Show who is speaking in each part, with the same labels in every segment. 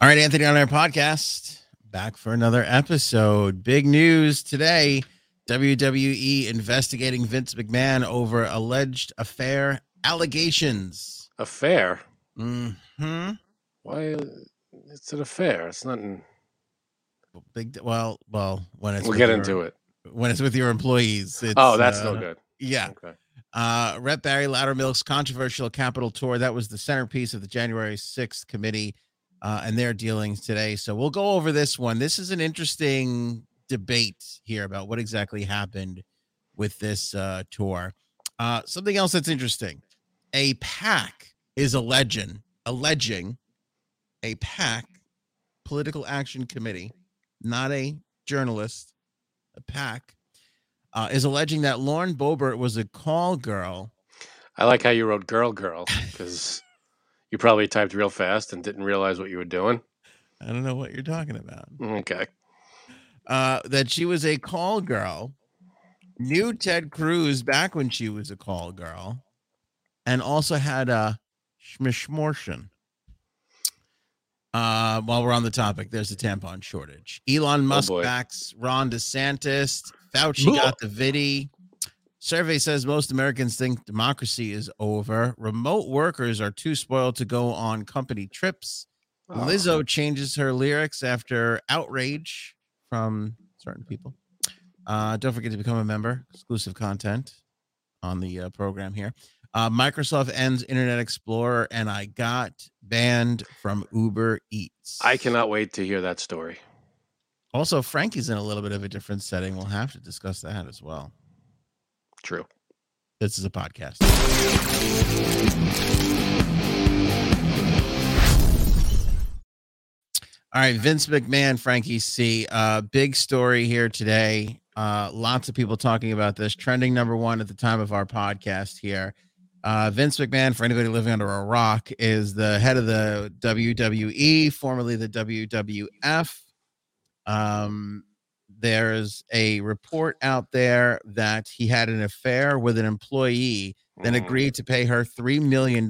Speaker 1: All right, Anthony on our podcast, back for another episode. Big news today WWE investigating Vince McMahon over alleged affair allegations.
Speaker 2: Affair. Mm-hmm.
Speaker 1: Hmm.
Speaker 2: Why? It's an affair. It's not. In,
Speaker 1: Big. Well, well. When it's
Speaker 2: we'll
Speaker 1: with
Speaker 2: get
Speaker 1: your-
Speaker 2: into it.
Speaker 1: when it's with your employees. It's,
Speaker 2: Oh, that's
Speaker 1: uh,
Speaker 2: no good.
Speaker 1: Yeah.
Speaker 2: Okay.
Speaker 1: Uh, Rep Barry Loudermilk's controversial Capitol tour. That was the centerpiece of the January 6th committee uh, and their dealings today. So we'll go over this one. This is an interesting debate here about what exactly happened with this uh, tour. Uh, something else that's interesting a PAC is alleging, alleging a PAC political action committee, not a journalist, a PAC uh, is alleging that Lauren Boebert was a call girl.
Speaker 2: I like how you wrote "girl, girl" because you probably typed real fast and didn't realize what you were doing.
Speaker 1: I don't know what you're talking about.
Speaker 2: Okay.
Speaker 1: Uh, that she was a call girl, knew Ted Cruz back when she was a call girl, and also had a schmishmortion. Uh, while we're on the topic, there's a tampon shortage. Elon Musk
Speaker 2: boy.
Speaker 1: backs Ron DeSantis. Fauci
Speaker 2: Blah.
Speaker 1: got the viddy. Survey says most Americans think democracy is over. Remote workers are too spoiled to go on company trips.
Speaker 2: Oh.
Speaker 1: Lizzo changes her lyrics after outrage from certain people. Uh, don't forget to become a member. Exclusive content on the uh, program here. Uh, Microsoft ends Internet Explorer, and I got banned from Uber Eats.
Speaker 2: I cannot wait to hear that story.
Speaker 1: Also, Frankie's in a little bit of a different setting. We'll have to discuss that as well.
Speaker 2: True.
Speaker 1: This is a podcast. All right, Vince McMahon, Frankie C. Uh, big story here today. Uh, lots of people talking about this. Trending number one at the time of our podcast here. Uh, Vince McMahon, for anybody living under a rock, is the head of the WWE, formerly the WWF. Um, there's a report out there that he had an affair with an employee, then
Speaker 2: Mm.
Speaker 1: agreed to pay her $3 million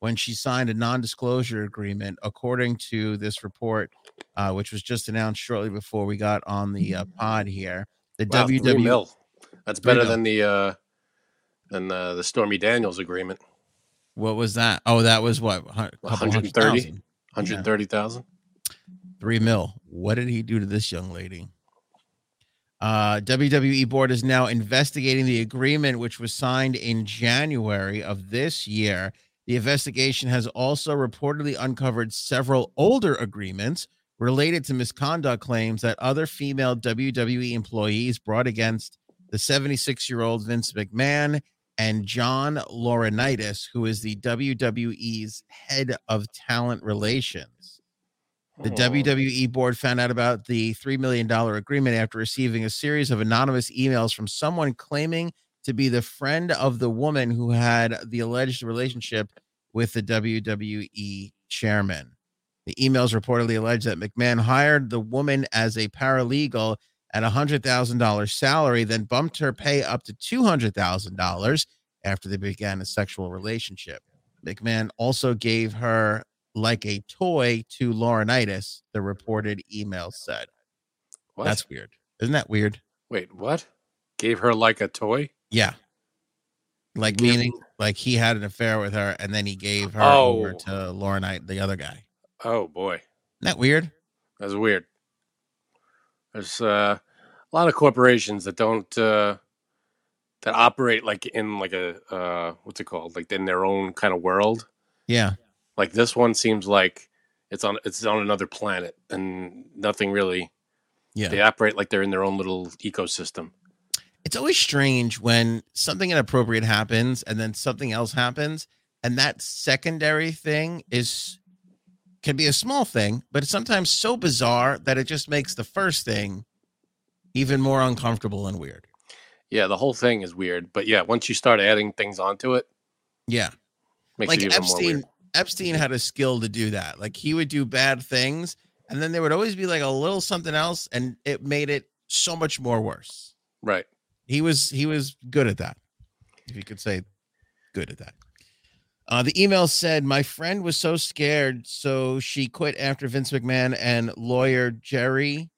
Speaker 1: when she signed a non disclosure agreement, according to this report, uh, which was just announced shortly before we got on the uh, pod here. The
Speaker 2: Mm-hmm. Wow, three
Speaker 1: WWE
Speaker 2: mil. That's
Speaker 1: Three
Speaker 2: better
Speaker 1: mil.
Speaker 2: than the uh, than uh, the Stormy Daniels agreement.
Speaker 1: What was that? Oh, that was what? hu- couple hundred
Speaker 2: 130?
Speaker 1: thousand.
Speaker 2: Hundred thirty thousand.
Speaker 1: Three mil. What did he do to this young lady? Uh, WWE board is now investigating the agreement, which was signed in January of this year. The investigation has also reportedly uncovered several older agreements related to misconduct claims that other female WWE employees brought against the 76 year old Vince McMahon and John Laurinaitis, who is the WWE's head of talent relations.
Speaker 2: Oh.
Speaker 1: The WWE board found out about the $3 million agreement after receiving a series of anonymous emails from someone claiming to be the friend of the woman who had the alleged relationship with the WWE chairman. The emails reportedly allege that McMahon hired the woman as a paralegal at a $100,000 salary, then bumped her pay up to $200,000 after they began a sexual relationship. McMahon also gave her like a toy to Laurinaitis, the reported email said.
Speaker 2: What?
Speaker 1: That's weird. Isn't that weird?
Speaker 2: Wait, what? Gave her like a toy?
Speaker 1: Yeah. Like
Speaker 2: Yeah.
Speaker 1: meaning like he had an affair with her and then he gave her over
Speaker 2: Oh.
Speaker 1: to Laurinaitis, the other guy.
Speaker 2: Oh boy.
Speaker 1: Isn't that weird?
Speaker 2: That's weird. There's uh, a lot of corporations that don't uh, that operate like in like a uh, what's it called like in their own kind of world.
Speaker 1: Yeah.
Speaker 2: Like this one seems like it's on it's on another planet and nothing really.
Speaker 1: Yeah.
Speaker 2: They operate like they're in their own little ecosystem.
Speaker 1: It's always strange when something inappropriate happens and then something else happens and that secondary thing is can be a small thing, but it's sometimes so bizarre that it just makes the first thing even more uncomfortable and weird.
Speaker 2: Yeah, the whole thing is weird. But yeah, once you start adding things onto it,
Speaker 1: Yeah.
Speaker 2: makes
Speaker 1: like
Speaker 2: it even more
Speaker 1: Epstein
Speaker 2: weird. Mm-hmm.
Speaker 1: Epstein had a skill to do that. Like he would do bad things and then there would always be like a little something else and it made it so much more worse.
Speaker 2: Right.
Speaker 1: He was he was good at that. If you could say good at that. Uh, the email said, My friend was so scared, so she quit after Vince McMahon and lawyer Jerry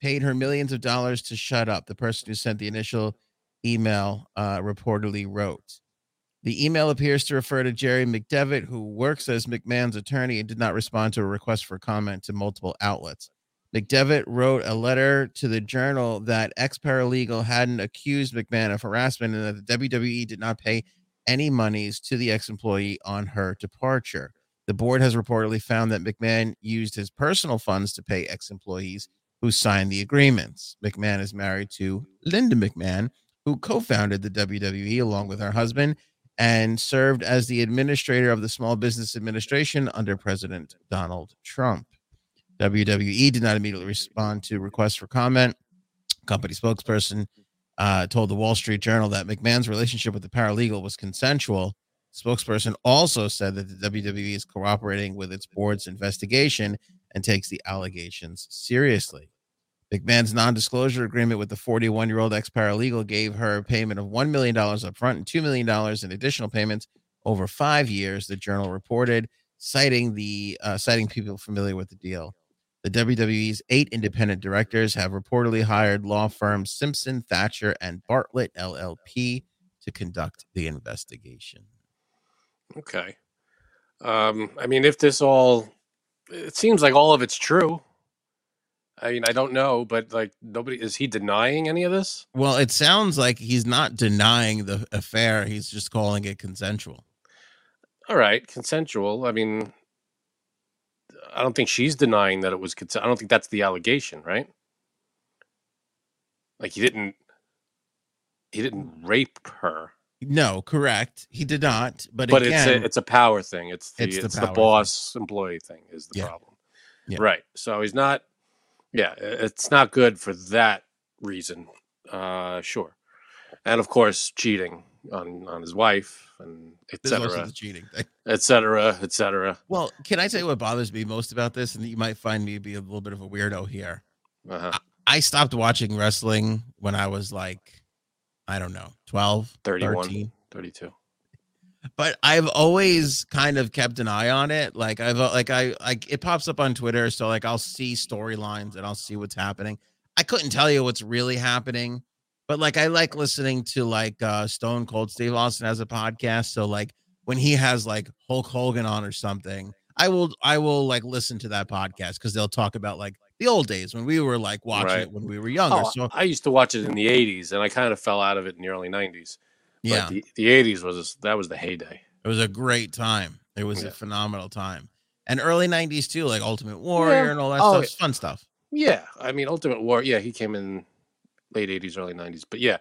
Speaker 1: paid her millions of dollars to shut up. The person who sent the initial email uh, reportedly wrote. The email appears to refer to Jerry McDevitt, who works as McMahon's attorney and did not respond to a request for comment to multiple outlets. McDevitt wrote a letter to the journal that ex paralegal hadn't accused McMahon of harassment and that the WWE did not pay any monies to the ex employee on her departure. The board has reportedly found that McMahon used his personal funds to pay ex employees who signed the agreements. McMahon is married to Linda McMahon, who co founded the WWE along with her husband and served as the administrator of the Small Business Administration under President Donald Trump. WWE E did not immediately respond to requests for comment. Company spokesperson uh, told the Wall Street Journal that McMahon's relationship with the paralegal was consensual. Spokesperson also said that the WWE is cooperating with its board's investigation and takes the allegations seriously. McMahon's non disclosure agreement with the 41 year old ex paralegal gave her a payment of $1 million upfront and $2 million in additional payments over five years, the journal reported, citing, the, uh, citing people familiar with the deal. The WWE's eight independent directors have reportedly hired law firms Simpson, Thatcher, and Bartlett LLP to conduct the investigation.
Speaker 2: Okay. Um, I mean, if this all, it seems like all of it's true. I mean, I don't know, but like nobody is he denying any of this?
Speaker 1: Well, it sounds like he's not denying the affair. He's just calling it consensual.
Speaker 2: All right, consensual. I mean, I don't think she's denying that it was consent. I don't think that's the allegation, right? Like he didn't he didn't rape her.
Speaker 1: No, correct. He did not. But
Speaker 2: But
Speaker 1: again,
Speaker 2: it's a it's a power thing. It's the
Speaker 1: It's
Speaker 2: it's
Speaker 1: the
Speaker 2: the,
Speaker 1: power thing.
Speaker 2: boss employee thing is the
Speaker 1: Yeah.
Speaker 2: problem.
Speaker 1: Yeah.
Speaker 2: Right. So he's not yeah, i- it's not good for that reason. Uh sure. And of course cheating on on his wife and
Speaker 1: there's also
Speaker 2: etc.
Speaker 1: the cheating thing.
Speaker 2: etc. etc.
Speaker 1: Well, can I tell you what bothers me most about this? And you might find me to be a little bit of a weirdo here.
Speaker 2: Uh-huh.
Speaker 1: I stopped watching wrestling when I was like, I don't know, 12,
Speaker 2: 31.
Speaker 1: 13.
Speaker 2: 32.
Speaker 1: but I've always kind of kept an eye on it. Like I've uh, like I like it pops up on Twitter, so like I'll see storylines and I'll see what's happening. I couldn't tell you what's really happening, but like I like listening to like uh Stone Cold Steve Austin has a podcast, so like when he has like Hulk Hogan on or something, I will I will like listen to that podcast because they'll talk about like the old days when we were like watching
Speaker 2: Right.
Speaker 1: it when we were younger.
Speaker 2: Oh,
Speaker 1: so
Speaker 2: I used to watch it in the 80s and I kind of fell out of it in the early 90s. But
Speaker 1: yeah,
Speaker 2: The, the 80s was that was the heyday.
Speaker 1: it was a great time. It was
Speaker 2: Yeah.
Speaker 1: a phenomenal time. And early 90s too, like Ultimate Warrior and all that
Speaker 2: Oh,
Speaker 1: stuff. It's fun stuff.
Speaker 2: Yeah, I mean Ultimate War. Yeah, he came in late '80s, early '90s. But yeah,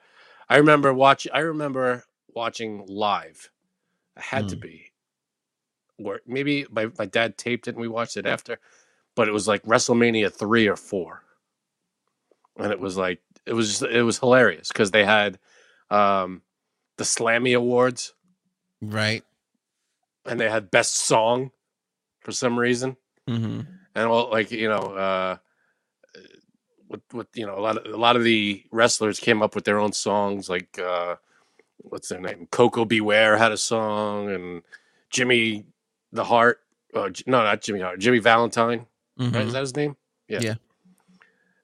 Speaker 2: I remember watch. I remember watching live. I had to be, or maybe my my dad taped it and we watched it after, but it was like WrestleMania three or four, and it was like it was just, it was hilarious because they had um the Slammy Awards
Speaker 1: Right.
Speaker 2: and they had best song for some reason.
Speaker 1: Mm-hmm.
Speaker 2: and well, like you know, uh, with with you know, a lot of a lot of the wrestlers came up with their own songs. Like uh, what's their name? Coco Beware had a song, and Jimmy the Heart. Uh, J- no, not Jimmy Hart. Jimmy Valentine. Right? Is that his name?
Speaker 1: Mm-hmm. Yeah.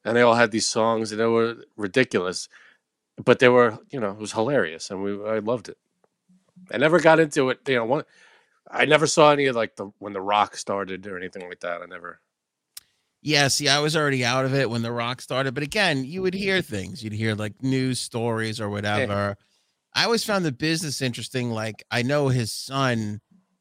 Speaker 2: And they all had these songs, and they were ridiculous, but they were you know it was hilarious, and we I loved it. I never got into it. You know, one. I never saw any of like the when the Rock started or anything like that. I never.
Speaker 1: Yeah. See, I was already out of it when The Rock started. But again, you would hear things. You'd hear like news stories or whatever. I always found the business interesting. Like, I know his son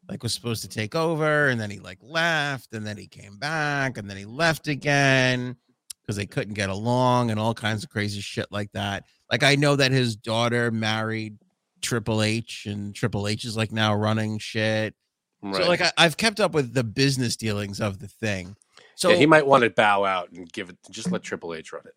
Speaker 1: like was supposed to take over and then he like left and then he came back and then he left again because they couldn't get along and all kinds of crazy shit like that. Like I know that his daughter married Triple H and Triple H is like now running shit. So like I, I've kept up with the business dealings of the thing. So
Speaker 2: yeah, he might want to bow out and give it. Just let Triple H run it.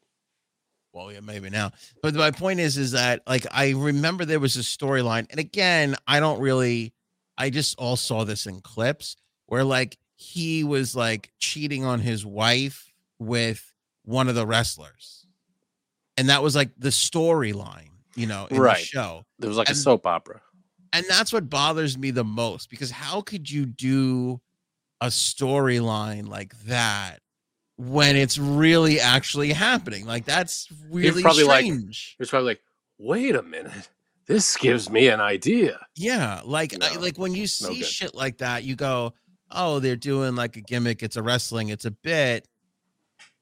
Speaker 1: well, yeah, maybe now. But my point is, is that like I remember there was a storyline, and again, I don't really, I just all saw this in clips where like he was like cheating on his wife with one of the wrestlers, and that was like the storyline, you know, in the
Speaker 2: Right.
Speaker 1: show.
Speaker 2: There was like
Speaker 1: And-
Speaker 2: a soap opera.
Speaker 1: and that's what bothers me the most because how could you do a storyline like that when it's really actually happening? Like that's really
Speaker 2: probably like-
Speaker 1: strange.
Speaker 2: It's probably like, wait a minute, this gives me an idea.
Speaker 1: yeah, like I,
Speaker 2: No,
Speaker 1: like when you see
Speaker 2: good.
Speaker 1: shit like that, you go, "Oh, they're doing like a gimmick. It's a wrestling. It's a bit."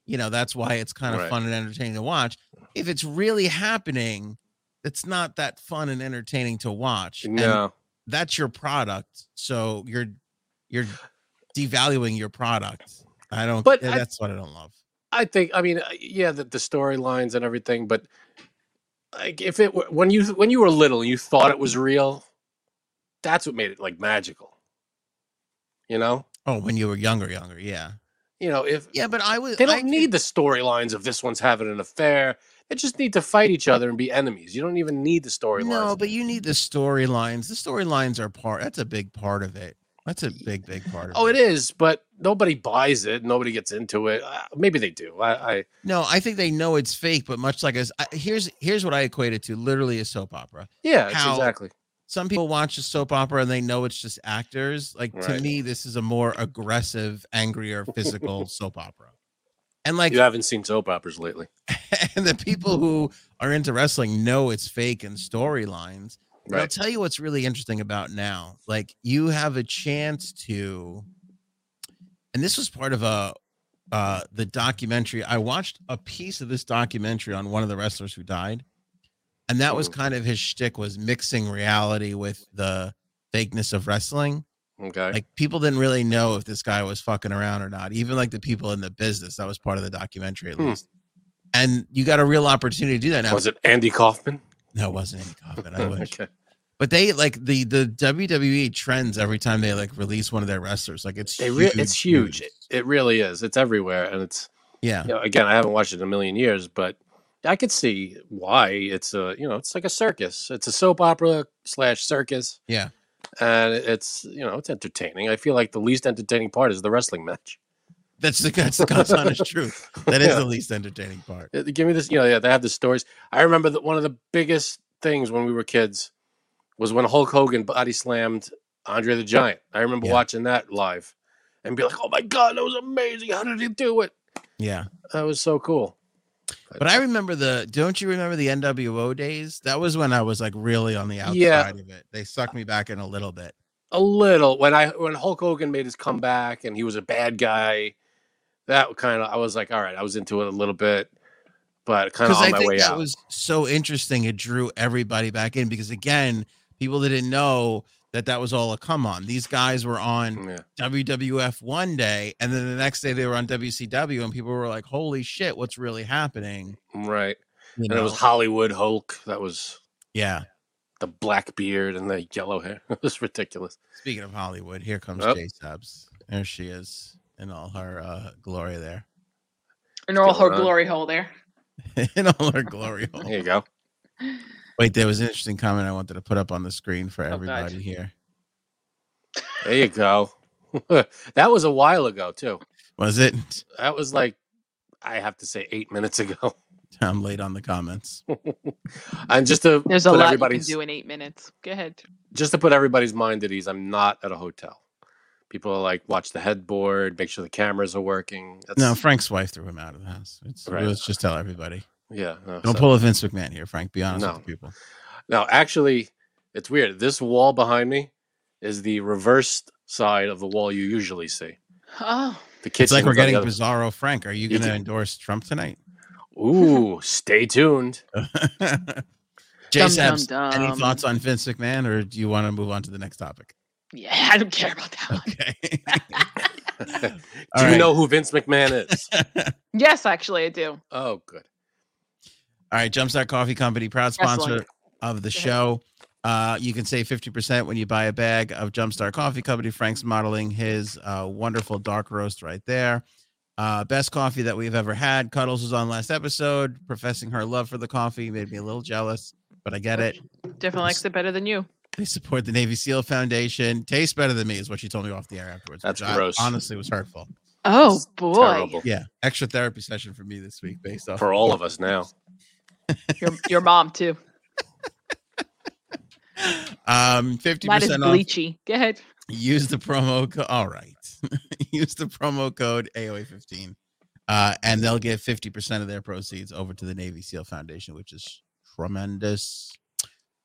Speaker 1: You know that's why it's kind of
Speaker 2: Right.
Speaker 1: fun and entertaining to watch. If it's really happening, it's not that fun and entertaining to watch. and
Speaker 2: No,
Speaker 1: that's your product so you're you're devaluing your product i don't
Speaker 2: But
Speaker 1: but
Speaker 2: I-
Speaker 1: that's what i don't love
Speaker 2: I think I mean, uh, yeah, the, the storylines and everything, but like if it were, when you when you were little, and you thought it was real. That's what made it like magical. You know,
Speaker 1: oh when you were younger younger yeah
Speaker 2: you know if
Speaker 1: yeah but i was
Speaker 2: They
Speaker 1: I
Speaker 2: don't
Speaker 1: could-
Speaker 2: need the storylines of this one's having an affair. They just need to fight each other and be enemies. You don't even need the storylines.
Speaker 1: no but you need the storylines the storylines are part that's a big part of it that's a big big part of
Speaker 2: oh,
Speaker 1: it
Speaker 2: it is, but nobody buys it. Nobody gets into it. Uh, maybe they do. I, I
Speaker 1: no i think they know it's fake but much like as I, here's here's what i equate it to literally a soap opera
Speaker 2: yeah, it's
Speaker 1: How-
Speaker 2: exactly.
Speaker 1: some people watch a soap opera and they know it's just actors. Like to
Speaker 2: Right.
Speaker 1: me, this is a more aggressive, angrier, physical soap opera. And like,
Speaker 2: you haven't seen soap operas lately.
Speaker 1: and the people who are into wrestling know it's fake and storylines. But I'll
Speaker 2: Right.
Speaker 1: tell you what's really interesting about now. Like you have a chance to, and this was part of a uh the documentary. I watched a piece of this documentary on one of the wrestlers who died. And that was
Speaker 2: Mhm.
Speaker 1: kind of his shtick was mixing reality with the fakeness of wrestling.
Speaker 2: Okay.
Speaker 1: Like people didn't really know if this guy was fucking around or not. Even like the people in the business, that was part of the documentary at
Speaker 2: Hmm.
Speaker 1: least. And you got a real opportunity to do that now.
Speaker 2: Was it Andy Kaufman?
Speaker 1: No, it wasn't Andy Kaufman. I wish.
Speaker 2: okay.
Speaker 1: But they like the the WWE trends every time they like release one of their wrestlers. Like it's
Speaker 2: They re- it's huge. It, it really is. It's everywhere, and it's
Speaker 1: Yeah.
Speaker 2: you know, again, I haven't watched it in a million years, but I could see why it's a you know it's like a circus. It's a soap opera slash circus.
Speaker 1: Yeah.
Speaker 2: and it's you know it's entertaining. I feel like the least entertaining part is the wrestling match.
Speaker 1: That's the that's the God's honest truth. That is
Speaker 2: Yeah.
Speaker 1: the least entertaining part.
Speaker 2: Uh, Give me this, you know, yeah, they have the stories. I remember that one of the biggest things when we were kids was when Hulk Hogan body slammed Andre the Giant. I remember
Speaker 1: Yeah.
Speaker 2: watching that live and be like, "Oh my god, that was amazing! How did he do it?
Speaker 1: Yeah.
Speaker 2: That was so cool."
Speaker 1: But I remember the don't you remember the NWO days? That was when I was like really on the outside
Speaker 2: Yeah.
Speaker 1: of it. They sucked me back in a little bit.
Speaker 2: a little when I when Hulk Hogan made his comeback and he was a bad guy. That kind of I was like, all right, I was into it a little bit, but kind of
Speaker 1: Because
Speaker 2: on
Speaker 1: I
Speaker 2: my
Speaker 1: think
Speaker 2: way
Speaker 1: that
Speaker 2: out.
Speaker 1: was so interesting. It drew everybody back in because again, people didn't know that that was all a come on. These guys were on
Speaker 2: yeah.
Speaker 1: WWF one day, and then the next day they were on WCW, and people were like, "Holy shit, what's really happening?"
Speaker 2: Right.
Speaker 1: You
Speaker 2: And it was
Speaker 1: know?
Speaker 2: Hollywood Hulk. That was
Speaker 1: yeah.
Speaker 2: the black beard and the yellow hair. it was ridiculous.
Speaker 1: Speaking of Hollywood, here comes
Speaker 2: Oh.
Speaker 1: J Subs. There she is in all her uh, glory there,
Speaker 3: In all her
Speaker 2: Still
Speaker 1: uh,
Speaker 2: around.
Speaker 3: glory hole there.
Speaker 1: in all her glory. hole.
Speaker 2: There you go.
Speaker 1: Wait, there was an interesting comment I wanted to put up on the screen for
Speaker 3: God.
Speaker 1: everybody here.
Speaker 2: There you go. that was a while ago too.
Speaker 1: Was it?
Speaker 2: That was like I have to say eight minutes ago.
Speaker 1: I'm late on the comments.
Speaker 2: And just to
Speaker 3: There's a
Speaker 2: put
Speaker 3: lot you can
Speaker 2: everybody's
Speaker 3: do in eight minutes. Go ahead.
Speaker 2: just to put everybody's mind at ease, I'm not at a hotel. People are like, watch the headboard, make sure the cameras are working. That's,
Speaker 1: No, Frank's wife threw him out of the house. It's,
Speaker 2: Right.
Speaker 1: Let's just tell everybody.
Speaker 2: yeah, no,
Speaker 1: Don't
Speaker 2: so-
Speaker 1: pull a Vince McMahon here, Frank. Be honest
Speaker 2: No.
Speaker 1: with the people.
Speaker 2: no, actually, it's weird. This wall behind me is the reversed side of the wall you usually see.
Speaker 3: Oh,
Speaker 2: The kitchen.
Speaker 1: It's like we're getting Bizarro Frank. Are you
Speaker 2: You
Speaker 1: going to
Speaker 2: can-
Speaker 1: endorse Trump tonight?
Speaker 2: Ooh, stay tuned.
Speaker 1: Jay
Speaker 3: Dum,
Speaker 1: Sabs,
Speaker 3: dum,
Speaker 1: any
Speaker 3: dum.
Speaker 1: thoughts on Vince McMahon, or do you want to move on to the next topic?
Speaker 3: yeah, I don't care about that one.
Speaker 1: Okay.
Speaker 2: Do
Speaker 1: All
Speaker 2: you
Speaker 1: right.
Speaker 2: know who Vince McMahon is?
Speaker 3: Yes, actually, I do.
Speaker 2: oh, good.
Speaker 1: All right, Jumpstart Coffee Company, proud sponsor
Speaker 3: Wrestling.
Speaker 1: of the
Speaker 3: Go ahead.
Speaker 1: show. Uh, you can save 50% when you buy a bag of Jumpstart Coffee Company. Frank's modeling his uh, wonderful dark roast right there. Uh, best coffee that we've ever had. Cuddles was on last episode, professing her love for the coffee. Made me a little jealous, but I get it.
Speaker 3: Definitely likes it better than you.
Speaker 1: They support the Navy SEAL Foundation. Tastes better than me, is what she told me off the air afterwards.
Speaker 2: That's
Speaker 1: which I
Speaker 2: gross.
Speaker 1: honestly was hurtful.
Speaker 3: Oh
Speaker 2: It's
Speaker 3: boy,
Speaker 2: Terrible.
Speaker 1: Yeah, extra therapy session for me this week, based off
Speaker 2: For all of us now.
Speaker 3: your your mom too.
Speaker 1: Um,
Speaker 3: Mine is
Speaker 1: 50% off.
Speaker 3: bleachy. Go ahead.
Speaker 1: Use the promo code. All right. Use the promo code AOA15. Uh, and they'll get 50% of their proceeds over to the Navy SEAL Foundation, which is tremendous.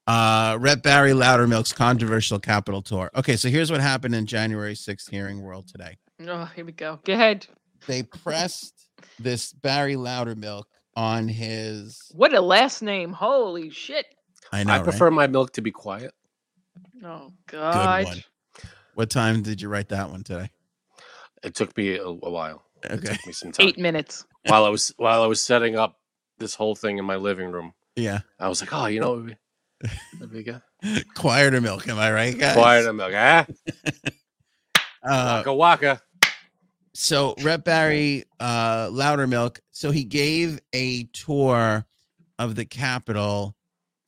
Speaker 1: Uh, Rep Barry Loudermilk's controversial Capitol tour. Okay, so here's what happened in January 6th hearing world today.
Speaker 3: Oh, here we go. Go ahead.
Speaker 1: They pressed this Barry Loudermilk on his.
Speaker 3: What a last name. Holy shit.
Speaker 1: I
Speaker 2: I
Speaker 1: right?
Speaker 2: prefer my milk to be quiet.
Speaker 3: Oh, God.
Speaker 1: one. What time did you write that one today?
Speaker 2: It took me a, a while. It
Speaker 1: Okay.
Speaker 2: took me some time.
Speaker 3: Eight minutes.
Speaker 2: While I was while I was setting up this whole thing in my living room,
Speaker 1: Yeah.
Speaker 2: I was like, oh, you know, what would be, that'd be good.
Speaker 1: Quieter milk. Am I right, guys?
Speaker 2: quiet and milk. Ah,
Speaker 1: Uh,
Speaker 2: waka waka.
Speaker 1: so Rep Barry uh, Loudermilk. So he gave a tour of the Capitol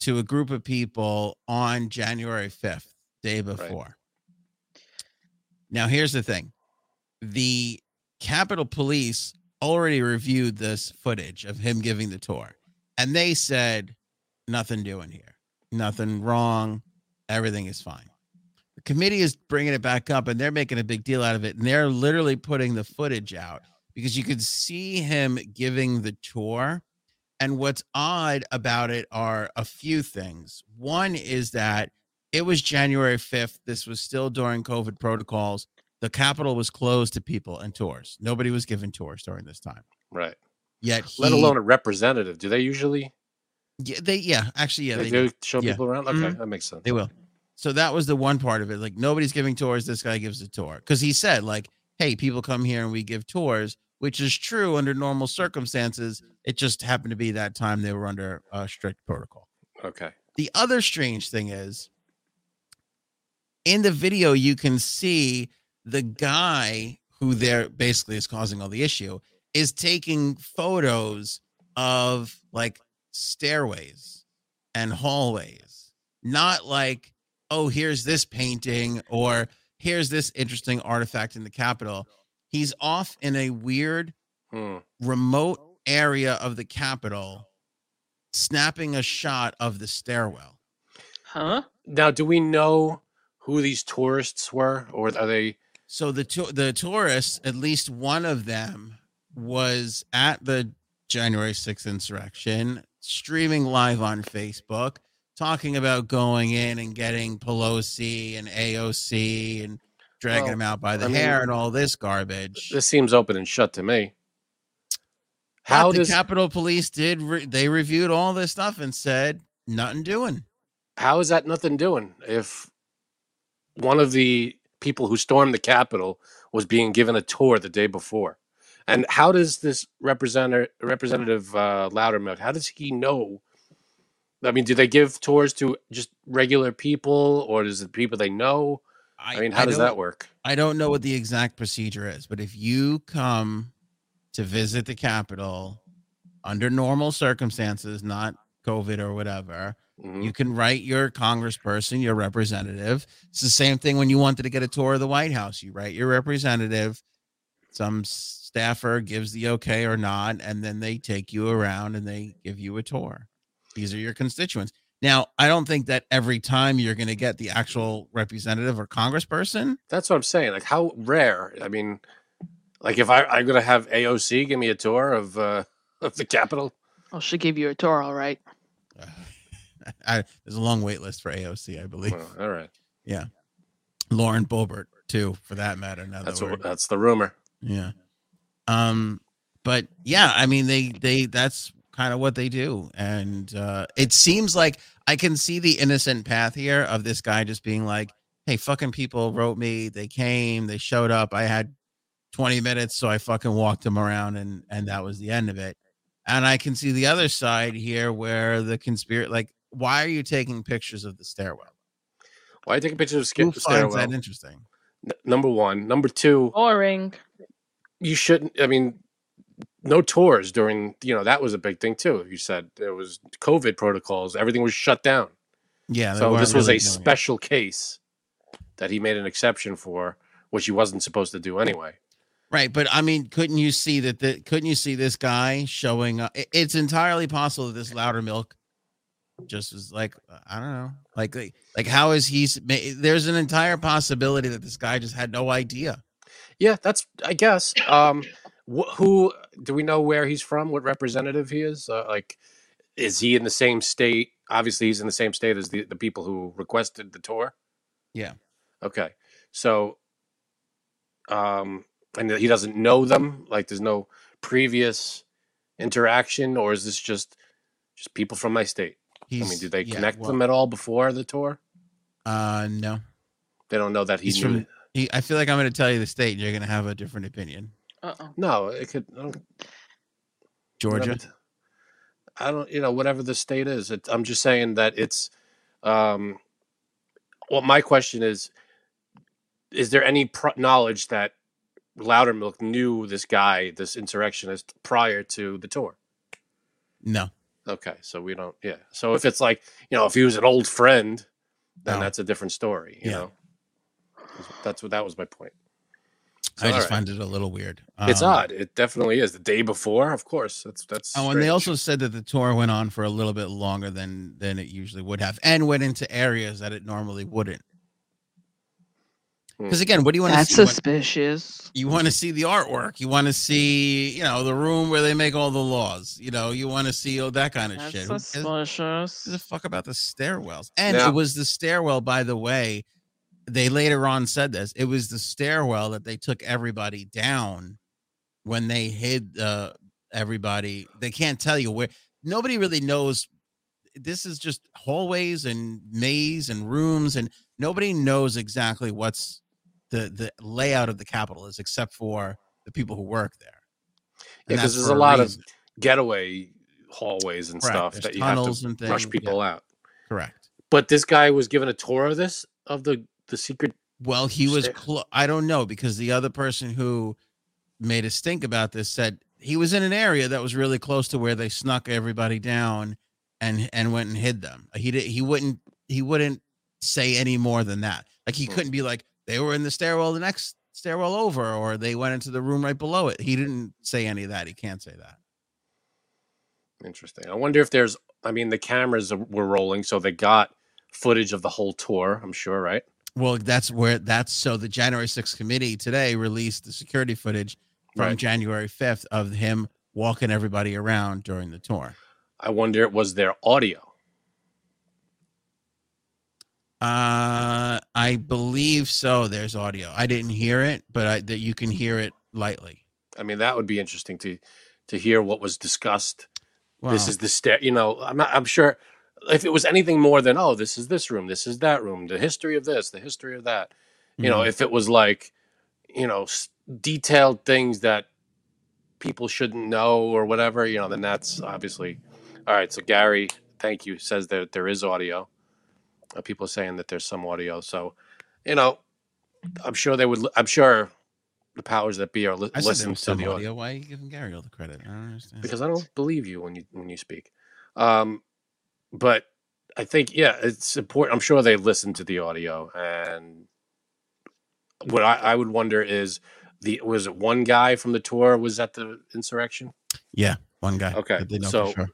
Speaker 1: to a group of people on January 5th, day before. Now, here's the thing the Capitol Police already reviewed this footage of him giving the tour, and they said, nothing doing here, nothing wrong, everything is fine. The committee is bringing it back up and they're making a big deal out of it. And they're literally putting the footage out because you could see him giving the tour. And what's odd about it are a few things. One is that it was January 5th. This was still during COVID protocols. The Capitol was closed to people and tours. Nobody was given tours during this time.
Speaker 2: Right.
Speaker 1: Yet,
Speaker 2: Let
Speaker 1: he-
Speaker 2: alone a representative. Do they usually?
Speaker 1: yeah, they, yeah, actually, yeah,
Speaker 2: they
Speaker 1: they do.
Speaker 2: do show
Speaker 1: Yeah.
Speaker 2: people around. Okay,
Speaker 3: Mhm.
Speaker 2: that makes sense.
Speaker 1: They will. So that was the one part of it. Like nobody's giving tours. This guy gives a tour because he said, like, hey, people come here and we give tours, which is true under normal circumstances. It just happened to be that time they were under uh, strict protocol.
Speaker 2: Okay.
Speaker 1: The other strange thing is in the video, you can see the guy who there basically is causing all the issue is taking photos of like stairways and hallways, not like, oh, here's this painting or here's this interesting artifact in the Capitol. He's off in a weird
Speaker 2: Hmm.
Speaker 1: remote area of the Capitol, snapping a shot of the stairwell.
Speaker 3: Huh?
Speaker 2: Now, do we know who these tourists were, or are they?
Speaker 1: So the tou- the tourists, at least one of them, was at the January 6th insurrection, streaming live on Facebook, talking about going in and getting Pelosi and AOC and dragging
Speaker 2: Well,
Speaker 1: them out by the
Speaker 2: I mean,
Speaker 1: hair and all this garbage.
Speaker 2: This seems open and shut to me.
Speaker 1: But
Speaker 2: How
Speaker 1: the
Speaker 2: does
Speaker 1: Capitol Police did re- they reviewed all this stuff and said nothing doing.
Speaker 2: how is that nothing doing if one of the people who stormed the Capitol was being given a tour the day before? And how does this representative, representative uh, Loudermilk, how does he know? I mean, do they give tours to just regular people, or is it people they know? I mean, how does
Speaker 1: don't-
Speaker 2: that work?
Speaker 1: I don't know what the exact procedure is, but if you come to visit the Capitol under normal circumstances, not COVID or whatever,
Speaker 2: Mhm.
Speaker 1: you can write your congressperson, your representative. It's the same thing when you wanted to get a tour of the White House. You write your representative, some staffer gives the okay or not, and then they take you around and they give you a tour. These are your constituents. Now, I don't think that every time you're going to get the actual representative or congressperson.
Speaker 2: That's what I'm saying. Like how rare. I mean, like if I, I'm gonna have AOC give me a tour of uh, of the Capitol.
Speaker 3: Oh, she gave you a tour, all right.
Speaker 1: Uh, I, there's a long wait list for AOC, I believe.
Speaker 2: Well, all right,
Speaker 1: Lauren Boebert, too, for that matter. Now
Speaker 2: that's
Speaker 1: that
Speaker 2: what
Speaker 1: we're-
Speaker 2: that's the rumor.
Speaker 1: yeah. Um, but yeah, I mean, they they that's kind of what they do, and uh, it seems like I can see the innocent path here of this guy just being like, "Hey, fucking people wrote me. They came. They showed up. I had 20 minutes, so I fucking walked them around, and and that was the end of it." And I can see the other side here where the conspiracy, like, why are you taking pictures of the stairwell?
Speaker 2: Why take a picture of
Speaker 1: Who
Speaker 2: Skip
Speaker 1: finds
Speaker 2: Stairwell?
Speaker 1: that interesting?
Speaker 2: N- number one, number two.
Speaker 4: Oh.
Speaker 3: Boring.
Speaker 2: You shouldn't. I mean, no tours during. You know that was a big thing too. You said there was COVID protocols. Everything was shut down.
Speaker 1: Yeah. they
Speaker 2: so
Speaker 1: weren't
Speaker 2: this was
Speaker 1: really
Speaker 2: a
Speaker 1: doing it.
Speaker 2: special case that he made an exception for, which he wasn't supposed to do anyway.
Speaker 1: Right, but I mean, couldn't you see that? The, couldn't you see this guy showing up? It- It's entirely possible that this louder milk just was like I don't know, like like, like how is he? s- ma- There's an entire possibility that this guy just had no idea.
Speaker 2: Yeah, that's I guess. Um, wh- who do we know where he's from? What representative he is? Uh, like, is he in the same state? Obviously, he's in the same state as the, the people who requested the tour.
Speaker 1: Yeah.
Speaker 2: Okay. So, um, and he doesn't know them. Like, there's no previous interaction, or is this just just people from my state?
Speaker 1: He's,
Speaker 2: I mean, did they
Speaker 1: yeah,
Speaker 2: connect
Speaker 1: well,
Speaker 2: them at all before the tour?
Speaker 1: Uh, no.
Speaker 2: They don't know that he
Speaker 1: He's
Speaker 2: knew.
Speaker 1: from- He, I feel like I'm going to tell you the state, and you're going to have a different opinion.
Speaker 3: Uh oh.
Speaker 2: no, it could. I don't whatever
Speaker 1: Georgia.
Speaker 2: t- I don't, you know, whatever the state is. It, I'm just saying that it's. Um, well, my question is: Is there any pro- knowledge that Loudermilk knew this guy, this insurrectionist, prior to the tour?
Speaker 1: No.
Speaker 2: Okay, so we don't. Yeah. So if it's like, you know, if he was an old friend, then
Speaker 1: No.
Speaker 2: that's a different story. You
Speaker 1: Yeah.
Speaker 2: know, that's what that was my point. So,
Speaker 1: I
Speaker 2: all
Speaker 1: just
Speaker 2: right.
Speaker 1: find it a little weird.
Speaker 2: it's
Speaker 1: Um,
Speaker 2: odd. It definitely is. The day before, of course. That's that's.
Speaker 1: Oh, and they
Speaker 2: strange.
Speaker 1: also said that the tour went on for a little bit longer than than it usually would have, and went into areas that it normally wouldn't. Because again, what do you want to
Speaker 3: That's
Speaker 1: see? when-
Speaker 3: suspicious.
Speaker 1: you want to see the artwork. You want to see, you know, the room where they make all the laws. You know, you want to see all that kind of
Speaker 3: That's
Speaker 1: shit. Who gives-
Speaker 3: suspicious.
Speaker 1: gives a fuck about the stairwells? And
Speaker 2: Yeah.
Speaker 1: it was the stairwell, by the way. They later on said this. It was the stairwell that they took everybody down when they hid uh, everybody. They can't tell you where. Nobody really knows. This is just hallways and maze and rooms, and nobody knows exactly what's the the layout of the Capitol is, except for the people who work there.
Speaker 2: Yeah, 'cause
Speaker 1: that's
Speaker 2: there's
Speaker 1: for
Speaker 2: a lot of
Speaker 1: reason.
Speaker 2: getaway hallways and
Speaker 1: Correct.
Speaker 2: stuff
Speaker 1: There's
Speaker 2: that you have
Speaker 1: tunnels
Speaker 2: to
Speaker 1: and
Speaker 2: rush
Speaker 1: things.
Speaker 2: people out.
Speaker 1: Yeah, correct.
Speaker 2: But this guy was given a tour of this of the the secret.
Speaker 1: Well, he was.
Speaker 2: Stay-
Speaker 1: Cl- I don't know because the other person who made us think about this said he was in an area that was really close to where they snuck everybody down and and went and hid them. He did. He wouldn't. He wouldn't say any more than that. Like he
Speaker 2: Hmm.
Speaker 1: couldn't be like they were in the stairwell, the next stairwell over, or they went into the room right below it. He didn't say any of that. He can't say that.
Speaker 2: Interesting. I wonder if there's. I mean, the cameras were rolling, so they got footage of the whole tour. I'm sure, right?
Speaker 1: Well, that's where that's so the January 6th committee today released the security footage from
Speaker 2: Right.
Speaker 1: January 5th of him walking everybody around during the tour.
Speaker 2: I wonder was there audio?
Speaker 1: Uh I believe so. There's audio. I didn't hear it, but I that you can hear it lightly.
Speaker 2: I mean, that would be interesting to to hear what was discussed.
Speaker 1: Well,
Speaker 2: This is the stair. You know, I'm not, I'm sure if it was anything more than oh, this is this room, this is that room, the history of this, the history of that. you know
Speaker 1: mm,
Speaker 2: if it was like you know s- detailed things that people shouldn't know or whatever you know then that's obviously all right so gary thank you says that there is audio uh, people are saying that there's some audio so you know i'm sure they would li- i'm sure the powers that be are li-
Speaker 1: I said there
Speaker 2: listening
Speaker 1: was
Speaker 2: to
Speaker 1: some
Speaker 2: the
Speaker 1: audio.
Speaker 2: audio
Speaker 1: Why are you giving Gary all the credit? I don't understand.
Speaker 2: because i don't believe you when you when you speak um but i think yeah it's important i'm sure they listen to the audio and what I, I would wonder is the was it one guy from the tour was at the insurrection?
Speaker 1: yeah, one guy.
Speaker 2: Okay,
Speaker 1: that they know for
Speaker 2: so-
Speaker 1: sure.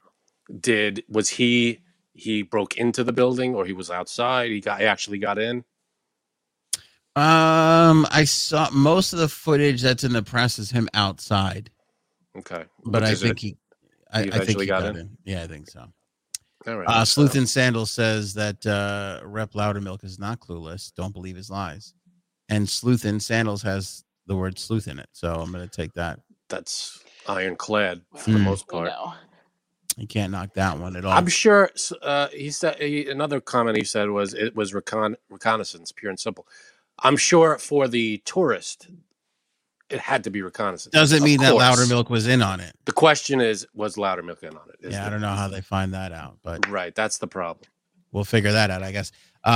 Speaker 2: Did was he he broke into the building or he was outside? He got he actually got in.
Speaker 1: um I saw most of the footage that's in the press is him outside.
Speaker 2: Okay,
Speaker 1: but
Speaker 2: Which
Speaker 1: I
Speaker 2: is it-
Speaker 1: think he, I,
Speaker 2: he
Speaker 1: I think
Speaker 2: eventually
Speaker 1: he
Speaker 2: got
Speaker 1: got,
Speaker 2: in?
Speaker 1: in. Yeah, I think so.
Speaker 2: all right,
Speaker 1: Uh,
Speaker 2: so-
Speaker 1: Sleuth and Sandals says that uh, Rep Loudermilk is not clueless. Don't believe his lies. And Sleuth and Sandals has the word sleuth in it, so I'm going to take that.
Speaker 2: that's ironclad for the
Speaker 1: Mm.
Speaker 2: most
Speaker 3: You
Speaker 2: part.
Speaker 3: know.
Speaker 1: You can't knock that one at all.
Speaker 2: I'm sure s- uh, he said he, another comment he said was it was recon, reconnaissance, pure and simple. I'm sure for the tourist, it had to be reconnaissance.
Speaker 1: Doesn't
Speaker 2: Of
Speaker 1: mean that
Speaker 2: course.
Speaker 1: Loudermilk was in on it.
Speaker 2: The question is, was Loudermilk in on it? Is
Speaker 1: Yeah, I
Speaker 2: the-
Speaker 1: don't know how they find that out, but
Speaker 2: Right, that's the problem.
Speaker 1: we'll figure that out, I guess.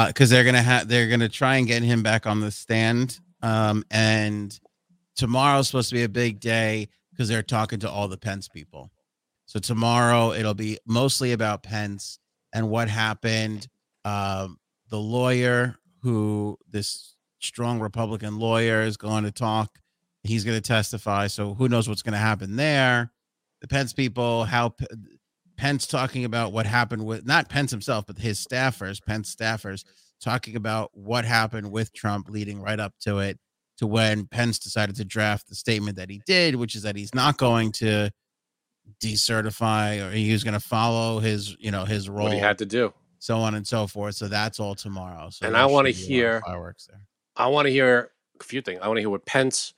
Speaker 1: Because they're gonna have they're gonna try and get him back on the stand. Um, and tomorrow's supposed to be a big day because they're talking to all the Pence people. So tomorrow it'll be mostly about Pence and what happened. Um, the lawyer who this strong Republican lawyer is going to talk. He's going to testify. So who knows what's going to happen there? The Pence people, how P- Pence talking about what happened with not Pence himself, but his staffers, Pence staffers, talking about what happened with Trump leading right up to it, to when Pence decided to draft the statement that he did, which is that he's not going to decertify or he was going to follow his, you know, his role,
Speaker 2: What he had to do.
Speaker 1: so on and so forth. So that's all tomorrow. So
Speaker 2: And
Speaker 1: there
Speaker 2: I wanna
Speaker 1: should be a lot of
Speaker 2: hear-
Speaker 1: fireworks there.
Speaker 2: I want to hear a few things. I want to hear what Pence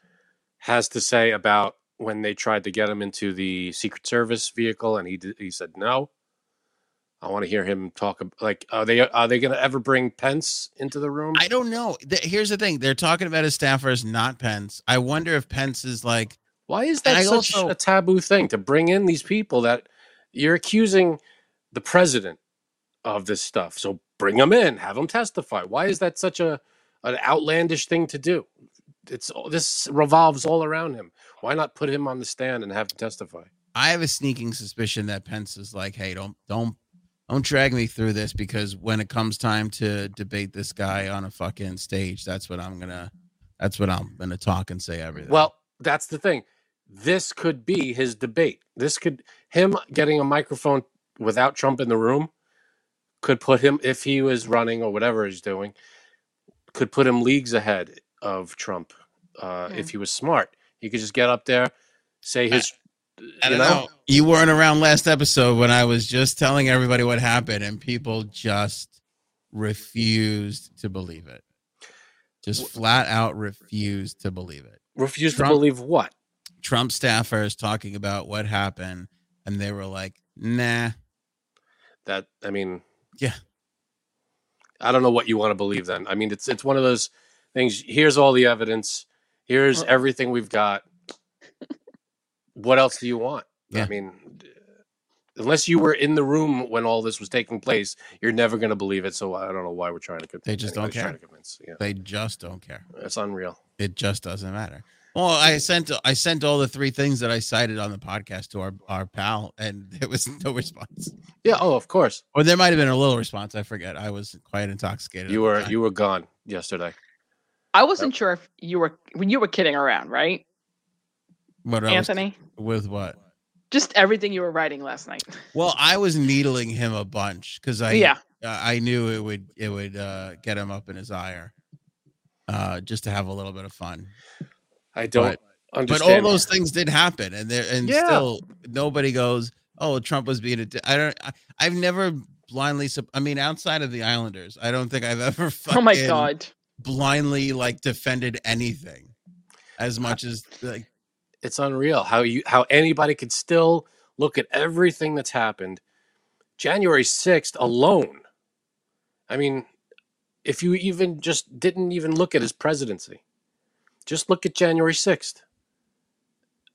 Speaker 2: has to say about when they tried to get him into the Secret Service vehicle and he did, he said no. I want to hear him talk. ab- Like, are they are they going to ever bring Pence into the room?
Speaker 1: I don't know. Th- Here's the thing: they're talking about his staffers, not Pence. I wonder if Pence is like,
Speaker 2: Why is
Speaker 1: And
Speaker 2: that
Speaker 1: I
Speaker 2: such
Speaker 1: also-
Speaker 2: a taboo thing to bring in these people that you're accusing the president of this stuff? So bring them in, have them testify. Why is that such a an outlandish thing to do? It's all this revolves all around him. Why not put him on the stand and have him testify?
Speaker 1: I have a sneaking suspicion that Pence is like, hey, don't don't don't drag me through this because when it comes time to debate this guy on a fucking stage, that's what I'm gonna that's what I'm gonna talk and say everything.
Speaker 2: Well, that's the thing. This could be his debate. This could him getting a microphone without Trump in the room could put him if he was running or whatever he's doing could put him leagues ahead of Trump uh,
Speaker 1: Hmm.
Speaker 2: if he was smart. He could just get up there, say his.
Speaker 1: I
Speaker 2: you
Speaker 1: don't know. You weren't around last episode when I was just telling everybody what happened, and people just refused to believe it. Just flat out refused to believe it.
Speaker 2: refuse
Speaker 1: Trump-
Speaker 2: to believe what
Speaker 1: Trump staffers talking about what happened, and they were like, nah,
Speaker 2: that. I mean,
Speaker 1: Yeah.
Speaker 2: I don't know what you want to believe. Then I mean, it's it's one of those things. Here's all the evidence. Here's
Speaker 3: Uh.
Speaker 2: everything we've got. what else do you want?
Speaker 1: Yeah.
Speaker 2: I mean, d- unless you were in the room when all this was taking place, you're never going to believe it. So I don't know why we're trying to convince.
Speaker 1: They just don't
Speaker 2: anybody's trying
Speaker 1: care.
Speaker 2: to convince. Yeah,
Speaker 1: they just don't care.
Speaker 2: it's unreal.
Speaker 1: it just doesn't matter. Well, I sent I sent all the three things that I cited on the podcast to our our pal, and there was no response.
Speaker 2: Yeah. Oh, of course.
Speaker 1: Or there might have been a little response. I forget. I was quite intoxicated.
Speaker 2: You
Speaker 1: at the
Speaker 2: were
Speaker 1: time.
Speaker 2: you were gone yesterday.
Speaker 3: I wasn't sure if you were when you were kidding around, right,
Speaker 1: What I was-
Speaker 3: Anthony?
Speaker 1: with what?
Speaker 3: Just everything you were writing last night.
Speaker 1: Well, I was needling him a bunch because I
Speaker 3: yeah.
Speaker 1: I I knew it would it would uh, get him up in his ire, uh, just to have a little bit of fun.
Speaker 2: I don't
Speaker 1: But
Speaker 2: understand.
Speaker 1: all those things did happen, and there and
Speaker 2: Yeah.
Speaker 1: still nobody goes. Oh, Trump was being a. Di-. I don't. I, I've never blindly. sup- I mean, outside of the Islanders, I don't think I've ever.
Speaker 3: Oh my
Speaker 1: fucking
Speaker 3: god.
Speaker 1: Blindly, like defended anything,
Speaker 3: Uh,
Speaker 1: as much as like.
Speaker 2: it's unreal how you how anybody could still look at everything that's happened january 6th
Speaker 1: Mm.
Speaker 2: alone i mean if you even just didn't even look at his presidency just look at january 6th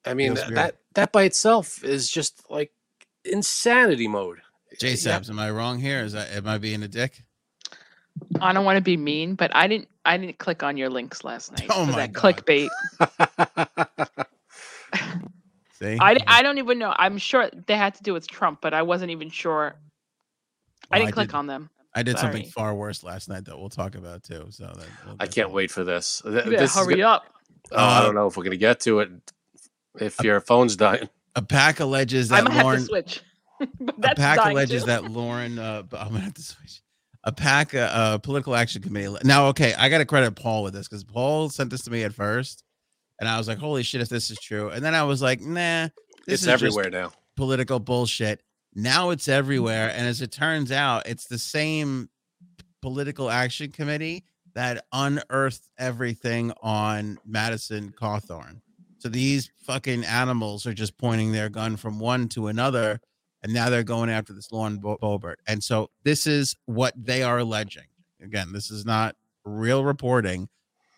Speaker 2: i mean
Speaker 1: Feels
Speaker 2: that,
Speaker 1: weird.
Speaker 2: that by itself is just like insanity mode
Speaker 1: J.
Speaker 2: Yeah.
Speaker 1: Sabs, am I wrong here? Is that am I being a dick?
Speaker 3: I don't want to be mean, but I didn't I didn't click on your links last night
Speaker 1: Oh
Speaker 3: for
Speaker 1: my
Speaker 3: that
Speaker 1: God.
Speaker 3: clickbait.
Speaker 1: See,
Speaker 3: I, d- I don't even know. I'm sure they had to do with Trump, but I wasn't even sure. I
Speaker 1: Well,
Speaker 3: didn't click
Speaker 1: did-
Speaker 3: on them.
Speaker 1: I did something
Speaker 3: sorry.
Speaker 1: far worse last night that we'll talk about too. So that, we'll
Speaker 2: i
Speaker 1: get
Speaker 2: can't
Speaker 1: to.
Speaker 2: wait for this, Th-
Speaker 3: Yeah,
Speaker 2: Uh, this is
Speaker 3: hurry
Speaker 2: go-
Speaker 3: up.
Speaker 2: oh, i
Speaker 1: Uh,
Speaker 2: don't know if we're gonna get to it if your phone's dying
Speaker 1: A pack alleges
Speaker 3: I
Speaker 1: that
Speaker 3: might have
Speaker 1: Lauren
Speaker 3: to switch. but
Speaker 1: a
Speaker 3: that's
Speaker 1: pack
Speaker 3: dying
Speaker 1: alleges
Speaker 3: too.
Speaker 1: that Lauren. Uh, b- I'm gonna have to switch. A pack, uh, uh, political action committee. le- Now, okay, I got to credit Paul with this because Paul sent this to me at first, and I was like, "Holy shit, if this is true!" And then I was like, "Nah, this
Speaker 2: it's
Speaker 1: is
Speaker 2: everywhere
Speaker 1: Just
Speaker 2: now
Speaker 1: political bullshit." Now it's everywhere, and as it turns out, it's the same political action committee that unearthed everything on Madison Cawthorn. So these fucking animals are just pointing their gun from one to another, and now they're going after this Lauren Bo- Boebert. And so this is what they are alleging. Again, this is not real reporting.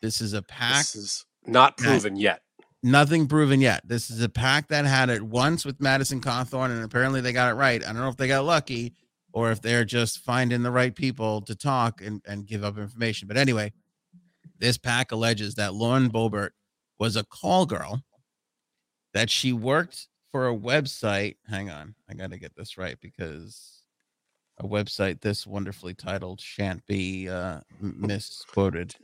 Speaker 1: This is a pack,
Speaker 2: This is not
Speaker 1: Pack.
Speaker 2: proven yet.
Speaker 1: nothing proven yet. This is a pack that had it once with Madison Cawthorn, and apparently they got it right. I don't know if they got lucky or if they're just finding the right people to talk and, and give up information. But anyway, this pack alleges that Lauren Boebert was a call girl, that she worked for a website. Hang on, I got to get this right because a website this wonderfully titled shan't be uh, m- misquoted.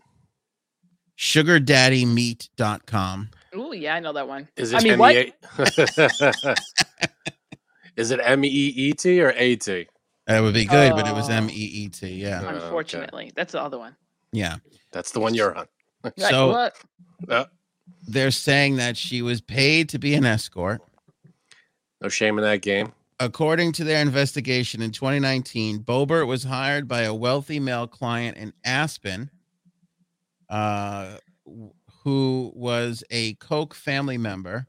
Speaker 1: SugarDaddyMeat.com.
Speaker 3: Ooh, yeah, I know that one.
Speaker 2: Is
Speaker 3: I
Speaker 2: it
Speaker 3: mean, what?
Speaker 2: NEA? Is it M E E T or A T?
Speaker 1: That would be good, but it was
Speaker 3: Oh.
Speaker 1: M E E T. Yeah.
Speaker 2: Oh, okay.
Speaker 3: Unfortunately, that's the other one.
Speaker 1: Yeah.
Speaker 2: That's the one you're on.
Speaker 3: You're like,
Speaker 1: So-
Speaker 3: what?
Speaker 1: They're saying that she was paid to be an escort.
Speaker 2: No shame in that game.
Speaker 1: According to their investigation in 2019, Bobert was hired by a wealthy male client in Aspen, uh, w- who was a Koch family member.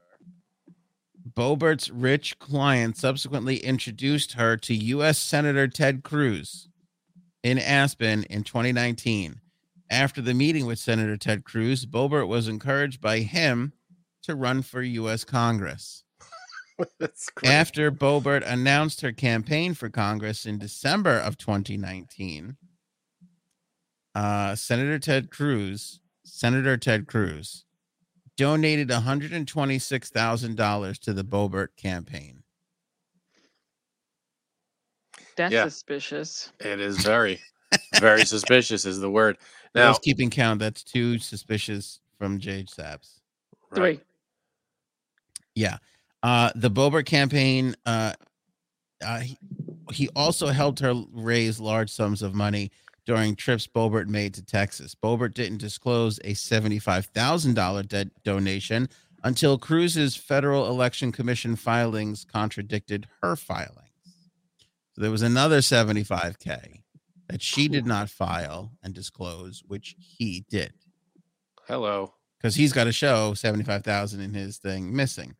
Speaker 1: Bobert's rich client subsequently introduced her to U.S. Senator Ted Cruz in Aspen in 2019. After the meeting with Senator Ted Cruz, Bobert was encouraged by him to run for U.S. Congress.
Speaker 2: That's great.
Speaker 1: After Bobert announced her campaign for Congress in December of 2019, uh, Senator Ted Cruz, Senator Ted Cruz, donated $126,000 to the Bobert campaign.
Speaker 3: That's
Speaker 2: Yeah.
Speaker 3: suspicious.
Speaker 2: it is very, very suspicious is the word.
Speaker 1: For
Speaker 2: Now,
Speaker 1: Those keeping count, that's two suspicious from Jade Saps.
Speaker 2: right.
Speaker 3: Three.
Speaker 1: Uh, the Bobert campaign, uh, uh, he, he also helped her raise large sums of money during trips Bobert made to Texas. Bobert didn't disclose a $75,000 de- donation until Cruz's Federal Election Commission filings contradicted her filings. So there was another 75K that she did not file and disclose, which he did
Speaker 2: Hello.
Speaker 1: because he's got to show 75,000 in his thing missing.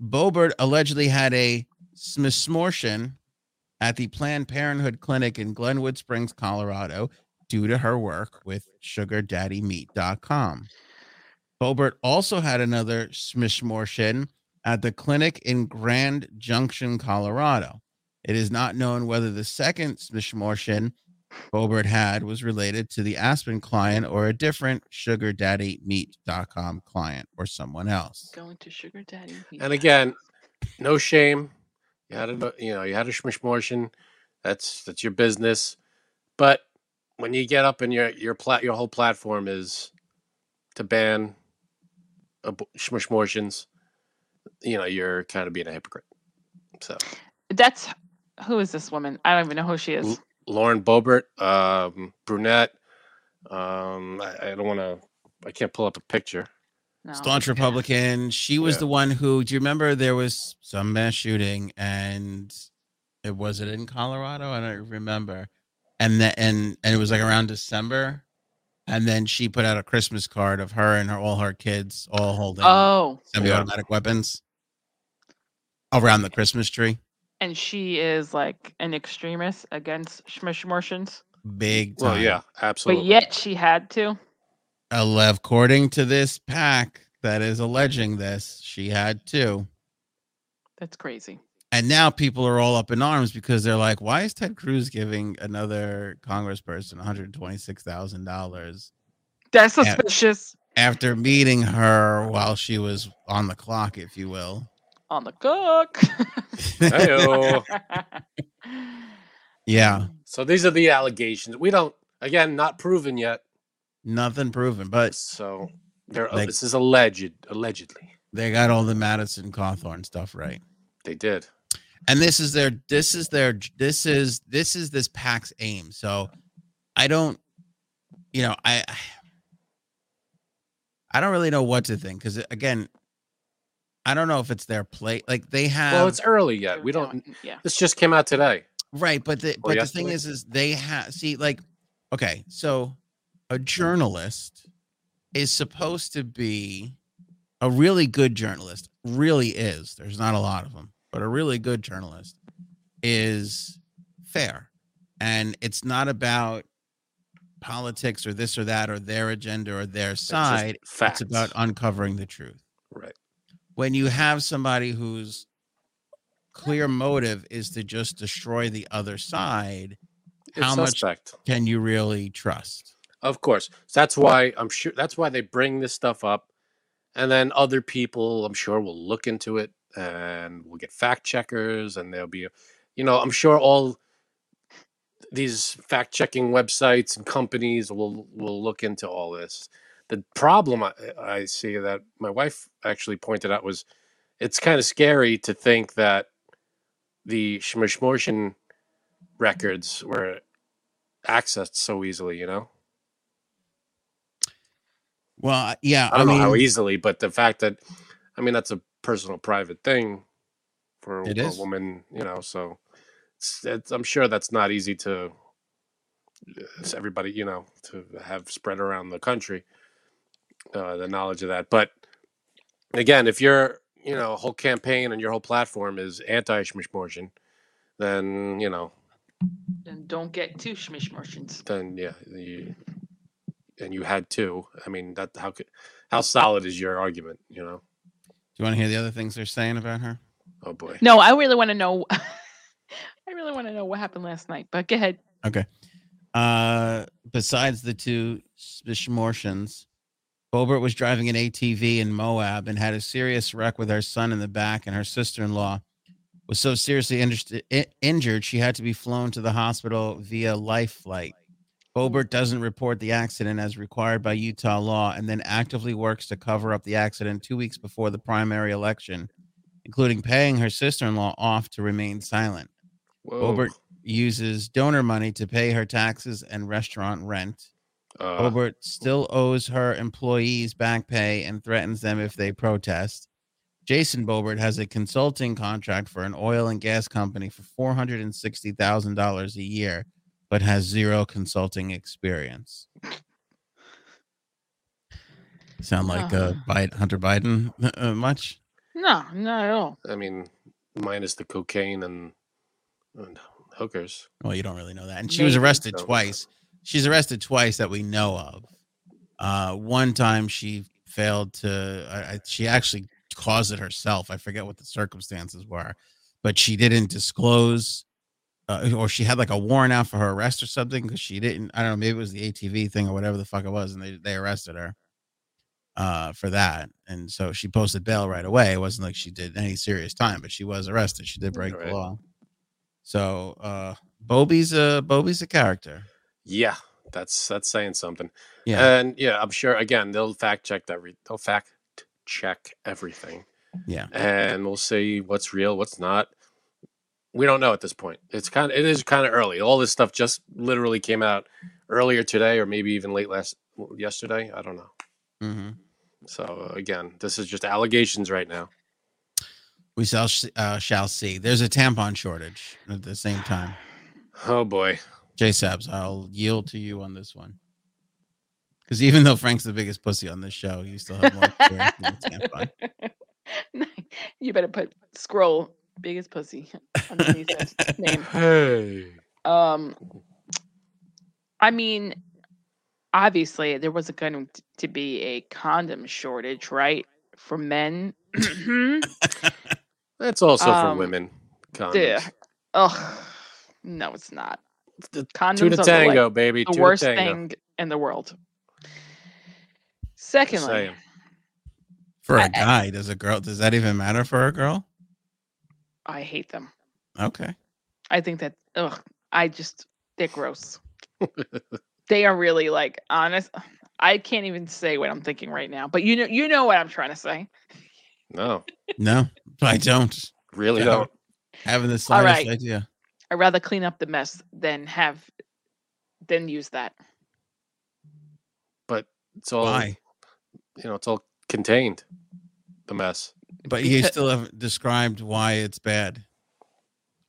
Speaker 1: Bobert allegedly had a smortion at the Planned Parenthood clinic in Glenwood Springs, Colorado, due to her work with sugardaddymeat.com. Bobert also had another smortion at the clinic in Grand Junction, Colorado. It is not known whether the second smortion Bobert had was related to the Aspen client or a different sugardaddymeat.com client or someone else.
Speaker 3: Going to sugar daddy.
Speaker 2: And again, no shame. You had a you know you had a schmishmortion. That's that's your business. But when you get up and your your plat your whole platform is to ban ab- schmishmortions, you know you're kind of being a hypocrite. So
Speaker 3: That's who is this woman? I don't even know who she is.
Speaker 2: L- Lauren Boebert, um, brunette. Um, I, I don't want to. I can't pull up a picture.
Speaker 3: No.
Speaker 1: Staunch Republican. She was
Speaker 2: Yeah.
Speaker 1: the one who, do you remember there was some mass shooting and it was it in Colorado? I don't remember. And that and and it was like around December. And then she put out a Christmas card of her and her all her kids all holding
Speaker 3: Oh,
Speaker 1: semi-automatic weapons around the Christmas tree.
Speaker 3: and she is like an extremist against Schmishmortians,
Speaker 1: Big time.
Speaker 2: Well, yeah,
Speaker 3: but
Speaker 2: absolutely.
Speaker 3: yet she had to.
Speaker 1: Alle- Uh, according to this pack that is alleging this, she had two.
Speaker 3: That's crazy.
Speaker 1: And now people are all up in arms because they're like, why is Ted Cruz giving another congressperson $126,000
Speaker 3: That's
Speaker 1: Yeah.
Speaker 3: suspicious.
Speaker 1: after meeting her while she was on the clock, if you will?
Speaker 3: On the cook.
Speaker 2: Heyo.
Speaker 1: yeah,
Speaker 2: So these are the allegations. We don't, again, not proven yet.
Speaker 1: nothing proven, but
Speaker 2: So they're,
Speaker 1: Like-
Speaker 2: this is alleged. Allegedly,
Speaker 1: they got all the Madison Cawthorn stuff right.
Speaker 2: they did.
Speaker 1: and this is their this is their this is this is this pack's aim so i don't you know i i don't really know what to think because again i don't know if it's their play like they have
Speaker 2: well, it's early yet. We don't.
Speaker 3: Yeah.
Speaker 2: This just came out today.
Speaker 1: right but the
Speaker 2: Or
Speaker 1: but the thing
Speaker 2: yesterday.
Speaker 1: is is they have see like okay so
Speaker 2: Mm-hmm.
Speaker 1: a journalist is supposed to be a really good journalist really is there's not a lot of them but a really good journalist is fair and it's not about politics or this or that or their agenda or their
Speaker 2: It's just
Speaker 1: side
Speaker 2: facts.
Speaker 1: it's about uncovering the truth
Speaker 2: right.
Speaker 1: when you have somebody whose clear motive is to just destroy the other side
Speaker 2: It's
Speaker 1: how much-
Speaker 2: suspect.
Speaker 1: can you really trust?
Speaker 2: Of course. So that's why I'm sure. That's why they bring this stuff up, and then other people, I'm sure, will look into it, and we'll get fact checkers, and there'll be, you know, I'm sure all these fact checking websites and companies will will look into all this. The problem I, I see that my wife actually pointed out was, it's kind of scary to think that the Schmishmortion records were accessed so easily, you know?
Speaker 1: Well, yeah.
Speaker 2: I don't
Speaker 1: mean,
Speaker 2: know how easily, but the fact that, I mean, that's a personal, private thing for
Speaker 1: It
Speaker 2: a
Speaker 1: is.
Speaker 2: woman, you know. So it's, it's, I'm sure that's not easy to it's everybody, you know, to have spread around the country uh, the knowledge of that. But again, if your you know whole campaign and your whole platform is anti-schmishmortion, then you know,
Speaker 4: And don't get too schmishmerchants.
Speaker 2: then yeah, you, and you had to. I mean, that how could how solid is your argument? You know,
Speaker 1: do you want to hear the other things they're saying about her?
Speaker 2: oh boy.
Speaker 4: No, I really want to know. I really want to know what happened last night. But go ahead.
Speaker 1: Uh, besides the two Spishmortians, Bobert was driving an ATV in Moab and had a serious wreck with her son in the back, and her sister in law was so seriously injured, injured she had to be flown to the hospital via life flight. Bobert doesn't report the accident as required by Utah law and then actively works to cover up the accident two weeks before the primary election, including paying her sister in law off to remain silent
Speaker 2: Whoa.
Speaker 1: Obert- uses donor money to pay her taxes and restaurant rent.
Speaker 2: Uh,
Speaker 1: Obert still owes her employees back pay and threatens them if they protest. Jason Bobert has a consulting contract for an oil and gas company for $460,000 a year, but has zero consulting experience. Sound like uh, Biden, Hunter Biden uh, much?
Speaker 4: No, not at all.
Speaker 2: I mean, minus the cocaine and, and hookers.
Speaker 1: Well, you don't really know that. And she was
Speaker 4: Maybe
Speaker 1: arrested
Speaker 2: so.
Speaker 1: twice. She's arrested twice that we know of. Uh, one time she failed to, I, I, she actually caused it herself. I forget what the circumstances were, but she didn't disclose, uh, or she had like a warrant out for her arrest or something because she didn't. I don't know. Maybe it was the ATV thing or whatever the fuck it was, and they they arrested her uh, for that. And so she posted bail right away. It wasn't like she did any serious time, but she was arrested. She did break
Speaker 2: Right.
Speaker 1: the law. So uh Bobby's a Bobby's a character.
Speaker 2: Yeah, that's that's saying something.
Speaker 1: Yeah,
Speaker 2: And yeah, I'm sure again they'll fact check that. Re- they'll fact check everything.
Speaker 1: Yeah.
Speaker 2: and we'll see what's real, what's not. We don't know at this point. It's kind of it is kind of early. All this stuff just literally came out earlier today, or maybe even late last yesterday. I don't know.
Speaker 4: Mm-hmm.
Speaker 1: hmm
Speaker 2: So again, this is just allegations right now.
Speaker 1: we shall s- uh, shall see. There's a tampon shortage at the same time.
Speaker 2: Oh boy.
Speaker 1: J Sabs, I'll yield to you on this one. Because even though Frank's the biggest pussy on this show, you still have more experience than the tampon.
Speaker 4: you better put scroll biggest pussy underneath his name.
Speaker 2: Hey.
Speaker 4: Um,
Speaker 2: Mm-hmm.
Speaker 4: I mean, obviously there was going t- to be a condom shortage, right, for men.
Speaker 2: That's also
Speaker 4: Um,
Speaker 2: for women. Condoms.
Speaker 4: Duh. Ugh, no, it's not.
Speaker 2: The
Speaker 4: Condoms
Speaker 2: Two to
Speaker 4: are the, like,
Speaker 2: tango, baby.
Speaker 4: the
Speaker 2: Two
Speaker 4: worst
Speaker 2: to tango.
Speaker 4: thing in the world.
Speaker 2: Just
Speaker 4: Secondly,
Speaker 2: saying.
Speaker 1: For
Speaker 4: I-
Speaker 1: a
Speaker 4: I-
Speaker 1: guy, does a girl does that even matter for a girl?
Speaker 4: I hate them.
Speaker 1: Okay.
Speaker 4: I think that ugh, I just they're gross. they are really like honest. I can't even say what I'm thinking right now, but you know, you know what I'm trying to say.
Speaker 2: No,
Speaker 1: No, I don't.
Speaker 2: really
Speaker 1: Yeah.
Speaker 2: don't.
Speaker 1: Having the
Speaker 4: All
Speaker 1: slightest
Speaker 4: right.
Speaker 1: idea.
Speaker 4: I'd rather clean up the mess than have than use that.
Speaker 2: It's all
Speaker 1: Why?
Speaker 2: you know. It's all contained. The mess.
Speaker 1: But you
Speaker 4: Becau-
Speaker 1: still haven't described why it's bad.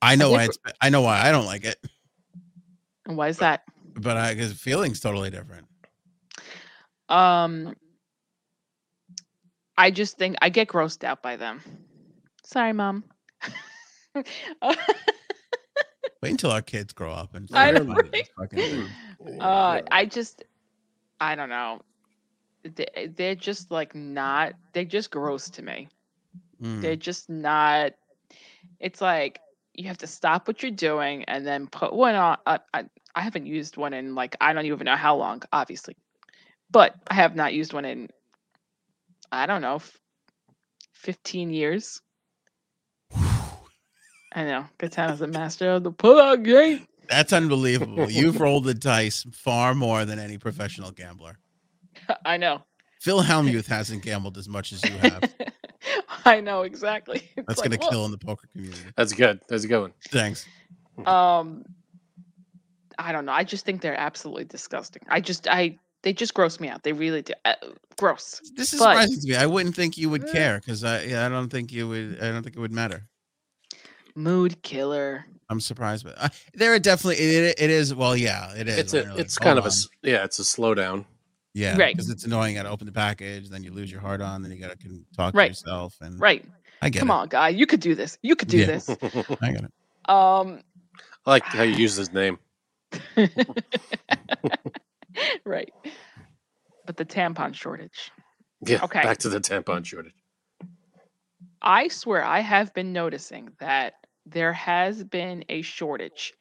Speaker 1: I know why
Speaker 4: think-
Speaker 1: it's. ba- I know why I don't like it,
Speaker 4: And why is that?
Speaker 1: but I because feelings totally different.
Speaker 4: Um I just think I get grossed out by them. Sorry, mom.
Speaker 1: Wait until our kids grow up and.
Speaker 4: I
Speaker 1: figure
Speaker 2: know,
Speaker 1: out these fucking
Speaker 4: right?
Speaker 1: things.
Speaker 4: Uh,
Speaker 2: Yeah.
Speaker 4: I just, I don't know. They- They're just like not. They're just gross to me.
Speaker 1: Mm.
Speaker 4: They're just not. It's like you have to stop what you're doing and then put one on. Uh, I, I haven't used one in like I don't even know how long, obviously, but I have not used one in I don't know, f- fifteen years. I know. Good time as a master of the pull-out game.
Speaker 1: That's unbelievable. You've rolled the dice far more than any professional gambler.
Speaker 4: I know.
Speaker 1: Phil Hellmuth hasn't gambled as much as you have.
Speaker 4: I know exactly. It's
Speaker 1: That's
Speaker 4: like,
Speaker 1: gonna
Speaker 4: well,
Speaker 1: kill in the poker community.
Speaker 2: That's good. That's a good one.
Speaker 1: Thanks.
Speaker 4: Um, I don't know. I just think they're absolutely disgusting. I just, I, they just gross me out. They really do. Uh, gross.
Speaker 1: This is
Speaker 4: But- Mm.
Speaker 1: surprising to me. I wouldn't think you would
Speaker 2: Eh.
Speaker 1: care because I yeah, I don't think you would. I don't think it would matter.
Speaker 4: Mood killer.
Speaker 1: I'm surprised, but uh, there are definitely it, it is. Well, yeah, it is.
Speaker 2: It's
Speaker 1: when
Speaker 2: a,
Speaker 1: you're like,
Speaker 2: it's
Speaker 1: "Hold
Speaker 2: kind of a,
Speaker 1: on."
Speaker 2: s- yeah, it's a slowdown.
Speaker 1: yeah,
Speaker 4: Right.
Speaker 1: Because it's annoying. You got to open the package, then you lose your heart on, then you got to can talk
Speaker 4: Right.
Speaker 1: to yourself, and
Speaker 4: Right.
Speaker 1: I get
Speaker 4: Come
Speaker 1: it.
Speaker 4: on, guy. You could do this. You could do
Speaker 1: Yeah.
Speaker 4: this.
Speaker 2: I
Speaker 1: I get it.
Speaker 4: Um,
Speaker 2: like how you use his name.
Speaker 4: right. But the tampon shortage.
Speaker 2: Yeah.
Speaker 4: Okay.
Speaker 2: Back to the tampon shortage.
Speaker 4: I swear I have been noticing that there has been a shortage,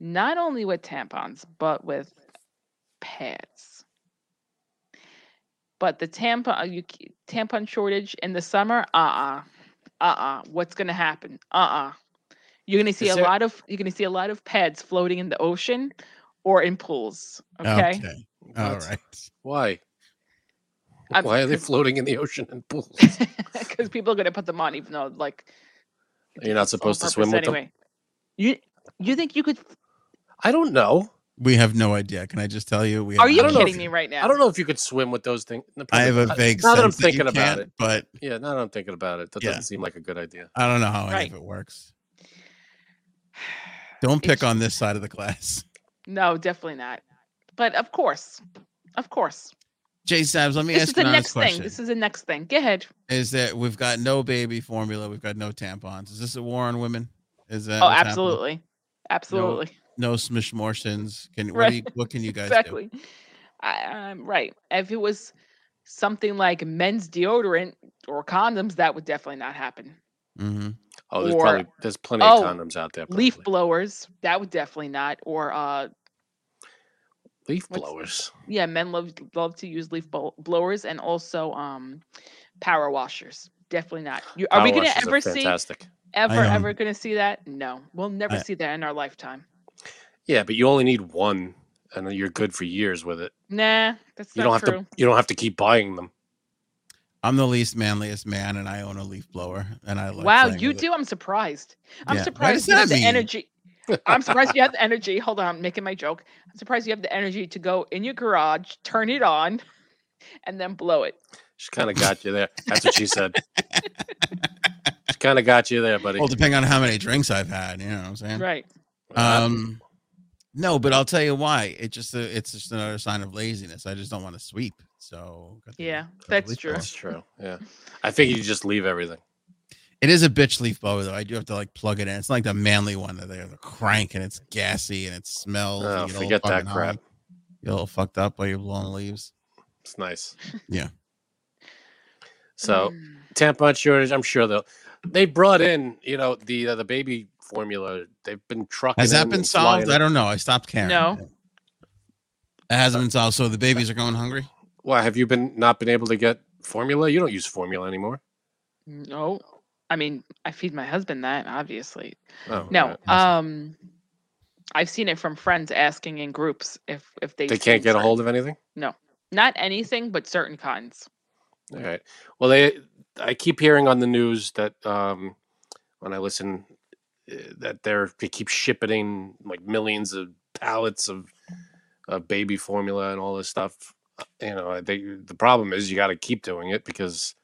Speaker 4: not only with tampons, but with pads. But the tampon you, c- tampon shortage in the summer, uh-uh. Uh-uh. What's gonna happen? Uh-uh. You're gonna see
Speaker 2: Is
Speaker 4: a
Speaker 2: there-
Speaker 4: lot of you're gonna see a lot of pads floating in the ocean or in pools. Okay.
Speaker 1: All
Speaker 2: What?
Speaker 1: right.
Speaker 2: Why?
Speaker 4: Um,
Speaker 2: Why are they
Speaker 4: 'cause-
Speaker 2: floating in the ocean and pools?
Speaker 4: Because people are gonna put them on even though like
Speaker 2: You're not
Speaker 4: it's all
Speaker 2: supposed to
Speaker 4: purpose
Speaker 2: swim with them.
Speaker 4: You you think you could
Speaker 2: I don't know.
Speaker 1: We have no idea. Can I just tell you? We have
Speaker 4: Are you
Speaker 1: no
Speaker 2: don't know
Speaker 4: kidding
Speaker 1: idea.
Speaker 4: me Uh, right now?
Speaker 2: I don't know if you could swim with those things. No,
Speaker 1: I have a
Speaker 2: probably-
Speaker 1: vague
Speaker 2: now
Speaker 1: sense
Speaker 2: that I'm
Speaker 1: you
Speaker 2: thinking about
Speaker 1: can't,
Speaker 2: it.
Speaker 1: but
Speaker 2: Yeah, now that I'm thinking about it, that
Speaker 1: Yeah.
Speaker 2: doesn't seem like a good idea.
Speaker 1: I don't know how any
Speaker 4: Right.
Speaker 1: of it works. Don't pick
Speaker 4: It's-
Speaker 1: on this side of the class.
Speaker 4: No, definitely not. But of course, of course.
Speaker 1: Jay Sabs, let me ask
Speaker 4: this is
Speaker 1: you
Speaker 4: the
Speaker 1: an honest
Speaker 4: next thing.
Speaker 1: question.
Speaker 4: This is the next thing. Go ahead.
Speaker 1: is that we've got no baby formula, we've got no tampons. Is this a war on women? Is that
Speaker 4: oh,
Speaker 1: what's happening?
Speaker 4: absolutely, absolutely,
Speaker 1: no smishmortions? Can what,
Speaker 4: Right.
Speaker 1: do you, what can you guys do?
Speaker 4: exactly. I, um, right. If it was something like men's deodorant or condoms, that would definitely not happen.
Speaker 1: hmm
Speaker 2: Oh, there's
Speaker 4: Or-
Speaker 2: probably there's plenty of
Speaker 4: oh,
Speaker 2: condoms out there.
Speaker 4: Leaf
Speaker 2: probably.
Speaker 4: blowers, that would definitely not. Or uh,
Speaker 2: leaf
Speaker 4: what's-
Speaker 2: blowers.
Speaker 4: yeah, men love love to use leaf blow- blowers and also um, power washers. Definitely not. You, are we
Speaker 2: Power
Speaker 4: going to
Speaker 2: washers
Speaker 4: ever see
Speaker 2: fantastic?
Speaker 4: ever
Speaker 1: um,
Speaker 4: ever going to see that? No, we'll never
Speaker 1: I-
Speaker 4: see that in our lifetime.
Speaker 2: Yeah, but you only need one, and then you're good for years with it.
Speaker 4: Nah, that's
Speaker 2: You
Speaker 4: not
Speaker 2: don't have
Speaker 4: true.
Speaker 2: to. You don't have to keep buying them.
Speaker 1: I'm the least manliest man, and I own a leaf blower, and I like.
Speaker 4: wow,
Speaker 1: playing
Speaker 4: you
Speaker 1: with it.
Speaker 4: do. I'm surprised. I'm
Speaker 1: Yeah. What does
Speaker 4: surprised you have
Speaker 1: that
Speaker 4: the
Speaker 1: mean?
Speaker 4: energy. I'm surprised you have the energy. Hold on, I'm making my joke. I'm surprised you have the energy to go in your garage, turn it on, and then blow it.
Speaker 2: She kind of got you there. That's what she said. she kind of got you there, buddy.
Speaker 1: Well, depending on how many drinks I've had, you know what I'm saying.
Speaker 4: Right.
Speaker 2: Uh,
Speaker 1: Um, no, but I'll tell you why. It just a, it's just another sign of laziness. I just don't want to sweep. So got the-
Speaker 4: Yeah,
Speaker 1: got the
Speaker 4: that's
Speaker 1: leaf
Speaker 4: true.
Speaker 1: blower.
Speaker 2: that's true. Yeah, I think you just leave everything.
Speaker 1: It is a bitch leaf blower though. I do have to like plug it in. It's like the manly one that they have the crank and it's gassy and it smells. and
Speaker 2: Oh,
Speaker 1: you get all
Speaker 2: forget that
Speaker 1: fucking high.
Speaker 2: crap.
Speaker 1: You're all fucked up while you're blowing leaves.
Speaker 2: It's nice.
Speaker 1: Yeah.
Speaker 2: So
Speaker 4: Mm.
Speaker 2: tampon shortage. I'm sure they'll. They brought in, you know, the uh, the baby formula. They've been trucking.
Speaker 1: Has that
Speaker 2: in
Speaker 1: been
Speaker 2: and flying
Speaker 1: solved?
Speaker 2: it.
Speaker 1: I don't know. I stopped caring.
Speaker 4: No.
Speaker 1: It
Speaker 2: Uh,
Speaker 1: hasn't been solved. So the babies are going hungry.
Speaker 2: Why have you been not been able to get formula? You don't use formula anymore.
Speaker 4: no, I mean, I feed my husband that obviously.
Speaker 2: Oh,
Speaker 4: No.
Speaker 2: alright.
Speaker 4: Um, I've seen it from friends asking in groups if if they
Speaker 2: they can't get a hold of anything.
Speaker 4: Not anything, but certain kinds.
Speaker 2: All right. Well, they. I keep hearing on the news that um, when I listen, uh, that they're they keep shipping in, like millions of pallets of, of baby formula and all this stuff. Uh, You know, they, the problem is you got to keep doing it because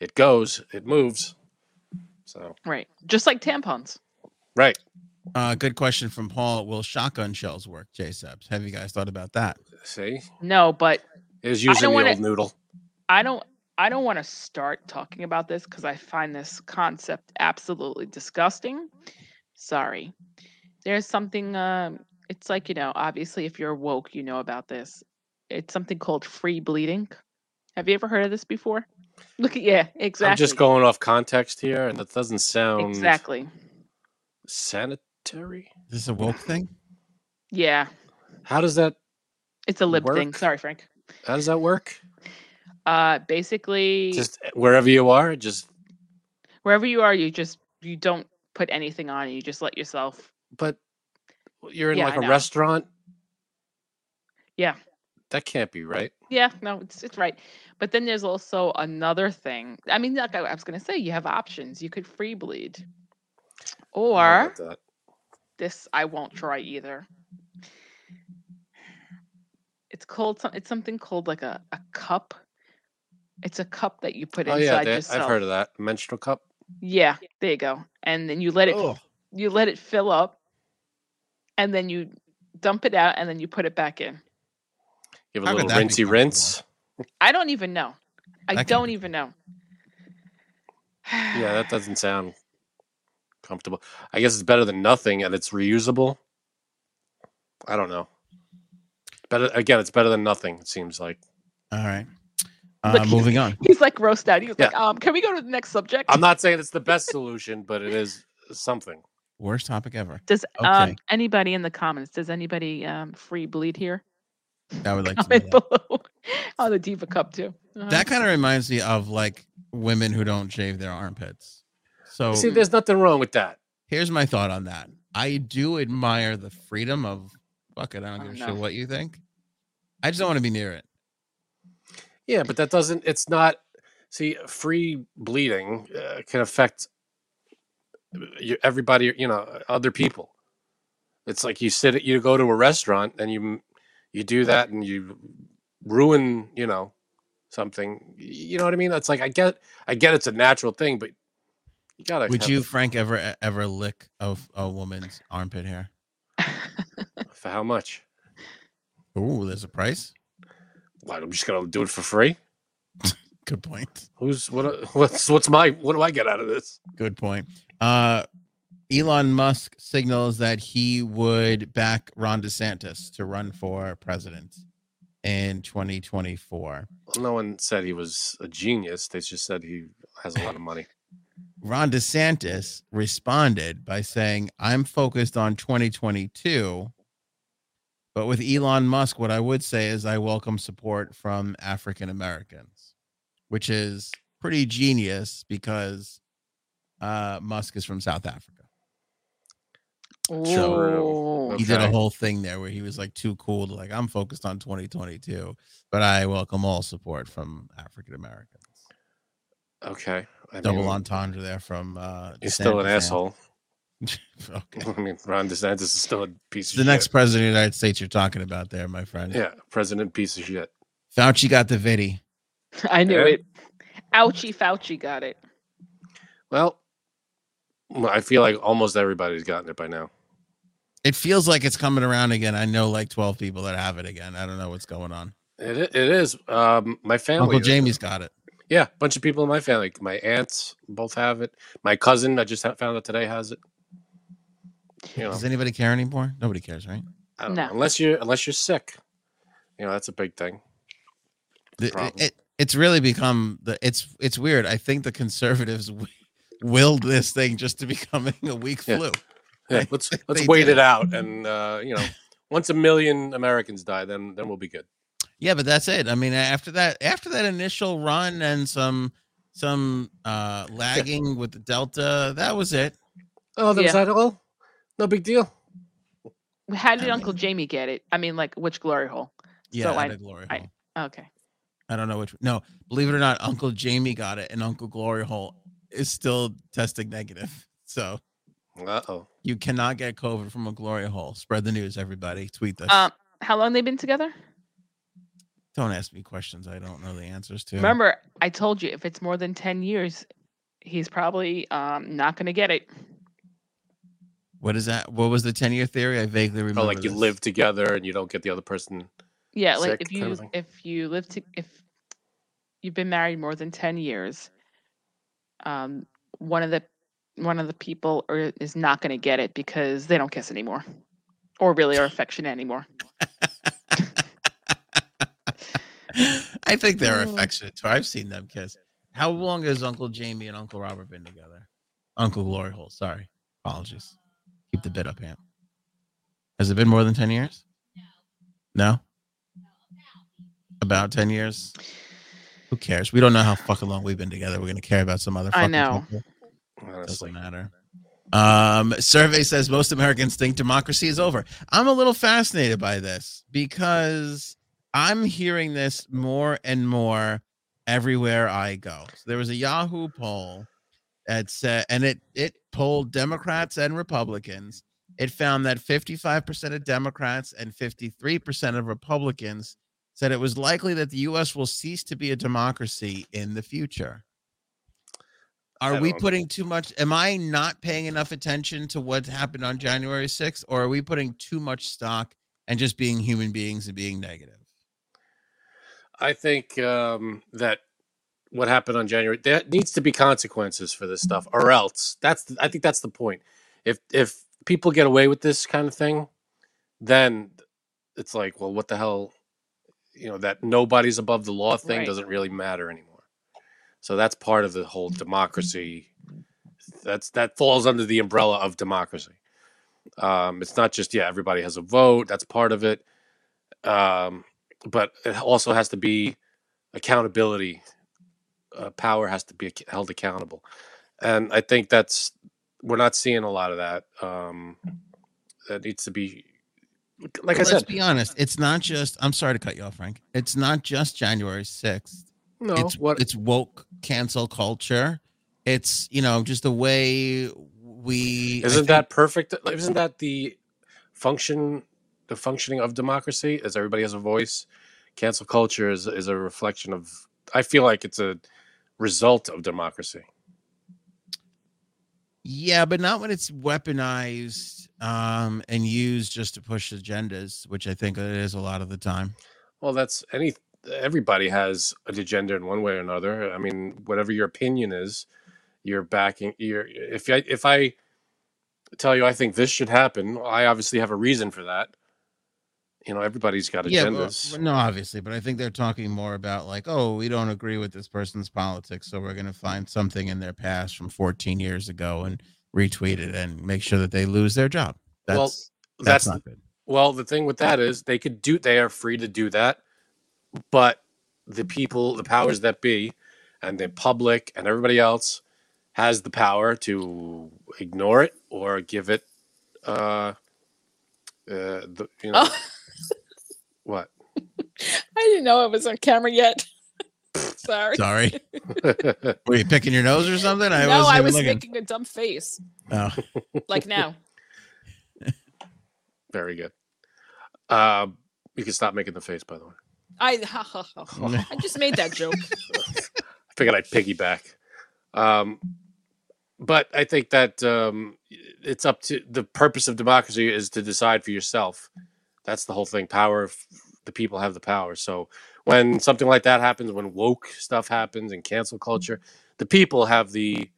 Speaker 2: it goes, it moves. So
Speaker 4: Right. Just like
Speaker 2: Mm.
Speaker 4: tampons.
Speaker 2: right,
Speaker 1: Uh, good question from Paul. Will shotgun shells work, J Sebs? Have you guys thought about that?
Speaker 2: see,
Speaker 4: No, but
Speaker 2: is using the
Speaker 4: wanna-
Speaker 2: old noodle. Mm.
Speaker 4: I don't I don't want to start talking about this because I find this concept absolutely disgusting. Sorry. There's something um it's like, you know, obviously if you're woke, you know about this. It's something called free bleeding. Have you ever heard of this before? Look at yeah, exactly.
Speaker 2: I'm just going off context here, and that doesn't sound
Speaker 4: Exactly.
Speaker 2: sanitary.
Speaker 1: Is this a woke thing?
Speaker 4: Yeah.
Speaker 2: How does that?
Speaker 4: It's a lip thing.
Speaker 2: Work.
Speaker 4: Sorry, Frank.
Speaker 2: How does that work?
Speaker 4: Uh basically
Speaker 2: Just wherever you are, just
Speaker 4: wherever you are, you just you don't put anything on, you just let yourself
Speaker 2: but you're in
Speaker 4: Yeah,
Speaker 2: like
Speaker 4: I
Speaker 2: a
Speaker 4: know.
Speaker 2: restaurant.
Speaker 4: Yeah.
Speaker 2: That can't be right.
Speaker 4: Yeah, no, it's it's right. But then there's also another thing. I mean, like I I was gonna say, you have options. You could free bleed,
Speaker 2: I don't know
Speaker 4: or
Speaker 2: about that.
Speaker 4: this I won't try either. It's called. some- It's something called like a a cup. It's a cup that you put
Speaker 2: Oh yeah,
Speaker 4: inside
Speaker 2: they,
Speaker 4: yourself.
Speaker 2: I've heard of that menstrual cup.
Speaker 4: Yeah, there you go. And then you let it
Speaker 1: Oh,
Speaker 4: you let it fill up, and then you dump it out, and then you put it back in.
Speaker 2: You have a
Speaker 1: How could
Speaker 2: little
Speaker 1: that be
Speaker 2: rinsey
Speaker 1: comfortable?
Speaker 2: rinse.
Speaker 4: I don't even know. I
Speaker 1: That can't
Speaker 4: don't
Speaker 1: be
Speaker 4: even know.
Speaker 2: Yeah, that doesn't sound comfortable. I guess it's better than nothing, and it's reusable. I don't know. Better again, it's better than nothing. It seems like
Speaker 1: all right. Uh,
Speaker 4: Look, he's-
Speaker 1: moving on.
Speaker 4: He's like roast out. He was
Speaker 2: Yeah.
Speaker 4: like, um, can we go to the next subject?
Speaker 2: I'm not saying it's the best solution, but it is something.
Speaker 1: Worst topic ever.
Speaker 4: Does
Speaker 1: Okay.
Speaker 4: um anybody in the comments? Does anybody um free bleed here?
Speaker 1: I would like to.
Speaker 4: Comment
Speaker 1: know that.
Speaker 4: below on the diva cup too. Uh-huh.
Speaker 1: That kind of reminds me of like women who don't shave their armpits. So
Speaker 2: See, there's nothing wrong with that.
Speaker 1: here's my thought on that. I do admire the freedom of fuck it. I don't
Speaker 4: Oh,
Speaker 1: give a
Speaker 4: no.
Speaker 1: shit what you think. I just don't want to be near it.
Speaker 2: Yeah, but that doesn't. It's not. See, free bleeding uh, can affect you- everybody. You know, uh, other people. It's like you sit. You go to a restaurant and you you do that and you ruin. You know, something. You know what I mean? It's like I get. I get it's a natural thing, but you gotta.
Speaker 1: Would
Speaker 2: have
Speaker 1: you, Frank, ever e-, ever lick of a woman's armpit hair?
Speaker 2: it For how much?
Speaker 1: Ooh, there's a price.
Speaker 2: What? I'm just gonna do it for free.
Speaker 1: Good point.
Speaker 2: Who's what? uh, What's what's my? What do I get out of this?
Speaker 1: Good point. Uh, Elon Musk signals that he would back Ron DeSantis to run for president in 2024.
Speaker 2: No one said he was a genius. They just said he has a lot of money.
Speaker 1: Ron DeSantis responded by saying, I'm focused on 2022. But with Elon Musk, what I would say is I welcome support from African Americans, which is pretty genius because uh, Musk is from South Africa.
Speaker 4: Ooh.
Speaker 1: He did a
Speaker 2: Okay.
Speaker 1: whole thing there where he was like too cool to like, I'm focused on 2022, but I welcome all support from African Americans.
Speaker 2: Okay. I
Speaker 1: Double
Speaker 2: mean,
Speaker 1: entendre there from uh,
Speaker 2: He's still
Speaker 1: DeSantis
Speaker 2: an
Speaker 1: and-
Speaker 2: asshole.
Speaker 1: okay.
Speaker 2: I mean, Ron DeSantis is still a piece of
Speaker 1: the
Speaker 2: shit.
Speaker 1: next president of the United States you're talking about there, my friend.
Speaker 2: Yeah, president piece of shit.
Speaker 1: Fauci got the vitty.
Speaker 4: I knew
Speaker 2: Yeah.
Speaker 4: it. Ouchie Fauci got it.
Speaker 2: Well, I feel like almost everybody's gotten it by now.
Speaker 1: It feels like it's coming around again. I know like 12 people that have it again. I don't know what's going on.
Speaker 2: It, i- it is. Um, my family.
Speaker 1: Uncle Jamie's got it.
Speaker 2: Yeah, a bunch of people in my family. My aunts both have it. My cousin, I just ha- found out today, has it. You know,
Speaker 1: Does anybody care anymore? Nobody cares, right?
Speaker 2: I don't
Speaker 4: No.
Speaker 2: know. unless you're unless you're sick, you know that's a big thing.
Speaker 1: The-
Speaker 2: problem.
Speaker 1: it- it's really become the it's it's weird. I think the conservatives w- willed this thing just to becoming a weak
Speaker 2: Yeah.
Speaker 1: flu.
Speaker 2: Yeah, let's let's
Speaker 1: They
Speaker 2: wait
Speaker 1: did.
Speaker 2: it out, and uh, you know, once a million Americans die, then then we'll be good.
Speaker 1: Yeah, but that's it. I mean, after that, after that initial run and some some uh lagging with the Delta, that was it.
Speaker 2: Oh, that was
Speaker 4: Yeah.
Speaker 2: that all? No big deal.
Speaker 4: How did
Speaker 1: I
Speaker 4: Uncle Jamie get it? I mean, like which glory hole?
Speaker 1: Yeah,
Speaker 4: I-
Speaker 1: out of glory
Speaker 4: I-
Speaker 1: hole.
Speaker 4: Okay.
Speaker 1: I don't know which. No, believe it or not, Uncle Jamie got it, and Uncle Glory Hole is still testing negative. So
Speaker 2: Uh oh.
Speaker 1: you cannot get COVID from a glory hole. Spread the news, everybody. Tweet this.
Speaker 4: Um, how long they been together?
Speaker 1: don't ask me questions I don't know the answers to.
Speaker 4: Remember, I told you if it's more than ten years, he's probably um not gonna get it.
Speaker 1: what is that? What was the ten-year theory? I vaguely remember.
Speaker 2: Oh, like you
Speaker 1: this.
Speaker 2: live together and you don't get the other person.
Speaker 4: Yeah, like
Speaker 2: sick
Speaker 4: if
Speaker 2: kind of
Speaker 4: you
Speaker 2: thing.
Speaker 4: if you live to if you've been married more than ten years, um, one of the one of the people are, is not going to get it because they don't kiss anymore, or really are affection anymore.
Speaker 1: I think they're
Speaker 4: Oh.
Speaker 1: affectionate too. I've seen them kiss. How long has Uncle Jamie and Uncle Robert been together? Uncle Glory Hole. Sorry, apologies. Keep the bit up, Aunt. Has it been more than ten years? No. About ten years. Who cares? We don't know how fucking long we've been together. We're gonna care about some other.
Speaker 4: I
Speaker 1: Fucking
Speaker 4: know.
Speaker 1: couple.
Speaker 2: Honestly,
Speaker 1: Doesn't matter. Um, survey says most Americans think democracy is over. I'm a little fascinated by this because I'm hearing this more and more everywhere I go. So there was a Yahoo poll that said, and it it polled Democrats and Republicans. It found that 55% of Democrats and 53% of Republicans said it was likely that the U.S. will cease to be a democracy in the future. Are
Speaker 2: I
Speaker 1: we
Speaker 2: don't-
Speaker 1: putting too much? Am I not paying enough attention to what happened on January 6th, or are we putting too much stock and just being human beings and being negative?
Speaker 2: I think um, that what happened on January there needs to be consequences for this stuff, or else that's I think that's the point. If if people get away with this kind of thing, then it's like, well, what the hell? You know that nobody's above the law thing
Speaker 3: Right.
Speaker 2: doesn't really matter anymore. So that's part of the whole democracy. That's that falls under the umbrella of democracy. Um, it's not just yeah, everybody has a vote. That's part of it. Um, but it also has to be accountability. Uh, power has to be ac- held accountable, and I think that's we're not seeing a lot of that. Um, that needs to be, like I
Speaker 1: Let's
Speaker 2: said,
Speaker 1: be honest. It's not just. I'm sorry to cut you off, Frank. It's not just January 6th.
Speaker 2: no.
Speaker 1: it's
Speaker 2: what
Speaker 1: it's woke cancel culture. It's you know just the way we. I
Speaker 2: isn't
Speaker 1: think-
Speaker 2: that perfect? Isn't that the function, the functioning of democracy? Is everybody has a voice? Cancel culture is is a reflection of. I feel like it's a result of democracy.
Speaker 1: Yeah, but not when it's weaponized um and used just to push agendas, which I think it is a lot of the time.
Speaker 2: Well, that's any. Everybody has an agenda in one way or another. I mean, whatever your opinion is, you're backing. You're if I if I tell you I think this should happen, I obviously have a reason for that. You know, everybody's got
Speaker 1: Yeah, well,
Speaker 2: agendas.
Speaker 1: well, no, obviously, but I think they're talking more about like, oh, we don't agree with this person's politics, so we're going to find something in their past from 14 years ago and retweet it and make sure that they lose their job. That's
Speaker 2: Well,
Speaker 1: that's,
Speaker 2: that's
Speaker 1: not good.
Speaker 2: Well, the thing with that is they could do they are free to do that, but the people, the powers that be, and the public and everybody else has the power to ignore it or give it uh uh the, you know
Speaker 3: Oh,
Speaker 2: what?
Speaker 3: I didn't know it was on camera yet. Sorry.
Speaker 1: Sorry, were you picking your nose or something? I
Speaker 3: no,
Speaker 1: wasn't
Speaker 3: I
Speaker 1: even
Speaker 3: was
Speaker 1: looking.
Speaker 3: making a dumb face,
Speaker 1: Oh.
Speaker 3: like now.
Speaker 2: Very good. Um you can stop making the face by the way.
Speaker 3: I ha, ha, ha, ha. I just made that joke.
Speaker 2: I figured I'd piggyback. Um, but I think that um, it's up to the purpose of democracy is to decide for yourself. That's the whole thing. Power, of- the people have the power. So when something like that happens, when woke stuff happens and cancel culture, the people have the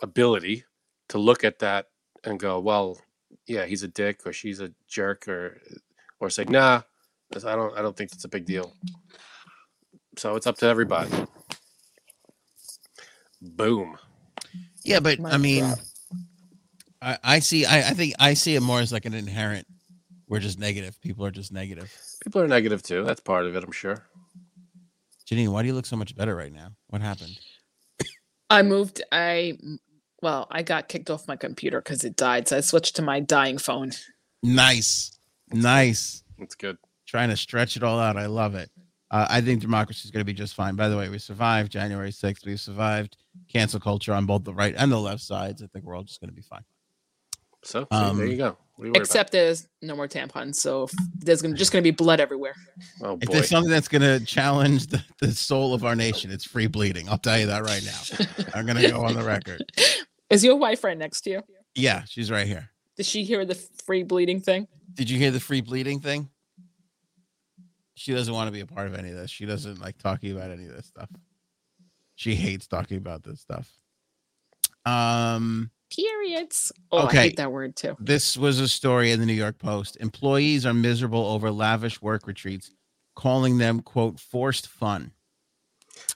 Speaker 2: ability to look at that and go, well, yeah, he's a dick or she's a jerk or or say, nah, that's- I don't I don't think that's a big deal. So it's up to everybody. Boom.
Speaker 1: Yeah, but
Speaker 3: My
Speaker 1: I mean,
Speaker 3: God.
Speaker 1: I, I see. I, I think I see it more as like an inherent. We're just negative. People are just negative.
Speaker 2: People are negative too. That's part of it, I'm sure.
Speaker 1: Janine, why do you look so much better right now? What happened?
Speaker 3: I moved. I well, I got kicked off my computer because it died, so I switched to my dying phone.
Speaker 1: Nice, nice.
Speaker 2: That's good.
Speaker 1: Trying to stretch it all out. I love it. Uh, I think democracy is going to be just fine. By the way, we survived January sixth. We survived cancel culture on both the right and the left sides. I think we're all just going to be fine.
Speaker 2: So see,
Speaker 1: Um,
Speaker 2: there you go. What do you worry
Speaker 3: Except there's no more tampons, so if- there's gonna, just gonna be blood everywhere.
Speaker 2: about? oh
Speaker 1: If
Speaker 2: boy,
Speaker 1: there's something that's going to challenge the, the soul of our nation, it's free bleeding. I'll tell you that right now. I'm going to go on the record.
Speaker 3: Is your wife right next to you?
Speaker 1: Yeah, she's right here.
Speaker 3: Did she hear the free bleeding thing?
Speaker 1: Did you hear the free bleeding thing? She doesn't want to be a part of any of this. She doesn't like talking about any of this stuff. She hates talking about this stuff. Um,
Speaker 3: Periods. Oh, I
Speaker 1: Okay.
Speaker 3: hate that word too.
Speaker 1: this was a story in the New York Post. Employees are miserable over lavish work retreats, calling them quote forced fun.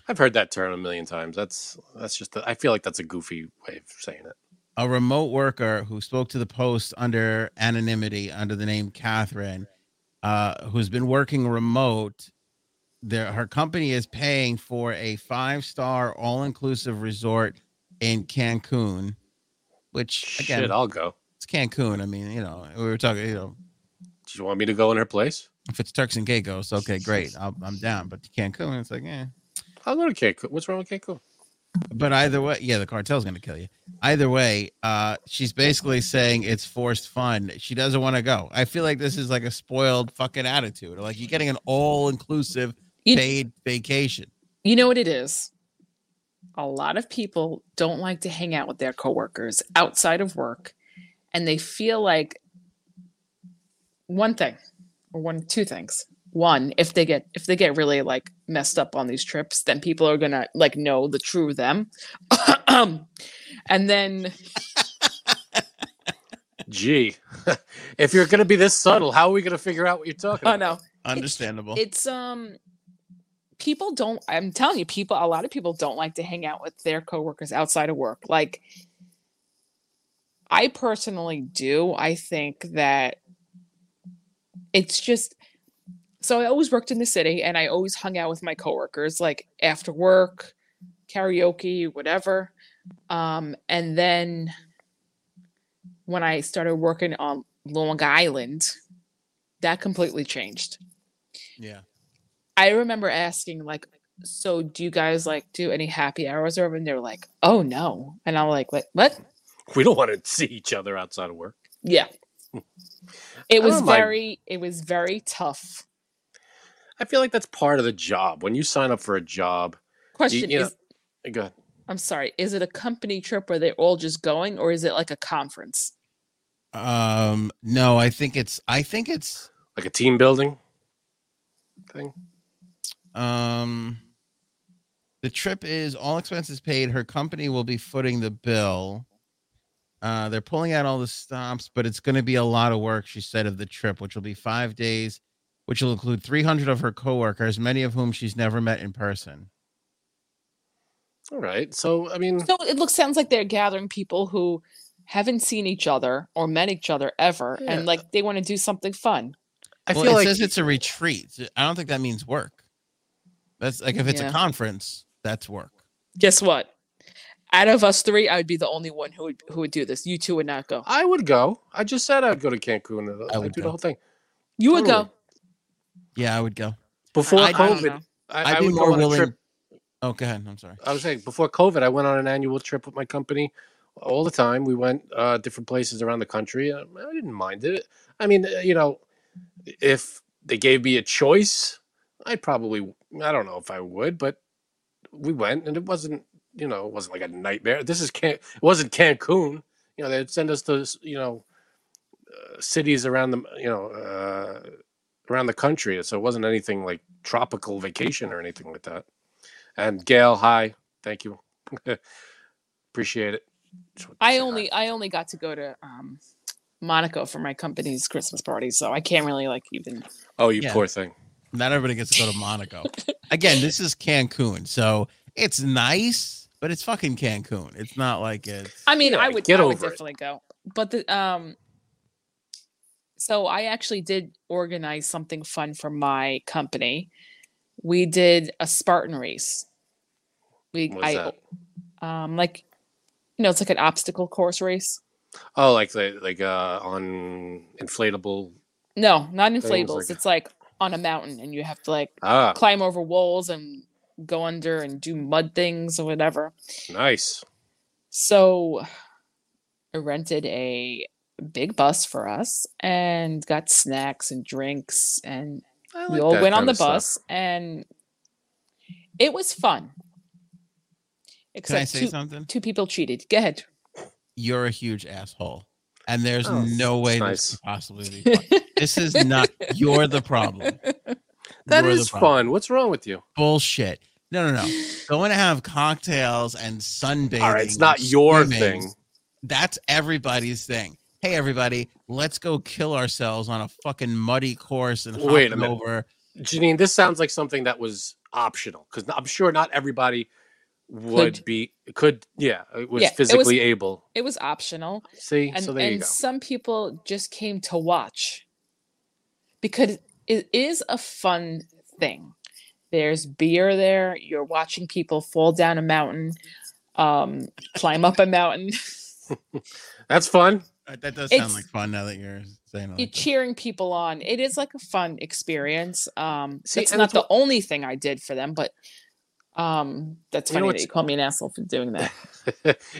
Speaker 2: I've heard that term a million times. That's that's just. I feel like that's a goofy way of saying it.
Speaker 1: a remote worker who spoke to the Post under anonymity under the name Catherine, uh, who's been working remote. There, her company is paying for a five-star all-inclusive resort in Cancun, which again,
Speaker 2: Shit, I'll go.
Speaker 1: it's Cancun. I mean, you know, we were talking, you know,
Speaker 2: Do you want me to go in her place?
Speaker 1: If it's Turks and Caicos, okay, great. I'm, I'm down. But Cancun, it's like, eh.
Speaker 2: I'll go to Cancun. What's wrong with Cancun?
Speaker 1: But either way, yeah, the cartel's going to kill you. Either way, uh, she's basically saying it's forced fun. She doesn't want to go. I feel like this is like a spoiled fucking attitude. Like you're getting an all inclusive
Speaker 4: You-
Speaker 1: paid vacation.
Speaker 4: You know what it is? A lot of people don't like to hang out with their coworkers outside of work, and they feel like one thing or one two things. One, if they get if they get really like messed up on these trips, then people are gonna like know the true them. and then
Speaker 2: Gee, if you're going to be this subtle, how are we going to figure out what you're talking
Speaker 4: oh
Speaker 2: about?
Speaker 4: no,
Speaker 1: Understandable.
Speaker 4: it's um people don't i'm telling you people a lot of people don't like to hang out with their coworkers outside of work like i personally do i think that it's just so i always worked in the city and i always hung out with my coworkers like after work karaoke whatever um and then when i started working on long island that completely changed
Speaker 1: yeah.
Speaker 4: I remember asking like, so do you guys like do any happy hours or whatever? And they were like, oh no. And I'm like, what? What?
Speaker 2: We don't want to see each other outside of work.
Speaker 4: Yeah. It was
Speaker 2: don't mind.
Speaker 4: very, it was very tough.
Speaker 2: I feel like that's part of the job. When you sign up for a job,
Speaker 4: Question
Speaker 2: you know-
Speaker 4: is,
Speaker 2: go ahead.
Speaker 4: I'm sorry, is it a company trip where they're all just going, or is it like a conference?
Speaker 1: Um, no, I think it's, I think it's,
Speaker 2: like a team building thing.
Speaker 1: um, the trip is all expenses paid. Her company will be footing the bill. Uh, they're pulling out all the stops, but it's going to be a lot of work, she said, of the trip, which will be five days, which will include 300 of her coworkers, many of whom she's never met in person.
Speaker 2: All right. So I mean,
Speaker 4: So it looks sounds like they're gathering people who haven't seen each other or met each other ever,
Speaker 2: Yeah.
Speaker 4: and like they want to do something fun.
Speaker 2: I
Speaker 1: well,
Speaker 2: feel
Speaker 1: it
Speaker 2: like
Speaker 1: says it's a retreat. I don't think that means work. That's like if it's
Speaker 4: Yeah.
Speaker 1: a conference, that's work.
Speaker 4: Guess
Speaker 2: Mm.
Speaker 4: what? Out of us three, I would be the only one who would who would do this. You two would not go.
Speaker 2: I would go. I just said I'd go to Cancun. I
Speaker 1: I
Speaker 2: would
Speaker 1: would
Speaker 2: do the
Speaker 1: go.
Speaker 2: whole thing
Speaker 4: You would
Speaker 2: Totally.
Speaker 4: go.
Speaker 1: Yeah, I would go.
Speaker 2: Oh, before
Speaker 1: I- I don't
Speaker 2: COVID. I, I,
Speaker 1: I'd be
Speaker 2: would
Speaker 1: more
Speaker 2: go on a
Speaker 1: willing.
Speaker 2: trip.
Speaker 1: Oh, go ahead. I'm sorry.
Speaker 2: I was saying before COVID, I went on an annual trip with my company all the time. We went uh, different places around the country. I, I didn't mind it. I mean, uh, you know, if they gave me a choice, I probably I don't know if I would, but we went and it wasn't you know it wasn't like a nightmare. This is Can- it wasn't Cancun. You know, they'd send us to you know uh, cities around the you know uh, around the country, so it wasn't anything like tropical vacation or anything like that. And Gail, hi. Thank you. Appreciate it. Just wanted to say
Speaker 4: I
Speaker 2: hi.
Speaker 4: only I only got to go to um, Monaco for my company's Christmas party, so I can't really like even.
Speaker 2: Oh, you
Speaker 1: Yeah.
Speaker 2: poor thing.
Speaker 1: Not everybody gets to go to Monaco. Again, this is Cancun, so it's nice, but it's fucking Cancun. It's not like it's.
Speaker 4: I mean,
Speaker 2: Yeah,
Speaker 4: I would
Speaker 2: get
Speaker 4: I would
Speaker 2: over it.
Speaker 4: definitely go, but the um. So I actually did organize something fun for my company. We did a Spartan race. We
Speaker 2: What's
Speaker 4: I
Speaker 2: that?
Speaker 4: um like, you know, it's like an obstacle course race.
Speaker 2: Oh, like the- like uh on inflatable.
Speaker 4: No, not
Speaker 2: was
Speaker 4: inflatables.
Speaker 2: like-
Speaker 4: It's like on a mountain, and you have to like
Speaker 2: Ah,
Speaker 4: climb over walls and go under and do mud things or whatever.
Speaker 2: nice.
Speaker 4: So I rented a big bus for us and got snacks and drinks and
Speaker 2: I
Speaker 4: we
Speaker 2: like
Speaker 4: all
Speaker 2: that
Speaker 4: went on
Speaker 2: kinda
Speaker 4: the
Speaker 2: stuff.
Speaker 4: bus and it was fun.
Speaker 1: Can I
Speaker 4: Except
Speaker 1: say
Speaker 4: two,
Speaker 1: something?
Speaker 4: two people cheated. Go ahead.
Speaker 1: You're a huge asshole, and there's
Speaker 2: Oh,
Speaker 1: no way this
Speaker 2: nice.
Speaker 1: could possibly be. fun. this is not. You're the problem.
Speaker 2: That
Speaker 1: You're the
Speaker 2: is
Speaker 1: problem.
Speaker 2: fun. What's wrong with you?
Speaker 1: Bullshit. No, no, no. Going to have cocktails and sunbathing.
Speaker 2: All right, it's
Speaker 1: and
Speaker 2: not your
Speaker 1: swimming,
Speaker 2: thing.
Speaker 1: That's everybody's thing. Hey, everybody, let's go kill ourselves on a fucking muddy course and hop
Speaker 2: Wait a minute.
Speaker 1: over.
Speaker 2: Janine, this sounds like something that was optional because I'm sure not everybody would
Speaker 4: Could.
Speaker 2: be could yeah it was
Speaker 4: Yeah, it was-
Speaker 2: physically able.
Speaker 4: It was optional.
Speaker 2: See,
Speaker 4: and,
Speaker 2: so there
Speaker 4: and
Speaker 2: you go.
Speaker 4: some people just came to watch because it is a fun thing there's beer there you're watching people fall down a mountain um, climb up a mountain
Speaker 2: That's fun.
Speaker 1: That- That does sound
Speaker 4: It's-
Speaker 1: like fun now that you're saying it.
Speaker 4: you're
Speaker 1: Like that.
Speaker 4: cheering people on. It is like a fun experience. Um,
Speaker 2: See,
Speaker 4: it's
Speaker 2: and
Speaker 4: not
Speaker 2: that's
Speaker 4: the
Speaker 2: what-
Speaker 4: only thing I did for them, but um, that's
Speaker 2: You know
Speaker 4: funny that
Speaker 2: what's-
Speaker 4: you call me an asshole for doing that.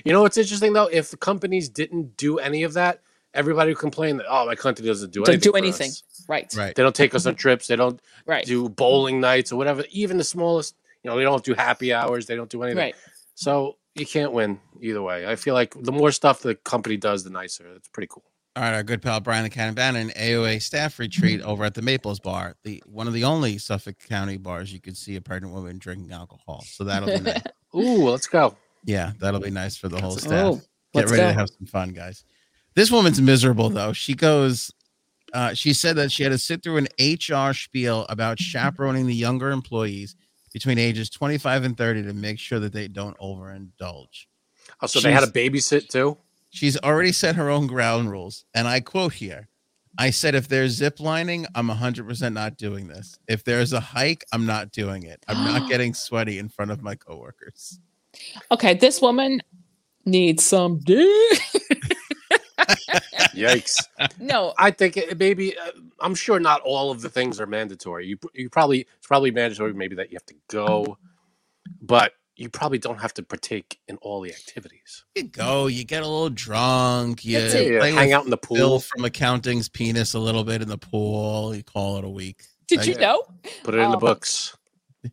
Speaker 2: you know what's interesting though? If the companies didn't do any of that, everybody would complain that oh my country doesn't do
Speaker 4: Don't
Speaker 2: anything.
Speaker 4: do
Speaker 2: for
Speaker 4: anything.
Speaker 2: us.
Speaker 4: Right, right,
Speaker 1: Right.
Speaker 2: They don't take us on trips. They don't
Speaker 4: right,
Speaker 2: do bowling nights or whatever. Even the smallest, you know, they don't do happy hours. They don't do anything. So you can't win either way. I feel like the more stuff the company does, the nicer. It's pretty cool.
Speaker 1: All right, our good pal Brian the Cannon Bannon, AOA staff retreat over at the Maples Bar, the one of the only Suffolk County bars you could see a pregnant woman drinking alcohol. So that'll be nice.
Speaker 2: Ooh, let's go.
Speaker 1: yeah, that'll be nice for the whole staff.
Speaker 4: Oh,
Speaker 1: Get
Speaker 4: let's
Speaker 1: ready to
Speaker 4: go.
Speaker 1: have some fun, guys. This woman's miserable though. She goes, uh, she said that she had to sit through an HR spiel about chaperoning the younger employees between ages 25 and 30 to make sure that they don't overindulge.
Speaker 2: Oh, so they had a
Speaker 1: She's-
Speaker 2: babysit too.
Speaker 1: She's already set her own ground rules. And I quote here I said, if there's zip lining, I'm 100% not doing this. If there's a hike, I'm not doing it. I'm not getting sweaty in front of my coworkers.
Speaker 4: Okay, this woman needs some dick.
Speaker 2: Yikes.
Speaker 4: no,
Speaker 2: I think it, maybe uh, I'm sure not all of the things are mandatory. You pr- you probably it's probably mandatory maybe that you have to go, but you probably don't have to partake in all the activities.
Speaker 1: You go, you get a little drunk, you
Speaker 4: That's it.
Speaker 1: play with
Speaker 2: hang out in the
Speaker 1: Bill
Speaker 2: pool,
Speaker 1: from accounting's penis a little bit in the pool, you call it a week.
Speaker 4: did you
Speaker 2: Yeah.
Speaker 4: know?
Speaker 2: put it in the
Speaker 4: um,
Speaker 2: books.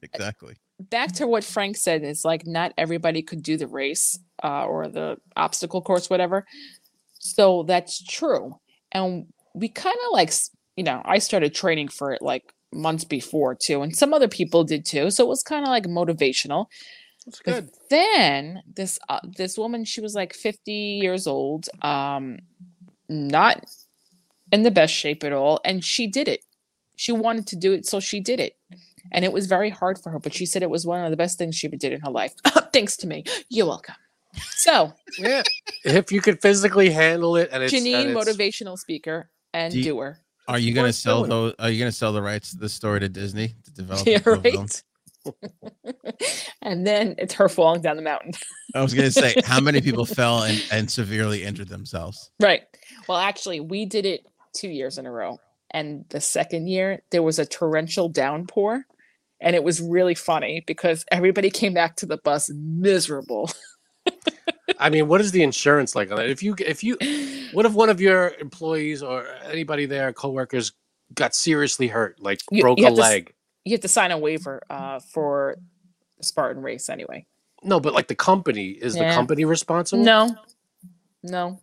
Speaker 1: Exactly.
Speaker 4: back to what Frank said, it's like not everybody could do the race uh, or the obstacle course, whatever. So that's true. And we kind of like, s- you know, I started training for it like months before too, and some other people did too. So it was kind of like motivational.
Speaker 2: That's
Speaker 4: But
Speaker 2: good.
Speaker 4: Then this uh, this woman, she was like 50 years old, um, not in the best shape at all, and she did it. She wanted to do it, so she did it. And it was very hard for her, but she said it was one of the best things she ever did in her life. Thanks to me. You're welcome. So,
Speaker 2: Yeah, if you could physically handle it, and it's,
Speaker 4: Janine,
Speaker 2: and it's-
Speaker 4: motivational speaker and
Speaker 1: Do you-
Speaker 4: doer.
Speaker 1: Are you gonna
Speaker 2: worth
Speaker 1: sell
Speaker 2: doing.
Speaker 1: those? Are you gonna sell the rights to the story to Disney to develop?
Speaker 4: Yeah,
Speaker 1: into a film?
Speaker 4: right. and then it's her falling down the mountain.
Speaker 1: I was gonna say how many people fell and, and severely injured themselves.
Speaker 4: Right. Well, actually, we did it two years in a row. And the second year, there was a torrential downpour. And it was really funny because everybody came back to the bus miserable.
Speaker 2: I mean, what is the insurance like on that? If you if you what if one of your employees or anybody there, coworkers, got seriously hurt, like
Speaker 4: You-
Speaker 2: broke
Speaker 4: you
Speaker 2: a
Speaker 4: have to s-
Speaker 2: leg?
Speaker 4: You have to sign a waiver uh, for the Spartan race anyway.
Speaker 2: No, but like the company is the
Speaker 4: Yeah.
Speaker 2: company responsible?
Speaker 4: No, no,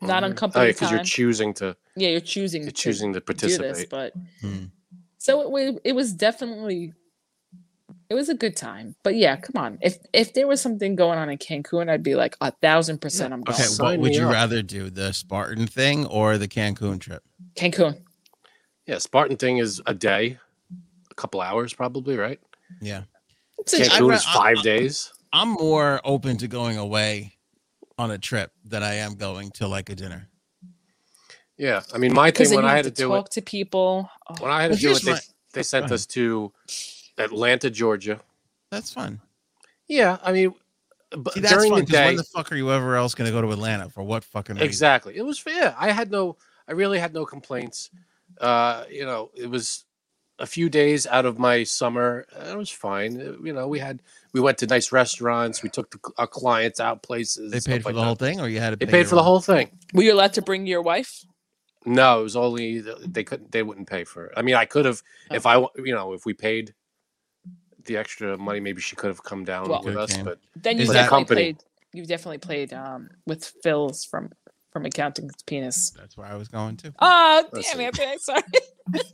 Speaker 4: not on
Speaker 2: Mm.
Speaker 4: company
Speaker 2: because you're
Speaker 4: time.
Speaker 2: choosing to
Speaker 4: yeah, you're choosing
Speaker 2: you're
Speaker 4: to
Speaker 2: choosing to
Speaker 4: do this,
Speaker 2: participate.
Speaker 4: but
Speaker 1: Hmm.
Speaker 4: so it, wa- it was definitely it was a good time. But yeah, come on, if if there was something going on in Cancun, I'd be like a thousand percent. I'm going
Speaker 1: Okay,
Speaker 2: Sign
Speaker 1: what would
Speaker 2: me
Speaker 1: you
Speaker 2: up.
Speaker 1: rather do, the Spartan thing or the Cancun trip?
Speaker 4: Cancun.
Speaker 2: Yeah, Spartan thing is a day, a couple hours probably, right?
Speaker 1: Yeah,
Speaker 4: It's a-
Speaker 1: I'd
Speaker 2: Cancun is
Speaker 1: ra- I-
Speaker 2: 5 days.
Speaker 1: I'm more open to going away on a trip than I am going to like a dinner.
Speaker 2: Yeah, I mean, my
Speaker 4: because
Speaker 2: thing
Speaker 4: then
Speaker 2: when
Speaker 4: you
Speaker 2: I
Speaker 4: have
Speaker 2: had to,
Speaker 4: to,
Speaker 2: do
Speaker 4: talk
Speaker 2: it,
Speaker 4: to people. Oh,
Speaker 2: when I had to
Speaker 1: Well,
Speaker 2: do
Speaker 1: here's
Speaker 2: it, they,
Speaker 1: my-
Speaker 2: they sent
Speaker 1: ahead.
Speaker 2: us to Atlanta, Georgia.
Speaker 1: That's fun.
Speaker 2: Yeah, I mean, but
Speaker 1: See, that's
Speaker 2: during
Speaker 1: fun
Speaker 2: the
Speaker 1: 'cause
Speaker 2: day,
Speaker 1: when the fuck are you ever else going to go to Atlanta for what fucking reason?
Speaker 2: exactly. It was fair. I had no, I really had no complaints. Uh, you know, it was a few days out of my summer. uh, It was fine. Uh, You know, we had we went to nice restaurants. We took the, our clients out places.
Speaker 1: They
Speaker 2: and stuff
Speaker 1: paid for
Speaker 2: like
Speaker 1: the whole
Speaker 2: that.
Speaker 1: thing, or you had to.
Speaker 2: They
Speaker 1: pay
Speaker 2: paid
Speaker 1: your
Speaker 2: for the
Speaker 1: own?
Speaker 2: whole thing.
Speaker 4: were you allowed to bring your wife?
Speaker 2: No, it was only they couldn't. They wouldn't pay for it. I mean, I could have
Speaker 1: Oh.
Speaker 2: if I, you know, if we paid the extra money, maybe she could have come down
Speaker 4: Well-
Speaker 2: with
Speaker 1: Could've
Speaker 2: us.
Speaker 1: came.
Speaker 2: But
Speaker 4: Then
Speaker 1: Is
Speaker 4: you
Speaker 1: that-
Speaker 4: definitely
Speaker 2: Company.
Speaker 4: played. You definitely played um, with Phil's from from Accounting's Penis.
Speaker 1: That's where I was going to.
Speaker 4: Oh
Speaker 2: Listen.
Speaker 4: damn, Anthony, sorry.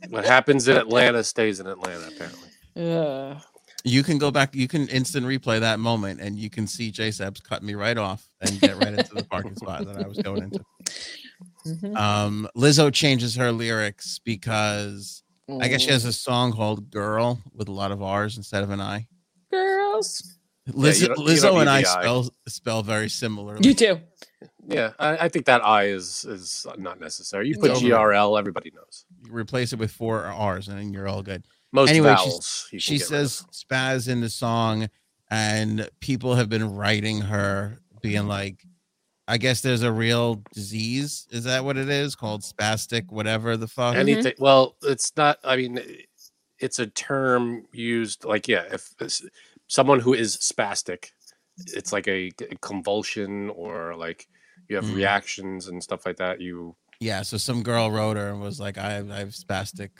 Speaker 2: what happens in Atlanta stays in Atlanta. Apparently,
Speaker 4: Ugh.
Speaker 1: You can go back. You can instant replay that moment, and you can see J. Sebs cut me right off and get right into the parking spot that I was going into.
Speaker 4: Mhm.
Speaker 1: Um, Lizzo changes her lyrics because I guess she has
Speaker 2: Oh.
Speaker 1: a song called "Girl" with a lot of R's instead of an I.
Speaker 4: girls.
Speaker 1: Liz,
Speaker 2: you don't- you
Speaker 1: Lizzo
Speaker 2: don't need
Speaker 1: and I
Speaker 2: the I.
Speaker 1: spell spell very similarly.
Speaker 4: You do.
Speaker 2: yeah, I, I think that I is is not necessary. You
Speaker 1: It's
Speaker 2: put
Speaker 1: over.
Speaker 2: GRL, everybody knows
Speaker 1: You replace it with four R's, and then you're all good.
Speaker 2: most
Speaker 1: Anyway, she's-
Speaker 2: vowels. you can
Speaker 1: She
Speaker 2: get rid of.
Speaker 1: says spaz in the song, and people have been writing her, being like, I guess there's a real disease. Is that what it is called? Spastic, whatever the fuck.
Speaker 4: Any-
Speaker 2: Anything. Well, it's not. I mean, it's a term used like yeah, if s- someone who is spastic, it's like a, a convulsion or like you have
Speaker 1: Mm.
Speaker 2: reactions and stuff like that. You
Speaker 1: yeah. So some girl wrote her and was like, I have, I have spastic,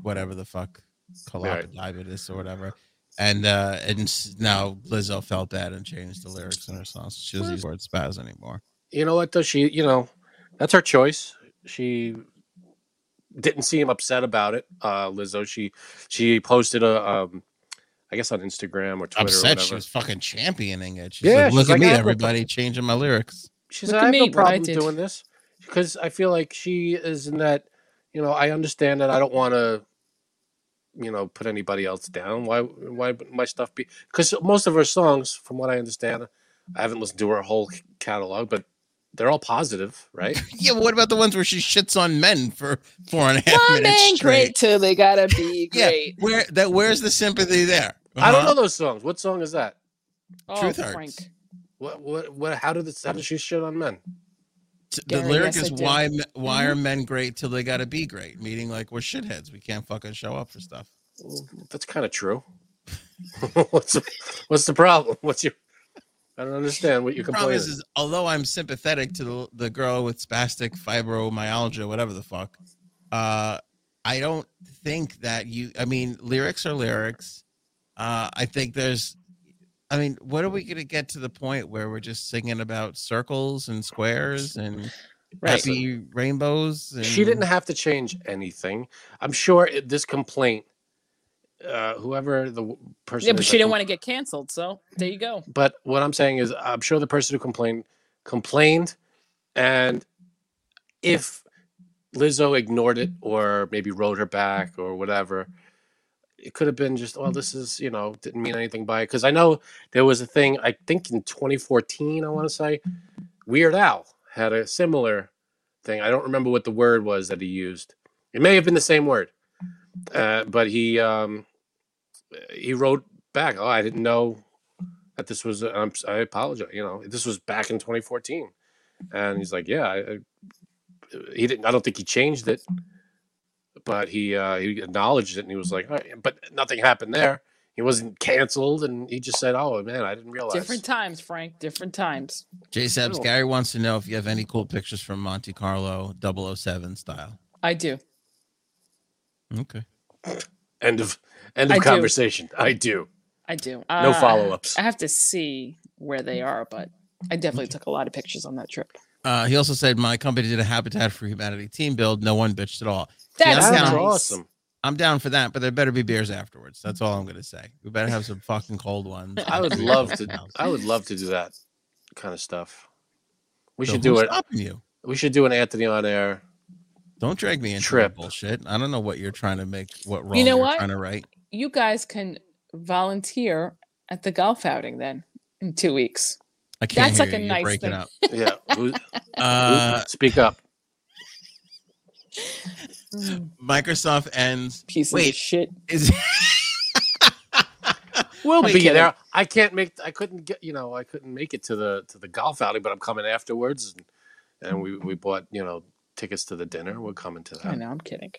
Speaker 1: whatever the fuck,
Speaker 2: Right.
Speaker 1: diabetes or whatever. And uh and s- now Lizzo felt that and changed the lyrics in her songs. She doesn't use the word spaz anymore.
Speaker 2: you know what though she you know that's her choice she didn't seem upset about it uh lizzo she she posted a um i guess on instagram or twitter or
Speaker 1: Upset,
Speaker 2: whatever
Speaker 1: she was fucking championing it. She's
Speaker 2: Yeah,
Speaker 1: like,
Speaker 2: she's
Speaker 1: look
Speaker 2: like,
Speaker 1: at
Speaker 2: I
Speaker 1: me,
Speaker 2: have a-
Speaker 1: everybody, changing my lyrics.
Speaker 2: she
Speaker 4: Look
Speaker 2: said
Speaker 4: at
Speaker 2: i have
Speaker 4: me,
Speaker 2: no
Speaker 4: what I
Speaker 2: problem
Speaker 4: did."
Speaker 2: doing this because i feel like she is in that you know i understand that i don't want to you know put anybody else down why why would my stuff be because most of her songs from what i understand i haven't listened to her whole catalog but they're all positive right
Speaker 1: Yeah, but what about the ones where she shits on men for four and a half minutes
Speaker 4: Women
Speaker 1: straight?
Speaker 4: great till they gotta be
Speaker 1: Yeah.
Speaker 4: great.
Speaker 1: Where that? Where's the sympathy there?
Speaker 2: i don't
Speaker 1: Uh-huh.
Speaker 2: know those songs what song is that
Speaker 4: Oh,
Speaker 1: Truth hurts.
Speaker 4: Frank.
Speaker 2: What? What? What? How did this? How does she shit on men?
Speaker 1: T- The
Speaker 4: Gary,
Speaker 1: lyric
Speaker 4: yes,
Speaker 1: is
Speaker 4: I do. Mm-hmm.
Speaker 1: why me- why are men great till they gotta be great? Meaning like we're shitheads. We can't fucking show up for stuff.
Speaker 2: Well, that's kind of true. what's What's the problem? What's your? I don't understand what you're
Speaker 1: The problem
Speaker 2: complaining.
Speaker 1: is, is although I'm sympathetic to the, the girl with spastic fibromyalgia, whatever the fuck, uh, I don't think that you. I mean, lyrics are lyrics. Uh, I think there's. I mean, what are we gonna get to the point where we're just singing about circles and squares and
Speaker 2: Right.
Speaker 1: happy rainbows? And,
Speaker 2: She didn't have to change anything. I'm sure it, this complaint, uh, whoever the w- person.
Speaker 4: Yeah, but
Speaker 2: is
Speaker 4: she
Speaker 2: that
Speaker 4: didn't
Speaker 2: com-
Speaker 4: want to get canceled, so there you go.
Speaker 2: But what I'm saying is, I'm sure the person who complained complained, and if Lizzo ignored it or maybe wrote her back or whatever, it could have been just, well, this is you know didn't mean anything by it because I know there was a thing I think in 2014 I want to say Weird Al had a similar thing. I don't remember what the word was that he used. It may have been the same word, uh, but he um, he wrote back. Oh, I didn't know that this was um, i apologize you know this was back in 2014 and he's like yeah I, I, he didn't i don't think he changed it but he uh he acknowledged it and he was like "All right," but nothing happened there he wasn't canceled and he just said oh man i didn't realize
Speaker 4: Different times, Frank. Different times.
Speaker 1: J Sabs
Speaker 2: Cool.
Speaker 1: Gary wants to know if you have any cool pictures from Monte Carlo 007 style.
Speaker 4: I do.
Speaker 1: Okay.
Speaker 2: end of end
Speaker 4: I
Speaker 2: of
Speaker 4: do.
Speaker 2: conversation i do
Speaker 4: I do.
Speaker 2: No
Speaker 4: Uh,
Speaker 2: follow-ups.
Speaker 4: I have to see where they are, but I definitely took a lot of pictures on that trip.
Speaker 1: Uh, he also said my company did a Habitat for Humanity team build. No one bitched at all.
Speaker 4: That's
Speaker 1: that
Speaker 2: sounds
Speaker 1: sounds
Speaker 4: nice.
Speaker 2: awesome
Speaker 1: I'm down for that, but there better be beers afterwards. That's all I'm gonna say. We better have some fucking cold ones.
Speaker 2: i would
Speaker 1: After
Speaker 2: love
Speaker 1: we go
Speaker 2: to
Speaker 1: out.
Speaker 2: i would love to do that kind of stuff we
Speaker 1: So
Speaker 2: should do
Speaker 1: who's
Speaker 2: it
Speaker 1: Stopping you.
Speaker 2: we should do an anthony on air
Speaker 1: Don't drag me into
Speaker 2: Trip.
Speaker 1: Trip. bullshit. I don't know what you're trying to make. What wrong
Speaker 4: know
Speaker 1: you're
Speaker 4: what?
Speaker 1: trying to write.
Speaker 4: You guys can volunteer at the golf outing then in two weeks.
Speaker 1: I can't
Speaker 4: That's
Speaker 1: hear
Speaker 4: like
Speaker 1: you.
Speaker 4: a
Speaker 1: You're
Speaker 4: nice
Speaker 1: breaking
Speaker 4: thing.
Speaker 1: up.
Speaker 2: yeah who-
Speaker 1: Uh,
Speaker 2: Speak up.
Speaker 1: Mm. Microsoft ends.
Speaker 4: Pieces
Speaker 1: Wait.
Speaker 4: of shit.
Speaker 1: Is
Speaker 2: We'll
Speaker 4: I'm
Speaker 2: be
Speaker 4: kidding.
Speaker 2: there. I can't make. I couldn't get. You know, I couldn't make it to the to the golf outing, but I'm coming afterwards, and, and we we bought you know tickets to the dinner. We're coming to
Speaker 4: I
Speaker 2: that.
Speaker 4: know, I'm kidding.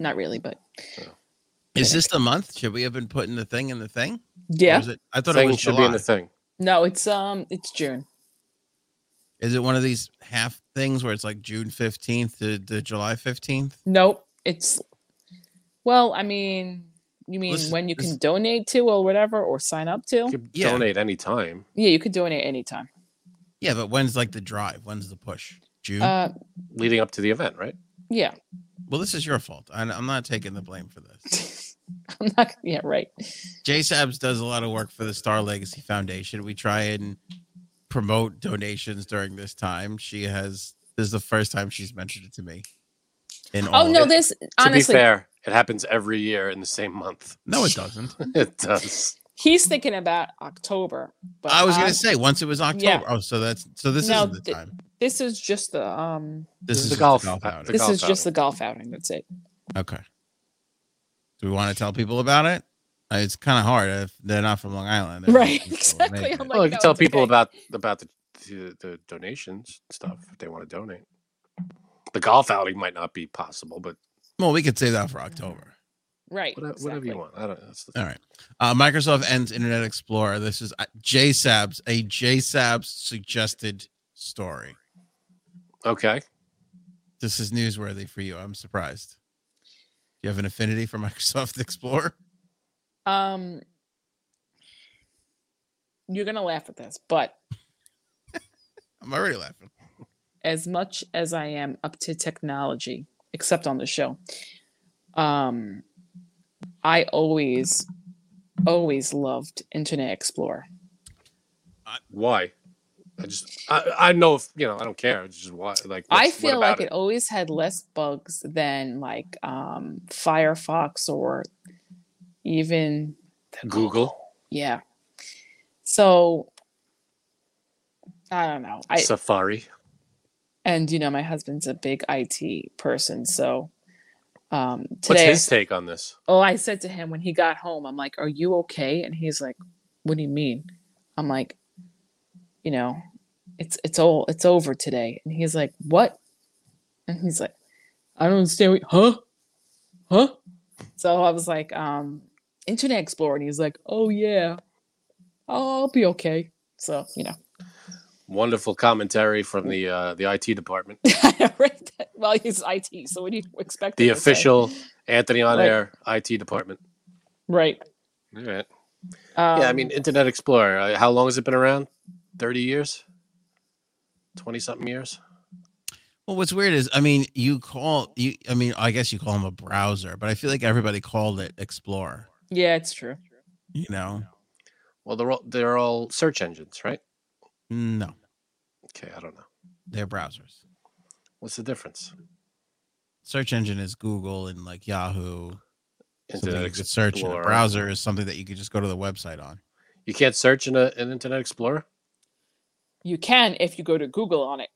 Speaker 4: Not really, but
Speaker 1: is this the month? Should we have been putting the thing in the thing? Or
Speaker 4: yeah.
Speaker 1: is it- I thought it
Speaker 2: Thing
Speaker 1: was
Speaker 2: should
Speaker 1: July.
Speaker 2: be in the thing.
Speaker 4: No, it's um it's June.
Speaker 1: Is it one of these half things where it's like June fifteenth to, to July fifteenth?
Speaker 4: Nope. It's well, I mean, you mean
Speaker 1: Listen,
Speaker 4: when you
Speaker 1: this-
Speaker 4: can donate to or whatever or sign up
Speaker 2: You
Speaker 4: to?
Speaker 2: can
Speaker 1: Yeah.
Speaker 2: donate any time.
Speaker 4: Yeah, you could donate anytime.
Speaker 1: Yeah, but when's like the drive? When's the push? June.
Speaker 4: Uh
Speaker 2: leading up to the event, right?
Speaker 4: yeah.
Speaker 1: well, this is your fault. I, I'm not taking the blame for this.
Speaker 4: I'm not yeah, right.
Speaker 1: J Sabs does a lot of work for the Star Legacy Foundation. We try and promote donations during this time. She has this is the first time she's mentioned it to me. In all
Speaker 4: Oh
Speaker 1: of
Speaker 4: no,
Speaker 1: it.
Speaker 4: this
Speaker 2: to
Speaker 4: honestly
Speaker 2: be fair, it happens every year in the same month.
Speaker 1: no, it doesn't.
Speaker 2: it does.
Speaker 4: he's thinking about October. But um,
Speaker 1: I was
Speaker 4: I'm-
Speaker 1: gonna say once it was October.
Speaker 4: yeah.
Speaker 1: Oh, so that's so this
Speaker 4: No,
Speaker 1: isn't the
Speaker 4: th-
Speaker 1: time.
Speaker 4: this is just the um
Speaker 1: This,
Speaker 2: this
Speaker 1: is
Speaker 2: is the
Speaker 1: just
Speaker 2: golf-
Speaker 1: golf
Speaker 2: uh,
Speaker 1: outing.
Speaker 2: the
Speaker 4: this
Speaker 2: golf
Speaker 4: is just the golf outing. That's it.
Speaker 1: Okay. Do we want to tell people about it? Uh, It's kind of hard if they're not from Long Island. They're not
Speaker 4: Right,
Speaker 1: people who make
Speaker 4: exactly.
Speaker 1: it.
Speaker 4: I'm like,
Speaker 2: Well, Oh, you
Speaker 4: no,
Speaker 2: can tell
Speaker 4: it's
Speaker 2: people
Speaker 4: okay.
Speaker 2: about about the the, the donations and stuff if they want to donate. The golf outing might not be possible, but
Speaker 1: Well, we could save that for October.
Speaker 4: Right.
Speaker 2: whatever, whatever
Speaker 4: exactly.
Speaker 2: you want. I don't. That's the
Speaker 1: All right. Uh, Microsoft ends Internet Explorer. This is uh, JSABs, a JSABs suggested story.
Speaker 2: Okay.
Speaker 1: This is newsworthy for you. I'm surprised. You have an affinity for Microsoft Explorer?
Speaker 4: Um, you're gonna laugh at this, but
Speaker 1: I'm already laughing.
Speaker 4: as much as I am up to technology, except on the show, um, I always, always loved Internet Explorer.
Speaker 2: Why? I just I, I know if you know I don't care. It's just why like
Speaker 4: I
Speaker 2: what's- what
Speaker 4: feel
Speaker 2: about
Speaker 4: like it? always had less bugs than like um, Firefox or even
Speaker 2: Google
Speaker 4: yeah. So I don't know. I
Speaker 2: Safari.
Speaker 4: and you know my husband's a big IT person, so um,
Speaker 2: What's
Speaker 4: today I
Speaker 2: his take on this?
Speaker 4: Oh, I said to him when he got home, I'm like, Are you okay? And he's like, What do you mean? I'm like, you know, it's it's all it's over today. And he's like, What? And he's like, I don't understand what huh? Huh? So I was like, um, Internet Explorer, and he's like, Oh yeah, I'll be okay. So, you know.
Speaker 2: Wonderful commentary from the uh, the IT department.
Speaker 4: Right? well, he's IT, so what do you expect?
Speaker 2: The
Speaker 4: him to say?
Speaker 2: official Anthony on
Speaker 4: Right.
Speaker 2: air IT department.
Speaker 4: Right.
Speaker 2: All right.
Speaker 4: Um,
Speaker 2: yeah, I mean Internet Explorer. uh, How long has it been around? Thirty years. Twenty something years.
Speaker 1: Well, what's weird is, I mean, you call you. I mean, I guess you call him a browser, but I feel like everybody called it Explorer.
Speaker 4: yeah, it's true.
Speaker 1: You know?
Speaker 2: Well, they're all, they're all search engines, right?
Speaker 1: No,
Speaker 2: Okay, I don't know.
Speaker 1: they're browsers.
Speaker 2: What's the difference?
Speaker 1: Search engine is Google and like Yahoo. Something
Speaker 2: Internet
Speaker 1: you could search in a
Speaker 2: Explorer.
Speaker 1: browser is something that you could just go to the website on.
Speaker 2: You can't search in a, an Internet Explorer.
Speaker 4: You can if you go to Google on it.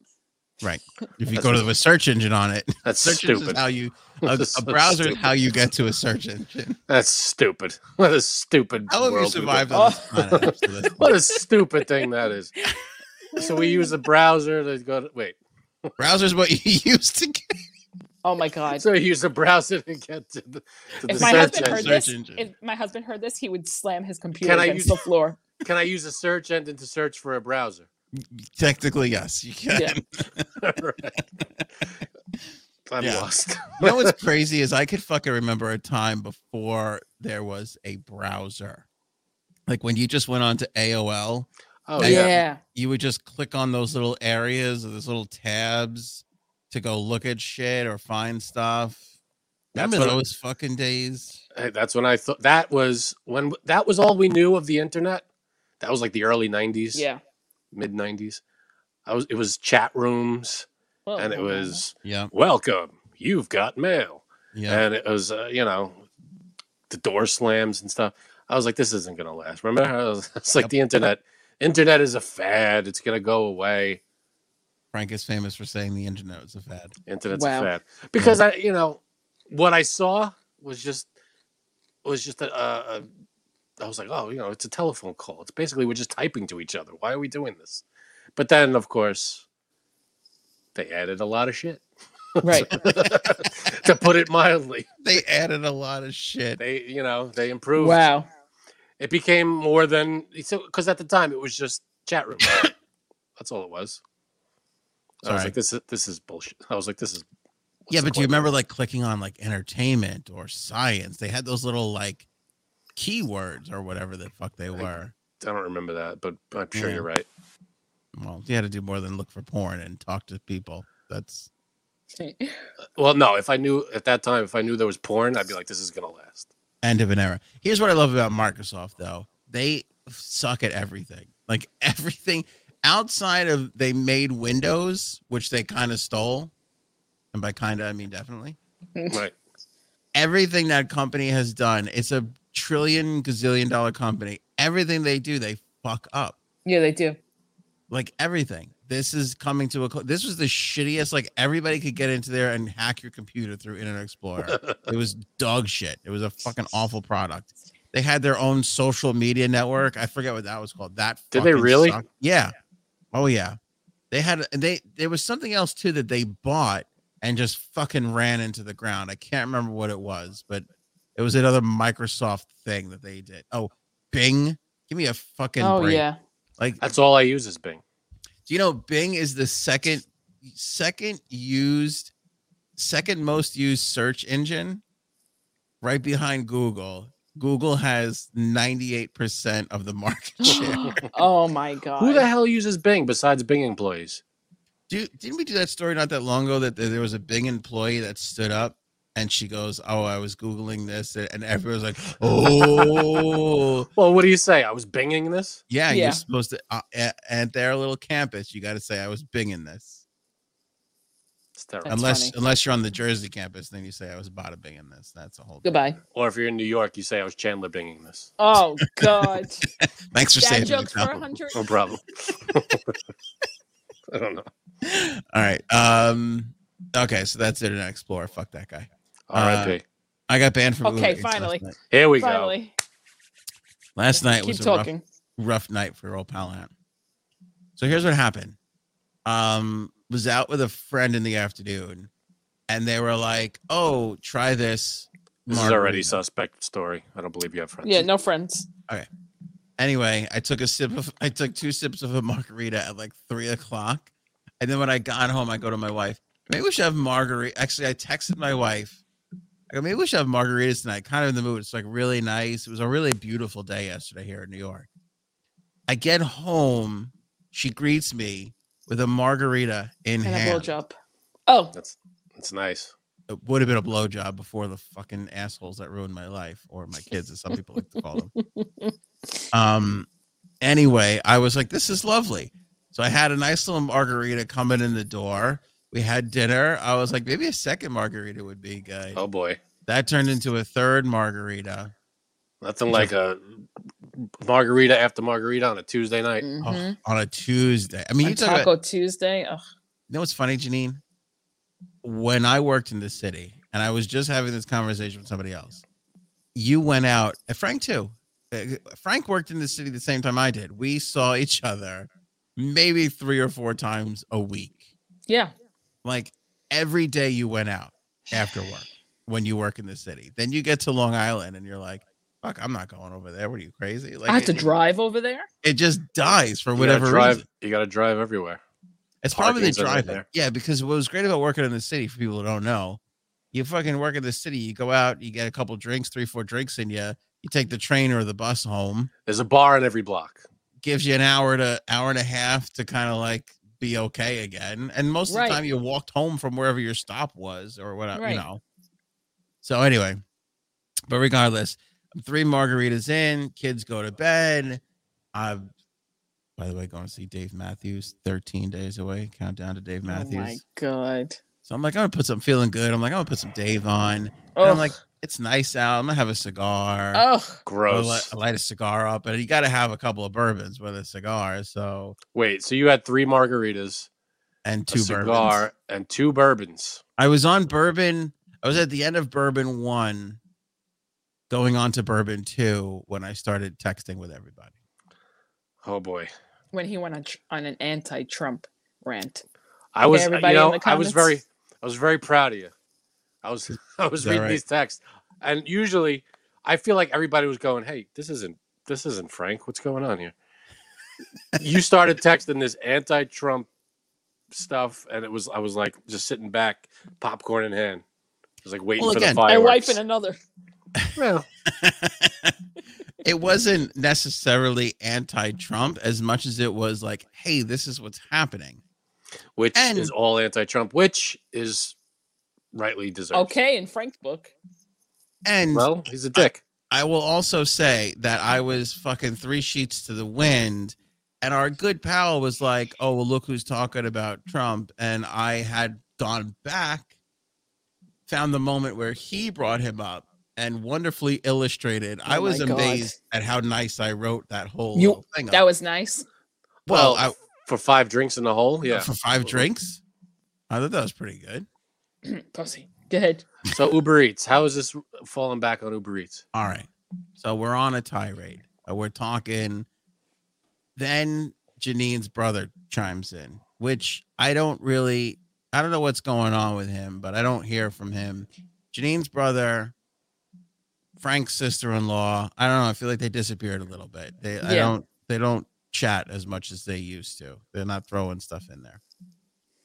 Speaker 1: If you
Speaker 2: That's
Speaker 1: go to
Speaker 2: what-
Speaker 1: the search engine on it,
Speaker 2: That's
Speaker 1: search engine
Speaker 2: stupid.
Speaker 1: is how you a,
Speaker 2: That's
Speaker 1: a
Speaker 2: so
Speaker 1: browser is
Speaker 2: stupid.
Speaker 1: how you get to a search engine.
Speaker 2: That's stupid. What a stupid.
Speaker 1: How have you
Speaker 2: world we
Speaker 1: survived
Speaker 2: live
Speaker 1: on this
Speaker 2: in.
Speaker 1: planet? up to this
Speaker 2: what
Speaker 1: point?
Speaker 2: a stupid thing that is. So we use the browser to go to wait.
Speaker 1: Browser's what you used to get.
Speaker 4: Oh my god.
Speaker 2: So we use the browser to get to the, to the
Speaker 4: If my
Speaker 2: search
Speaker 4: husband
Speaker 2: engine.
Speaker 4: heard
Speaker 1: Search
Speaker 4: this,
Speaker 1: engine.
Speaker 4: if my husband heard this, he would slam his computer
Speaker 2: Can I
Speaker 4: against
Speaker 2: use-
Speaker 4: the floor.
Speaker 2: Can I use a search engine to search for a browser?
Speaker 1: Technically, yes, you can.
Speaker 4: Yeah.
Speaker 2: I'm
Speaker 1: Yeah.
Speaker 2: lost.
Speaker 1: You know what's crazy is I could fucking remember a time before there was a browser. Like when you just went on to AOL,
Speaker 2: Oh
Speaker 1: Yeah.
Speaker 2: yeah.
Speaker 1: you would just click on those little areas or those little tabs to go look at shit or find stuff.
Speaker 2: That's
Speaker 1: Remember
Speaker 2: what I-
Speaker 1: those fucking days?
Speaker 2: Hey, That's when I thought that was when that was all we knew of the internet. That was like the early '90s,
Speaker 4: Yeah.
Speaker 2: mid '90s. I was it was chat rooms,
Speaker 4: Well,
Speaker 2: and it
Speaker 4: hold on.
Speaker 2: was
Speaker 1: Yeah,
Speaker 2: welcome. You've got mail.
Speaker 1: yeah.
Speaker 2: and it was uh, you know the door slams and stuff i was like this isn't gonna last remember I was, it's like
Speaker 1: Yep.
Speaker 2: the internet internet is a fad it's gonna go away
Speaker 1: Frank is famous for saying the internet was a fad.
Speaker 2: internet's
Speaker 4: Wow. Mm-hmm.
Speaker 2: a fad because i you know what i saw was just was just a, a, a i was like oh you know it's a telephone call it's basically we're just typing to each other why are we doing this but then of course they added a lot of shit
Speaker 4: right.
Speaker 2: to put it mildly
Speaker 1: They added a lot of shit.
Speaker 2: they you know they improved
Speaker 4: wow.
Speaker 2: It became more than so because at the time it was just chat room. That's all it was. I was
Speaker 1: Sorry.
Speaker 2: like, this is this is bullshit. I was like, this is. what's
Speaker 1: yeah,
Speaker 2: the
Speaker 1: but do you
Speaker 2: point?
Speaker 1: remember like clicking on like entertainment or science? They had those little like keywords or whatever the fuck they
Speaker 2: Like-
Speaker 1: were.
Speaker 2: I don't remember that, but I'm sure
Speaker 1: Yeah.
Speaker 2: you're right.
Speaker 1: Well, you had to do more than look for porn and talk to people. That's
Speaker 2: Well, no, if I knew at that time, if I knew there was porn, I'd be like, this is gonna last.
Speaker 1: end of an era. Here's what I love about Microsoft though. They suck at everything. Like everything outside of they made Windows, which they kind of stole. And by kind of I mean definitely.
Speaker 2: Right?
Speaker 1: Everything that company has done, it's a trillion gazillion dollar company. Everything they do, they fuck up.
Speaker 4: Yeah, they do.
Speaker 1: Like everything. This is coming to a close. This was the shittiest. Like everybody could get into there and hack your computer through Internet Explorer. It was dog shit. It was a fucking awful product. They had their own social media network. I forget what that was called. That
Speaker 2: Did they
Speaker 1: fucking
Speaker 2: really?
Speaker 1: sucked. Yeah. Oh yeah, they had and they there was something else too that they bought and just fucking ran into the ground. I can't remember what it was, but it was another Microsoft thing that they did. Oh, Bing, give me a fucking
Speaker 4: oh
Speaker 1: break.
Speaker 4: yeah.
Speaker 1: Like,
Speaker 2: That's all I use is Bing.
Speaker 1: do you know Bing is the second second used second most used search engine right behind Google. Google has 98% of the market share.
Speaker 4: oh my god.
Speaker 2: Who the hell uses Bing besides Bing employees?
Speaker 1: Do, didn't we do that story not that long ago that there was a Bing employee that stood up and she goes, "Oh, I was googling this," and everyone's like, "Oh,
Speaker 2: Well, what do you say? I was binging this.
Speaker 1: yeah,
Speaker 4: Yeah.
Speaker 1: you're supposed to." Uh, at, at their little campus, you got to say, "I was binging this,"
Speaker 2: It's terrible.
Speaker 4: That's
Speaker 1: unless
Speaker 4: funny.
Speaker 1: unless you're on the Jersey campus, then you say, "I was bada binging this." That's a whole. different-
Speaker 4: Goodbye.
Speaker 2: or if you're in New York, you say I was Chandler binging this.
Speaker 4: Oh god.
Speaker 1: Thanks for
Speaker 4: Dad
Speaker 1: saving me.
Speaker 4: jokes for a
Speaker 1: Tom.
Speaker 4: hundred.
Speaker 2: No problem. I don't know.
Speaker 1: All right. Um. Okay, so that's Internet Explorer. Fuck that guy.
Speaker 2: R.I.P.
Speaker 1: I got banned from. Uber
Speaker 4: Okay,
Speaker 1: Eats last
Speaker 4: finally.
Speaker 1: night.
Speaker 2: Here we go.
Speaker 4: Finally.
Speaker 1: Last night,
Speaker 4: Keep
Speaker 1: was a rough
Speaker 4: talking.
Speaker 1: rough night for old Palahniuk. So here's what happened. Um, was out with a friend in the afternoon, and they were like, "Oh, try this."
Speaker 2: This is already
Speaker 1: margarita."
Speaker 2: suspect story. I don't believe you have friends.
Speaker 4: Yeah, no friends.
Speaker 1: Anyway, I took a sip of, I took two sips of a margarita at like three o'clock, and then when I got home, I go to my wife. Maybe we should have margarita. Actually, I texted my wife. I go, maybe we should have margaritas tonight. Kind of in the mood. It's like really nice. It was a really beautiful day yesterday here in New York. I get home. She greets me with a margarita in
Speaker 4: And a
Speaker 1: hand.
Speaker 4: blowjob. Oh,
Speaker 2: That's that's nice.
Speaker 1: It would have been a blowjob before the fucking assholes that ruined my life or my kids, as some people like to call them. Um. Anyway, I was like, this is lovely. So I had a nice little margarita coming in the door. We had dinner. I was like, maybe a second margarita would be good.
Speaker 2: Oh boy.
Speaker 1: That turned into a third margarita.
Speaker 2: Nothing like a margarita after margarita on a Tuesday night.
Speaker 1: Oh,
Speaker 4: mhm.
Speaker 1: on a Tuesday. I mean, you
Speaker 4: On
Speaker 1: talk
Speaker 4: Taco
Speaker 1: about,
Speaker 4: Tuesday. Ugh.
Speaker 1: you know what's funny, Janine? When I worked in the city, and I was just having this conversation with somebody else, you went out, and Frank too. Uh, Frank worked in the city the same time I did. We saw each other maybe three or four times a week.
Speaker 4: Yeah.
Speaker 1: Like every day you went out after work when you work in the city. Then you get to Long Island and you're like, fuck, I'm not going over there. What are you crazy? Like
Speaker 4: I have to
Speaker 1: it-
Speaker 4: drive over there. Oh
Speaker 1: It just dies for
Speaker 2: You gotta
Speaker 1: whatever
Speaker 2: drive,
Speaker 1: reason.
Speaker 2: You got to drive everywhere.
Speaker 1: It's probably the
Speaker 2: Parking's over
Speaker 1: driving.
Speaker 2: there.
Speaker 1: Yeah, because what was great about working in the city for people who don't know, you fucking work in the city, you go out, you get a couple drinks, three, four drinks in you, you take the train or the bus home,
Speaker 2: There's a bar in every block.
Speaker 1: gives you an hour to hour and a half to kind of like be okay again. And most of
Speaker 4: Right.
Speaker 1: the time you walked home from wherever your stop was or whatever,
Speaker 4: Right.
Speaker 1: you know. So anyway, but regardless, I'm three margaritas in, kids go to bed. I'm by the way, going to see Dave Matthews 13 days away. Countdown to Dave Matthews.
Speaker 4: Oh my god.
Speaker 1: So I'm like, I'm gonna put some feeling good. I'm like, I'm gonna put some Dave on.
Speaker 4: Oh,
Speaker 1: And I'm like, it's nice out. I'm gonna have a cigar.
Speaker 4: oh,
Speaker 1: Or
Speaker 2: Gross.
Speaker 1: li- I light a cigar up, and you got to have a couple of bourbons with a cigar. So
Speaker 2: Wait, so you had three margaritas,
Speaker 1: and
Speaker 2: two
Speaker 1: two
Speaker 2: a cigar,
Speaker 1: bourbons.
Speaker 2: and two bourbons.
Speaker 1: I was on bourbon. I was at the end of bourbon one, going on to bourbon two when I started texting with everybody.
Speaker 2: Oh boy.
Speaker 4: when he went on tr- on an anti-Trump rant.
Speaker 2: I
Speaker 4: Okay,
Speaker 2: was, you
Speaker 4: everybody in
Speaker 2: know,
Speaker 4: the
Speaker 2: I was very,
Speaker 4: comments.
Speaker 2: I was very proud of you. I was, I was
Speaker 1: that
Speaker 2: reading
Speaker 1: right?
Speaker 2: these texts, and usually, I feel like everybody was going, "Hey, this isn't, this isn't Frank. What's going on here?" you started texting this anti-Trump stuff, and it was, I was like, just sitting back, popcorn in hand, I was like waiting
Speaker 1: Well,
Speaker 2: for
Speaker 1: again,
Speaker 2: the
Speaker 4: My
Speaker 2: fireworks.
Speaker 4: wife and another.
Speaker 2: well,
Speaker 1: it wasn't necessarily anti-Trump as much as it was like, hey, this is what's happening.
Speaker 2: which
Speaker 1: And-
Speaker 2: is all anti-Trump, which is rightly deserved.
Speaker 4: Okay, in Frank's book.
Speaker 1: And
Speaker 2: Well, he's a dick.
Speaker 1: I will also say that I was fucking three sheets to the wind, and our good pal was like, "Oh well, look who's talking about Trump," and I had gone back, found the moment where he brought him up, and wonderfully illustrated. I
Speaker 4: Oh
Speaker 1: was
Speaker 4: my God.
Speaker 1: amazed at how nice I wrote that whole
Speaker 4: You-
Speaker 1: little thing.
Speaker 4: That
Speaker 1: up.
Speaker 4: was nice.
Speaker 1: well, I,
Speaker 2: for five drinks in the hole, yeah.
Speaker 1: for five drinks, I thought that was pretty good.
Speaker 4: Pussy. Go ahead.
Speaker 2: So Uber Eats, how is this falling back on Uber Eats?
Speaker 1: All right. So we're on a tirade. Uh, We're talking. Then Janine's brother chimes in, which I don't really, I don't know what's going on with him, but I don't hear from him. Janine's brother, Frank's sister-in-law. I don't know. I feel like they disappeared a little bit. They, I
Speaker 4: Yeah.
Speaker 1: don't, they don't chat as much as they used to. They're not throwing stuff in there.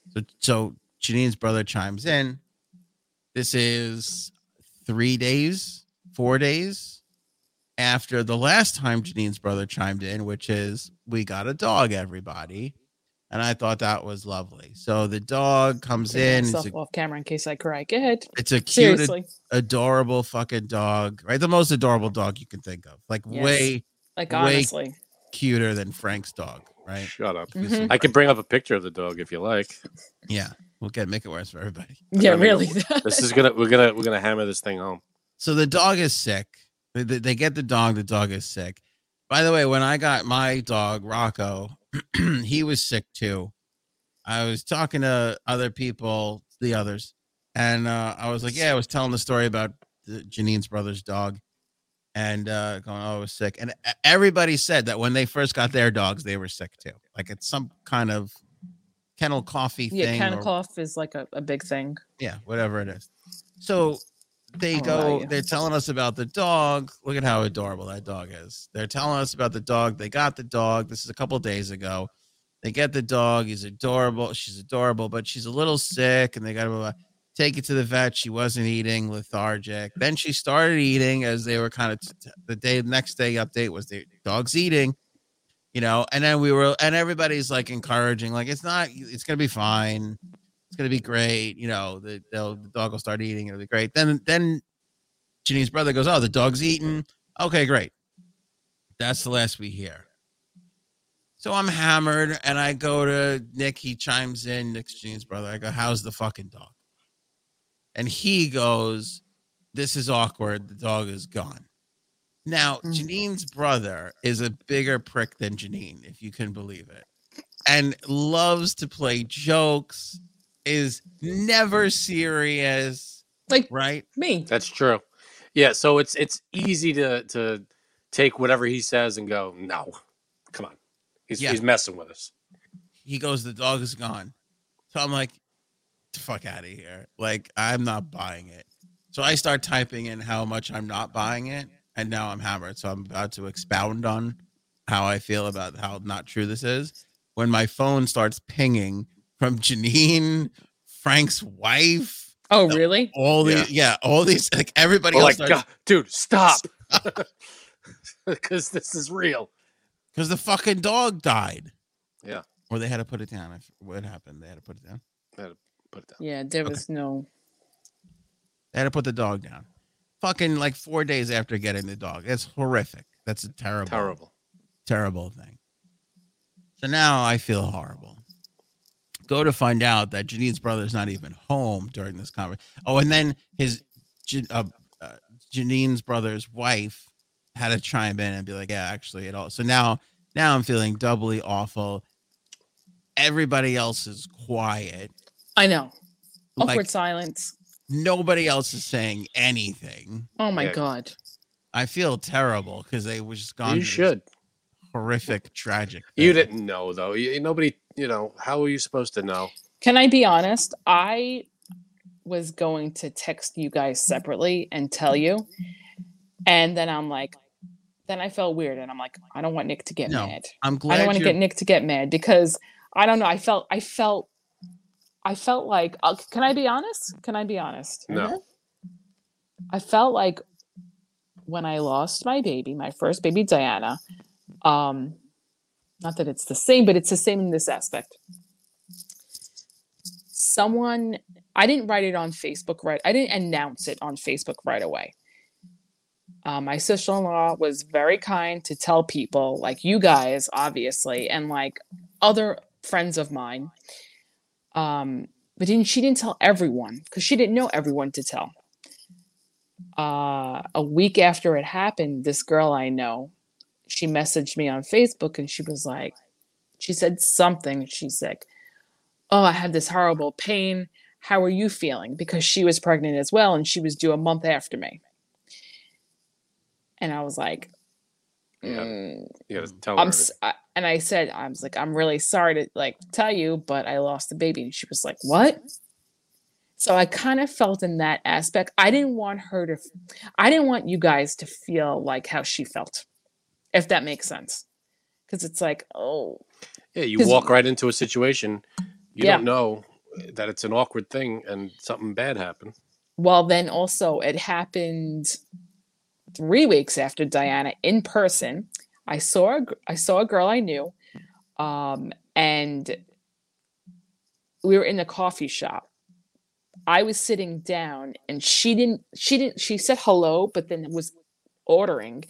Speaker 1: So, so Janine's brother chimes in. This is three days, four days after the last time Janine's brother chimed in, which is we got a dog, everybody. And I thought that was lovely. So the dog comes in. It's
Speaker 4: Myself
Speaker 1: a,
Speaker 4: off camera in case I cry. Go ahead.
Speaker 1: it's a cute,
Speaker 4: Seriously,
Speaker 1: adorable fucking dog, right? The most adorable dog you can think of. Like
Speaker 4: Yes.
Speaker 1: way
Speaker 4: like
Speaker 1: wait.
Speaker 4: honestly,
Speaker 1: cuter than Frank's dog, right?
Speaker 2: Shut up.
Speaker 4: Mhm.
Speaker 2: I can bring up a picture of the dog if you like.
Speaker 1: Yeah. We'll get make it worse for everybody.
Speaker 4: yeah,
Speaker 2: I mean,
Speaker 4: really.
Speaker 2: This is gonna we're gonna we're gonna hammer this thing home.
Speaker 1: So the dog is sick. They, they- they get the dog. The dog is sick. By the way, when I got my dog Rocco, he was sick too. I was talking to other people, the others, and uh, I was like, "Yeah," I was telling the story about the, Janine's brother's dog, and uh, going, "Oh, it was sick." And e- everybody said that when they first got their dogs, they were sick too. Like it's some kind of kennel coffee
Speaker 4: yeah,
Speaker 1: thing. or-
Speaker 4: kennel cough is like a, a big thing.
Speaker 1: yeah, whatever it is. So they
Speaker 4: I'll allow
Speaker 1: go,
Speaker 4: you.
Speaker 1: they're telling us about the dog. Look at how adorable that dog is. They're telling us about the dog. They got the dog. This is a couple days ago. They get the dog. He's adorable. She's adorable, but she's a little sick and they got to take it to the vet. She wasn't eating, lethargic. Then she started eating as they were kind of the day, next day update was the dog's eating, you know, and then we were, and everybody's like encouraging, like, it's not, it's going to be fine it's gonna be great. You know, the they'll, the dog will start eating. It'll be great. Then then Janine's brother goes, oh, the dog's eating. Okay, great. That's the last we hear. So I'm hammered, and I go to Nick. He chimes in, Nick's Janine's brother. I go, how's the fucking dog? And he goes, this is awkward. The dog is gone. Now,
Speaker 4: Mm.
Speaker 1: Janine's brother is a bigger prick than Janine, if you can believe it, and loves to play jokes is never serious,
Speaker 4: Like
Speaker 1: right?
Speaker 4: me.
Speaker 2: That's true. Yeah, so it's it's easy to to take whatever he says and go, no, come on, he's
Speaker 1: Yeah.
Speaker 2: he's messing with us.
Speaker 1: He goes, the dog is gone. So I'm like, the fuck out of here. Like, I'm not buying it. So I start typing in how much I'm not buying it. And now I'm hammered. So I'm about to expound on how I feel about how not true this is. When my phone starts pinging from Janine, Frank's wife,
Speaker 4: Oh,
Speaker 1: No.
Speaker 4: really?
Speaker 1: all the yeah, all these like everybody
Speaker 2: We're
Speaker 1: else
Speaker 2: like,
Speaker 1: starts-
Speaker 2: Oh "God, dude, stop, because this is real.
Speaker 1: Because the fucking dog died.
Speaker 2: Yeah.
Speaker 1: Or they had to put it down. I f- What happened? They had to put it down.
Speaker 2: Put it down.
Speaker 4: Yeah, there
Speaker 1: Okay.
Speaker 4: was no.
Speaker 1: They had to put the dog down. Fucking like four days after getting the dog. That's horrific. That's a terrible, terrible,
Speaker 2: Terrible.
Speaker 1: thing. So now I feel horrible. Go to find out that Janine's brother's not even home during this conversation. Oh, and then his Jan- uh, uh, Janine's brother's wife had to chime in and be like, "Yeah, actually, it all." So now, now I'm feeling doubly awful. Everybody else is quiet.
Speaker 4: I know. Awkward
Speaker 1: Like
Speaker 4: silence.
Speaker 1: nobody else is saying anything.
Speaker 4: Oh my
Speaker 2: Yeah.
Speaker 4: god.
Speaker 1: I feel terrible because they was just gone. through
Speaker 2: You
Speaker 1: this
Speaker 2: should.
Speaker 1: horrific, tragic.
Speaker 2: You
Speaker 1: thing.
Speaker 2: didn't know though. You, nobody, you know, how are you supposed to know?
Speaker 4: Can I be honest? I was going to text you guys separately and tell you. And then I'm like, then I felt weird and I'm like, I don't want Nick to get
Speaker 1: No,
Speaker 4: mad.
Speaker 1: I'm
Speaker 4: I
Speaker 1: glad.
Speaker 4: don't want to
Speaker 1: you're-
Speaker 4: get Nick to get mad because I don't know. I felt, I felt, I felt like, uh, can I be honest? Can I be honest?
Speaker 2: No.
Speaker 4: I felt like when I lost my baby, my first baby, Diana, um, not that it's the same, but it's the same in this aspect. Someone, I didn't write it on Facebook right. I didn't announce it on Facebook right away. Uh, my sister-in-law was very kind to tell people, like you guys, obviously, and like other friends of mine. Um, but didn't she didn't tell everyone because she didn't know everyone to tell. Uh, a week after it happened, this girl I know, she messaged me on Facebook and she was like, she said something. She's like, "Oh, I have this horrible pain. How are you feeling?" Because she was pregnant as well and she was due a month after me. And I was "Mm, like,
Speaker 2: Yeah.
Speaker 4: "Mm,
Speaker 2: You gotta tell
Speaker 4: I'm
Speaker 2: her.
Speaker 4: s- I, And I said, I was like, I'm really sorry to like tell you, but I lost the baby. And she was like, What? So I kind of felt in that aspect. I didn't want her to, I didn't want you guys to feel like how she felt, if that makes sense. Because it's like, oh,
Speaker 2: Yeah, you
Speaker 4: 'Cause-
Speaker 2: walk right into a situation you
Speaker 4: Yeah.
Speaker 2: don't know that it's an awkward thing and something bad happened.
Speaker 4: Well, then also it happened three weeks after Diana in person. I saw a, gr- I saw a girl I knew, um, and we were in the coffee shop. I was sitting down, and she didn't. She didn't. She said hello, but then was ordering,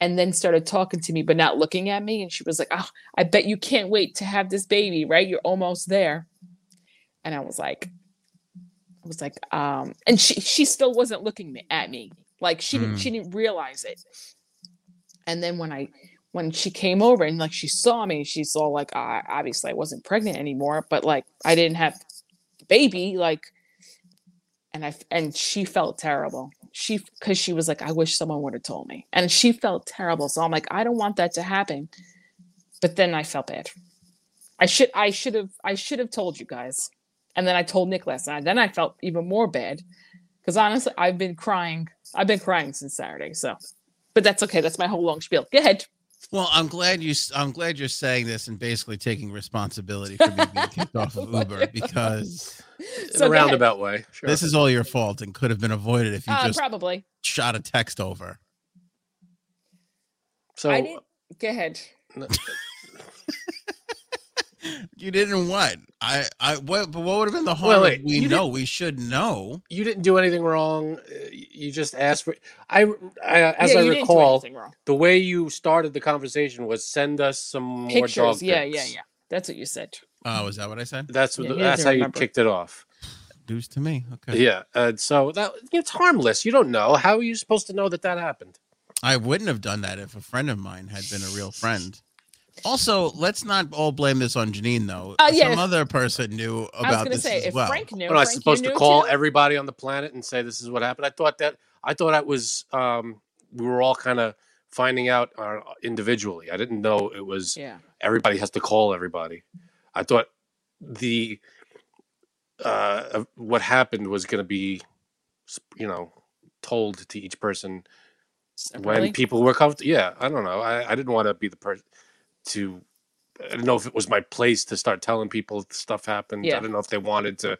Speaker 4: and then started talking to me, but not looking at me. And she was like, "Oh, I bet you can't wait to have this baby, right? You're almost there." And I was like, I was like, um, and she she still wasn't looking me- at me. Like she didn't
Speaker 1: Hmm.
Speaker 4: she didn't realize it. And then when I when she came over and like she saw me, she saw like I obviously I wasn't pregnant anymore, but like I didn't have the baby, like and I f- and she felt terrible. She because she was like, I wish someone would have told me. And she felt terrible. So I'm like, I don't want that to happen. But then I felt bad. I should I should have I should have told you guys. And then I told Nick last night. Then I felt even more bad because honestly, I've been crying. I've been crying since Saturday. So, but that's okay. That's my whole long spiel. Go ahead.
Speaker 1: Well, I'm glad you. s- I'm glad you're saying this and basically taking responsibility for me being kicked off of Uber because
Speaker 2: In
Speaker 4: So
Speaker 2: a
Speaker 4: go ahead.
Speaker 2: roundabout way. Sure.
Speaker 1: this is all your fault and could have been avoided if you
Speaker 4: Uh,
Speaker 1: just
Speaker 4: probably.
Speaker 1: shot a text over.
Speaker 2: so
Speaker 4: I didn't. Go ahead.
Speaker 1: You didn't what? I. I. What? But what would have been the harm? if
Speaker 2: Wait, wait,
Speaker 1: we
Speaker 2: you
Speaker 1: know. We should know.
Speaker 2: you didn't do anything wrong. uh, You just asked for. I, I as
Speaker 4: Yeah,
Speaker 2: I
Speaker 4: you didn't do
Speaker 2: recall,
Speaker 4: anything wrong.
Speaker 2: the way you started the conversation was send us some more dog
Speaker 4: pictures. Yeah, yeah,
Speaker 2: pics."
Speaker 4: yeah. That's what you said.
Speaker 1: Oh,
Speaker 4: Mm.
Speaker 1: is that what I said?
Speaker 2: That's what
Speaker 4: Yeah,
Speaker 2: the-
Speaker 4: he
Speaker 2: that's
Speaker 4: doesn't
Speaker 2: how you
Speaker 4: remember.
Speaker 2: kicked it off.
Speaker 1: Deuce to me. Okay.
Speaker 2: Yeah, and so that it's harmless. You don't know how are you supposed to know that that happened.
Speaker 1: I wouldn't have done that if a friend of mine had been a real friend. Also, let's not all blame this on Janine though.
Speaker 4: Uh, yeah,
Speaker 1: Some
Speaker 4: if-
Speaker 1: other person knew about
Speaker 4: I was gonna
Speaker 1: this
Speaker 4: say
Speaker 1: as
Speaker 4: if
Speaker 1: well.
Speaker 4: Frank knew,
Speaker 2: What am I
Speaker 4: Frank, you
Speaker 2: supposed to
Speaker 4: knew
Speaker 2: call
Speaker 4: too?
Speaker 2: everybody on the planet and say this is what happened? I thought that I thought that was um, we were all kind of finding out uh, individually. I didn't know it was
Speaker 4: Yeah.
Speaker 2: everybody has to call everybody. I thought the uh, what happened was going to be, you know, told to each person
Speaker 4: Really?
Speaker 2: when people were comfortable. Yeah, I don't know. I, I didn't want to be the person to. I don't know if it was my place to start telling people stuff happened.
Speaker 4: Yeah.
Speaker 2: I don't know if they wanted to,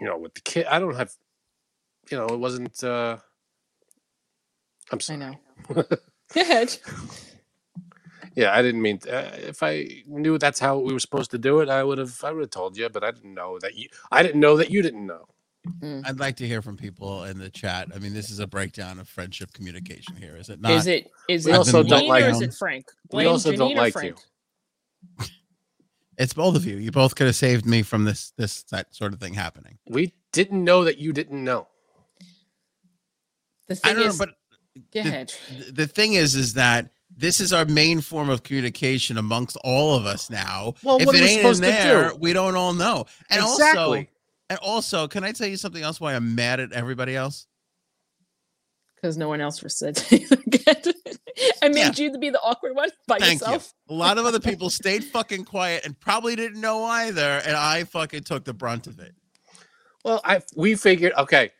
Speaker 2: you know, with the kid. I don't have, you know, it wasn't. uh I'm
Speaker 4: I
Speaker 2: sorry.
Speaker 4: know. Go ahead.
Speaker 2: Yeah, I didn't mean. Uh, if I knew that's how we were supposed to do it, I would have. I would have told you, but I didn't know that you. I didn't know that you didn't know.
Speaker 1: I'd like to hear from people in the chat. I mean, this is a breakdown of friendship communication here, is it not?
Speaker 4: Is it? Is
Speaker 2: We
Speaker 4: it?
Speaker 2: also don't
Speaker 4: Janine
Speaker 2: like
Speaker 4: or is
Speaker 1: him.
Speaker 4: it Frank?
Speaker 2: We
Speaker 4: Blame
Speaker 2: also don't
Speaker 4: Janine or
Speaker 2: like
Speaker 4: Frank?
Speaker 2: you.
Speaker 1: It's both of you. You both could have saved me from this this that sort of thing happening.
Speaker 2: We didn't know that you didn't know.
Speaker 4: The
Speaker 1: I
Speaker 4: thing
Speaker 1: don't know,
Speaker 4: is,
Speaker 1: but
Speaker 4: go
Speaker 1: the-
Speaker 4: ahead.
Speaker 1: th- the thing is, is that this is our main form of communication amongst all of us now.
Speaker 2: Well,
Speaker 1: if
Speaker 2: what are
Speaker 1: it
Speaker 2: we
Speaker 1: ain't
Speaker 2: supposed
Speaker 1: in
Speaker 2: to
Speaker 1: there,
Speaker 2: do?
Speaker 1: we don't all know. And also,
Speaker 2: exactly.
Speaker 1: and also, can I tell you something else? Why I'm mad at everybody else?
Speaker 4: Because no one else said it. I made you to be the awkward one by
Speaker 1: Thank you.
Speaker 4: yourself.
Speaker 1: A lot of other people stayed fucking quiet and probably didn't know either, and I fucking took the brunt of it.
Speaker 2: Well, I we figured okay.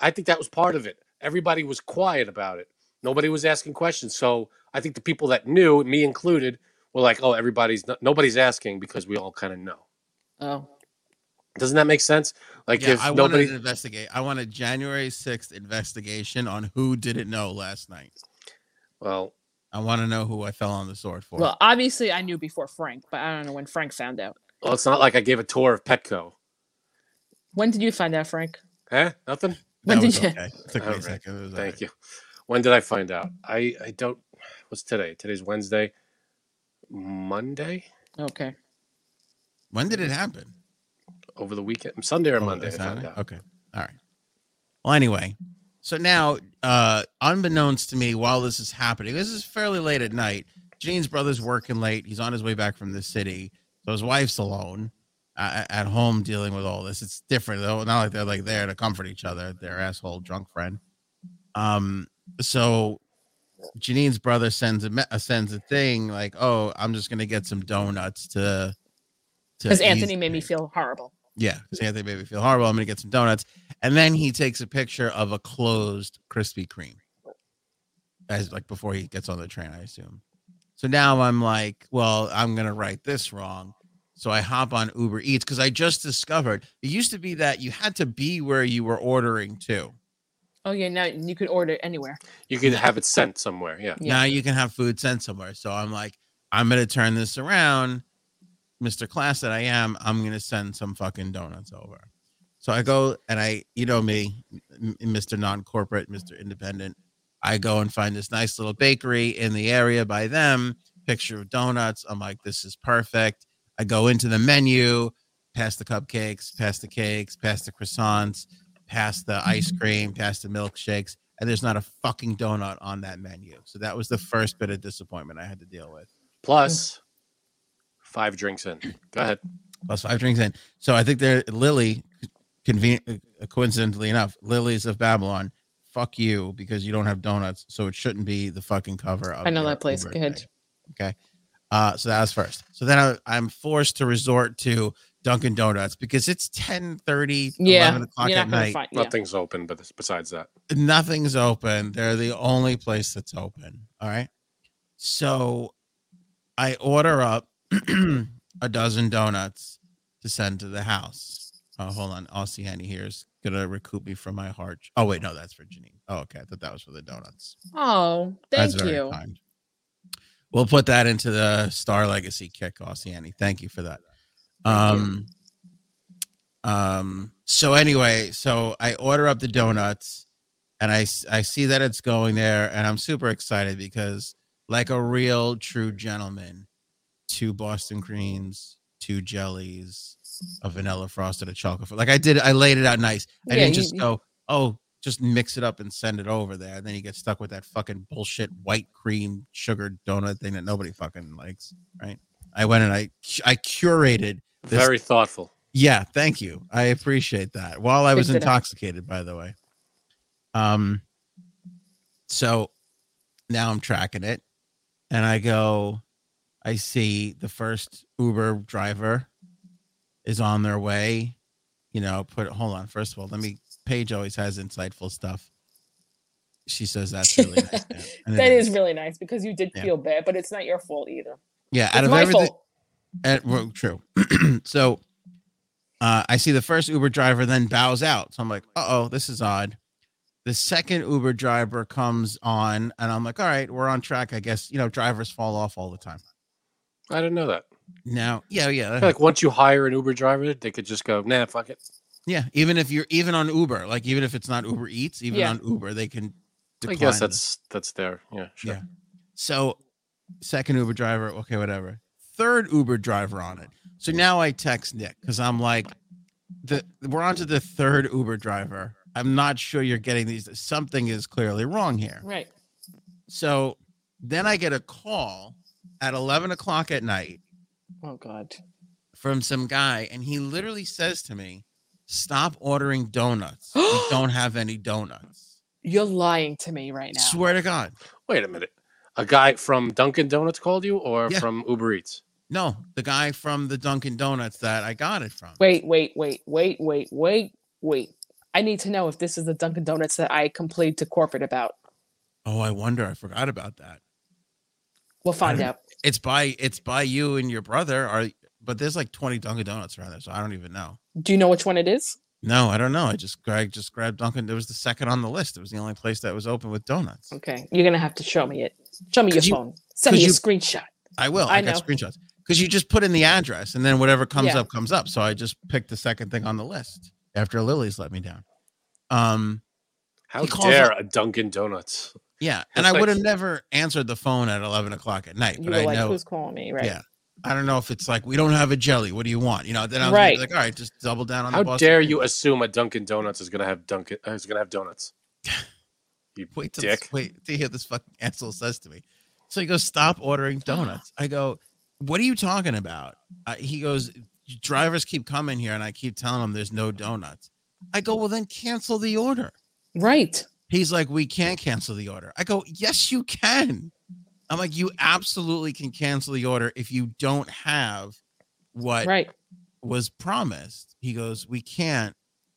Speaker 2: I think that was part of it. Everybody was quiet about it. Nobody was asking questions. So I think the people that knew, me included, were like, "Oh, everybody's not, nobody's asking because we all kind of know."
Speaker 4: Oh,
Speaker 2: Doesn't that make sense? Like
Speaker 1: yeah,
Speaker 2: if
Speaker 1: I
Speaker 2: nobody,
Speaker 1: want to investigate. I want a January 6th investigation on who didn't know last night.
Speaker 2: well,
Speaker 1: I want to know who I fell on the sword for.
Speaker 4: well, obviously I knew before Frank, but I don't know when Frank found out.
Speaker 2: well, it's not like I gave a tour of Petco.
Speaker 4: When did you find out, Frank?
Speaker 2: Huh? Nothing.
Speaker 1: That
Speaker 4: When did
Speaker 1: was
Speaker 4: you?
Speaker 1: okay. It took me a
Speaker 2: Alright.
Speaker 1: second. It was
Speaker 2: Thank
Speaker 1: alright.
Speaker 2: you. When did I find out? I I don't. What's today? Today's Wednesday. Monday
Speaker 4: Okay.
Speaker 1: When did it happen?
Speaker 2: over the weekend, Sunday or
Speaker 1: Oh,
Speaker 2: Monday. I
Speaker 1: it's
Speaker 2: found
Speaker 1: Saturday?
Speaker 2: out.
Speaker 1: Okay. All right. Well, anyway, so now, uh, unbeknownst to me, while this is happening, this is fairly late at night. Gene's brother's working late. He's on his way back from the city. So his wife's alone uh, at home dealing with all this. It's different though. Not like they're like there to comfort each other. Their asshole drunk friend. Um. So Janine's brother sends a me- uh, sends a thing like, "Oh, I'm just gonna get some donuts to." to
Speaker 4: because
Speaker 1: ease
Speaker 4: Anthony made me
Speaker 1: it."
Speaker 4: feel horrible.
Speaker 1: Yeah, because Anthony made me feel horrible. I'm gonna get some donuts, and then he takes a picture of a closed Krispy Kreme, as like before he gets on the train, I assume. So now I'm like, well, I'm gonna write this wrong. So I hop on Uber Eats because I just discovered it used to be that you had to be where you were ordering to.
Speaker 4: Oh yeah, now you could order anywhere.
Speaker 2: You could have it sent somewhere. Yeah.
Speaker 4: Yeah.
Speaker 1: Now you can have food sent somewhere. So I'm like, I'm gonna turn this around, Mr. Class that I am. I'm gonna send some fucking donuts over. So I go and I, you know me, m- Mr. Non Corporate, Mr. Independent. I go and find this nice little bakery in the area by them. Picture of donuts. I'm like, this is perfect. I go into the menu, past the cupcakes, past the cakes, past the croissants, past the ice cream, past the milkshakes and there's not a fucking donut on that menu. So that was the
Speaker 4: Mm-hmm.
Speaker 1: first bit of disappointment I had to deal with.
Speaker 2: Plus, five drinks in. Go ahead.
Speaker 1: Plus five drinks in. So I think there, Lily, conven- uh, coincidentally enough, Lily's of Babylon. Fuck you because you don't have donuts, so it shouldn't be the fucking cover. Of
Speaker 4: I know
Speaker 1: your
Speaker 4: that place.
Speaker 1: Uber
Speaker 4: Go ahead.
Speaker 1: thing. Uh, so that was first. So then I, I'm forced to resort to Dunkin' Donuts because it's 10 30,
Speaker 4: Yeah,
Speaker 1: 11 o'clock
Speaker 4: you're not
Speaker 1: at
Speaker 4: gonna
Speaker 1: night.
Speaker 4: find. Yeah.
Speaker 2: Nothing's open, but besides that,
Speaker 1: nothing's open. They're the only place that's open. All right. So I order up a dozen donuts to send to the house. Oh, hold on. Aussie Henny here is gonna recoup me from my heart. Oh, wait, no, that's for Janine. Oh, okay. I thought that was for the donuts.
Speaker 4: Oh,
Speaker 1: That's
Speaker 4: thank
Speaker 1: very
Speaker 4: you.
Speaker 1: kind. We'll put that into the Star Legacy kick, Ossiani. Thank you for that. Um, um. So anyway, so I order up the donuts, and I s- I see that it's going there, and I'm super excited because, like a real true gentleman, two Boston creams, two jellies, a vanilla frosted, a chocolate. fro- Like I did, I laid it out nice. I
Speaker 4: Yeah,
Speaker 1: didn't
Speaker 4: you-
Speaker 1: just go, oh, just mix it up and send it over there. And then you get stuck with that fucking bullshit white cream sugar donut thing that nobody fucking likes, right? I went and I I curated. This-
Speaker 2: very thoughtful.
Speaker 1: Yeah, thank you. I appreciate that. While I was
Speaker 4: Picked it up.
Speaker 1: intoxicated, by the way. Um. So now I'm tracking it, and I go. I see the first Uber driver is on their way. You know, put hold on. First of all, let me. Paige always has insightful stuff. She says that's really nice. Dan," and it
Speaker 4: That is really nice because you did
Speaker 1: Yeah.
Speaker 4: feel bad, but it's not your fault either.
Speaker 1: Yeah, out
Speaker 4: It's
Speaker 1: of
Speaker 4: my
Speaker 1: everything,
Speaker 4: fault.
Speaker 1: And, Eh, well, true. so uh, I see the first Uber driver then bows out. So I'm like, uh oh, this is odd. The second Uber driver comes on, and I'm like, all right, we're on track. I guess, you know, drivers fall off all the time.
Speaker 2: I didn't know that.
Speaker 1: Now, yeah, yeah.
Speaker 2: I
Speaker 1: that
Speaker 2: feel like once you hire an Uber driver, they could just go, nah, fuck it.
Speaker 1: Yeah, even if you're even on Uber, like even if it's not Uber Eats, even
Speaker 4: Yeah.
Speaker 1: on Uber, they can.
Speaker 2: I
Speaker 1: Decline
Speaker 2: guess
Speaker 1: the-
Speaker 2: that's that's their yeah sure.
Speaker 1: Yeah. so second Uber driver, okay, whatever. Third Uber driver on it. So now I text Nick because I'm like, the we're on to the third Uber driver. I'm not sure you're getting these. Something is clearly wrong here.
Speaker 4: Right.
Speaker 1: So then I get a call at 11 o'clock at night
Speaker 4: Oh God.
Speaker 1: from some guy, and he literally says to me, "Stop ordering donuts. we don't have any donuts."
Speaker 4: You're lying to me right now.
Speaker 1: Swear to God.
Speaker 2: Wait a minute. A guy from Dunkin' Donuts called you, or
Speaker 1: Yeah.
Speaker 2: from Uber Eats?
Speaker 1: No, the guy from the Dunkin' Donuts that I got it from.
Speaker 4: Wait, wait, wait, wait, wait, wait, wait. I need to know if this is the Dunkin' Donuts that I complained to corporate about.
Speaker 1: Oh, I wonder. I forgot about that.
Speaker 4: We'll find
Speaker 1: don't-
Speaker 4: out.
Speaker 1: It's by it's by you and your brother. Are but there's like 20 Dunkin' Donuts around there, so I don't even know.
Speaker 4: Do you know which one it is?
Speaker 1: No, I don't know. I just I just grabbed Dunkin'. It was the second on the list. It was the only place that was open with donuts.
Speaker 4: Okay, you're gonna have to show me it. Show me your
Speaker 1: Could you-
Speaker 4: phone. Send me
Speaker 1: could
Speaker 4: a
Speaker 1: you-
Speaker 4: screenshot.
Speaker 1: I will. I,
Speaker 4: I
Speaker 1: got
Speaker 4: know.
Speaker 1: screenshots because you just put in the address and then whatever comes
Speaker 4: Yeah.
Speaker 1: up comes up. So I just picked the second thing on the list after Lily's let me down. Um,
Speaker 2: How
Speaker 1: He calls
Speaker 2: dare a Dunkin' Donuts?
Speaker 1: yeah, and I
Speaker 2: It's
Speaker 1: would
Speaker 2: like-
Speaker 1: have never answered the phone at 11 o'clock at night,
Speaker 4: You
Speaker 1: but
Speaker 4: were
Speaker 1: I
Speaker 4: like,
Speaker 1: know
Speaker 4: who's calling me? Right.
Speaker 1: Yeah. I don't know if it's like we don't have a jelly. What do you want? You know, then I'm
Speaker 4: Right.
Speaker 1: like, all right, just double down on
Speaker 2: How
Speaker 1: the Boston
Speaker 2: dare
Speaker 1: cream.
Speaker 2: you assume a Dunkin' Donuts is gonna have Dunkin' uh, is gonna have donuts? You
Speaker 1: wait till
Speaker 2: dick.
Speaker 1: wait to hear this fucking asshole says to me. So he goes, stop ordering donuts. I go, what are you talking about? Uh, he goes, drivers keep coming here, and I keep telling them there's no donuts. I go, well then cancel the order.
Speaker 4: Right.
Speaker 1: He's like, we can't cancel the order. I go, yes, you can. I'm like, you absolutely can cancel the order if you don't have what
Speaker 4: Right.
Speaker 1: was promised. He goes, We can't.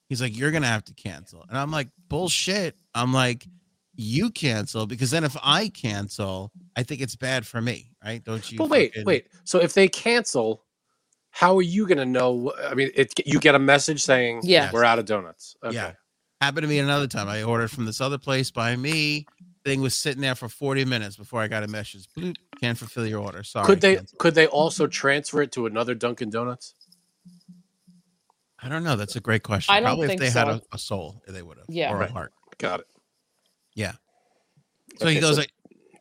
Speaker 1: He's like, You're gonna have to cancel. And I'm like, Bullshit. I'm like, You cancel because then if I cancel, I think it's bad for me, right? Don't you?
Speaker 2: But wait,
Speaker 1: fucking-
Speaker 2: wait. So if they cancel, how are you gonna know? wh- I mean, it you get a message saying,
Speaker 4: Yeah.
Speaker 2: we're out of donuts."
Speaker 1: Yeah. Happened to me another time. I ordered from this other place by me. Thing was sitting there for 40 minutes before I got a message. Bloop, can't fulfill your order. Sorry.
Speaker 2: could they
Speaker 1: cancel.
Speaker 2: could they also transfer it to another Dunkin' Donuts?
Speaker 1: I don't know. That's a great question.
Speaker 4: I don't
Speaker 1: Probably
Speaker 4: think
Speaker 1: if they had
Speaker 4: so.
Speaker 1: a, a soul, they would have.
Speaker 4: Yeah.
Speaker 1: Or a
Speaker 2: Right.
Speaker 1: heart.
Speaker 2: Got it.
Speaker 1: So he
Speaker 2: Okay,
Speaker 1: goes,
Speaker 2: so-
Speaker 1: like,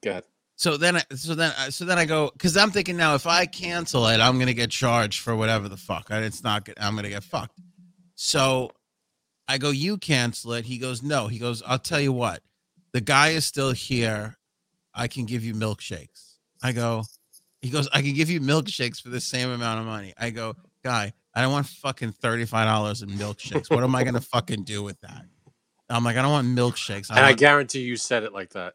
Speaker 2: Go ahead.
Speaker 1: So then, I, so then, I- so then I go because I'm thinking now if I cancel it, I'm gonna get charged for whatever the fuck. and It's not. good. I'm gonna get fucked. So I go, you cancel it. He goes, no. He goes, I'll tell you what. The guy is still here. I can give you milkshakes. I go. He goes, I can give you milkshakes for the same amount of money. I go, guy, I don't want fucking thirty five dollars in milkshakes. What am I gonna fucking do with that? I'm like, I don't want milkshakes. I
Speaker 2: And I
Speaker 1: want-
Speaker 2: guarantee you said it like that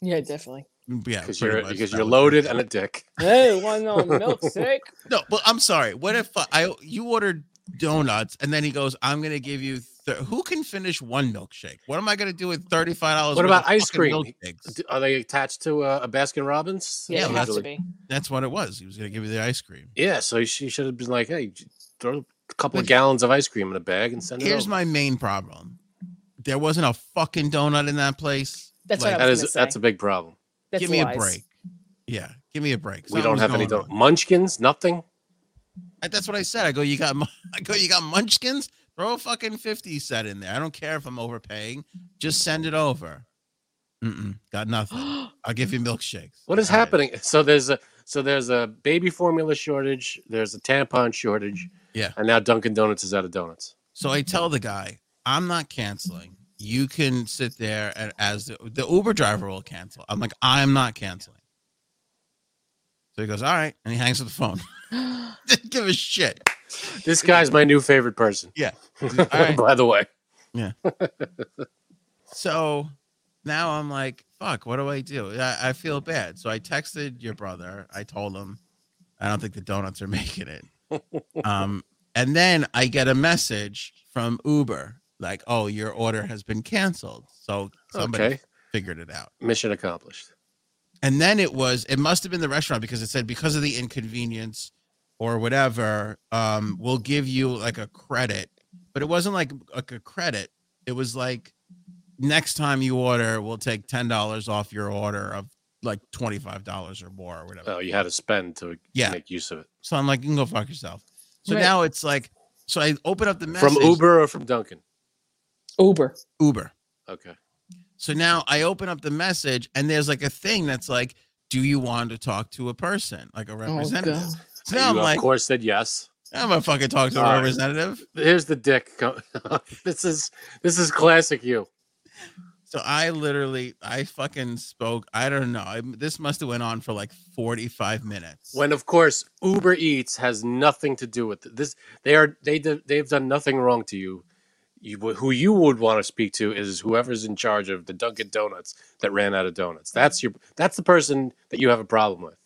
Speaker 4: Yeah, definitely.
Speaker 1: yeah,
Speaker 2: because
Speaker 1: pretty
Speaker 2: you're
Speaker 1: much.
Speaker 2: because
Speaker 1: That
Speaker 2: you're
Speaker 1: was-
Speaker 2: loaded and a dick.
Speaker 4: Hey, one on milkshake.
Speaker 1: No, but I'm sorry. What if I you ordered donuts and then he goes, "I'm gonna give you." Th- who can finish one milkshake? What am I gonna do with thirty five dollars?
Speaker 2: What about ice cream?
Speaker 1: Milkshakes?
Speaker 2: D- Are they attached to uh, a Baskin Robbins?
Speaker 4: Yeah,
Speaker 1: Yeah,
Speaker 4: it has to
Speaker 2: Usually.
Speaker 4: be.
Speaker 1: That's what it was. He was gonna give you the ice cream.
Speaker 2: Yeah, so she should have been like, "Hey, j- throw a couple of
Speaker 1: But-
Speaker 2: gallons of ice cream in a bag and send it."
Speaker 1: Here's
Speaker 2: over."
Speaker 1: my main problem. There wasn't a fucking donut in that place.
Speaker 4: That's
Speaker 1: Like,
Speaker 4: what I
Speaker 2: That
Speaker 4: was
Speaker 2: is
Speaker 4: gonna
Speaker 2: that's
Speaker 4: say.
Speaker 2: a big problem.
Speaker 4: That's
Speaker 1: give me
Speaker 4: lies.
Speaker 1: a break. Yeah, give me a break.
Speaker 2: we don't
Speaker 1: Something's
Speaker 2: have any
Speaker 1: going
Speaker 2: don-
Speaker 1: on.
Speaker 2: munchkins. Nothing.
Speaker 1: I- That's what I said. I go, you got, mu- I go, you got munchkins. Throw a fucking fifty set in there. I don't care if I'm overpaying. Just send it over. Mm-mm, got nothing. I'll give you milkshakes.
Speaker 2: What is
Speaker 1: All right.
Speaker 2: happening? So there's a so there's a baby formula shortage. There's a tampon shortage.
Speaker 1: Yeah.
Speaker 2: And now Dunkin' Donuts is out of donuts.
Speaker 1: So I tell the guy, I'm not canceling. You can sit there and as the, the Uber driver will cancel. I'm like, I'm not canceling. So he goes, all right, and he hangs up the phone. Didn't give a shit.
Speaker 2: This guy's my new favorite person.
Speaker 1: Yeah. All right.
Speaker 2: By the way,
Speaker 1: So now I'm like, fuck, what do I do? I, I feel bad. So I texted your brother. I told him, I don't think the donuts are making it. um, and then I get a message from Uber like, oh, your order has been canceled. So somebody
Speaker 2: okay,
Speaker 1: figured it out.
Speaker 2: mission accomplished.
Speaker 1: And then it was, it must have been the restaurant because it said, because of the inconvenience or whatever, um, we'll give you like a credit. But it wasn't like, like a credit. It was like, next time you order, we'll take $10 off your order of like $25 or more or whatever.
Speaker 2: Oh, you had to spend to
Speaker 1: Yeah.
Speaker 2: make use of it
Speaker 1: So I'm like, you can go fuck yourself. So
Speaker 4: Right.
Speaker 1: now it's like, so I open up the message
Speaker 2: from Uber or from Dunkin'.
Speaker 4: Uber.
Speaker 1: Uber.
Speaker 2: Okay.
Speaker 1: So now I open up the message and there's like a thing that's like, do you want to talk to a person, like a
Speaker 4: Oh,
Speaker 1: representative?
Speaker 4: God.
Speaker 1: so now I'm
Speaker 2: you
Speaker 1: like,
Speaker 2: of course said yes.
Speaker 1: I'm gonna fucking talk to a
Speaker 2: All right.
Speaker 1: representative.
Speaker 2: Here's the dick. co- this is this is classic you.
Speaker 1: So I literally, I fucking spoke. I don't know. I, this must have went on for like 45 minutes.
Speaker 2: When of course Uber Eats has nothing to do with it. this. They are they do- they've done nothing wrong to you. You who you would want to speak to is whoever's in charge of the Dunkin' Donuts that ran out of donuts. That's your that's the person that you have a problem with.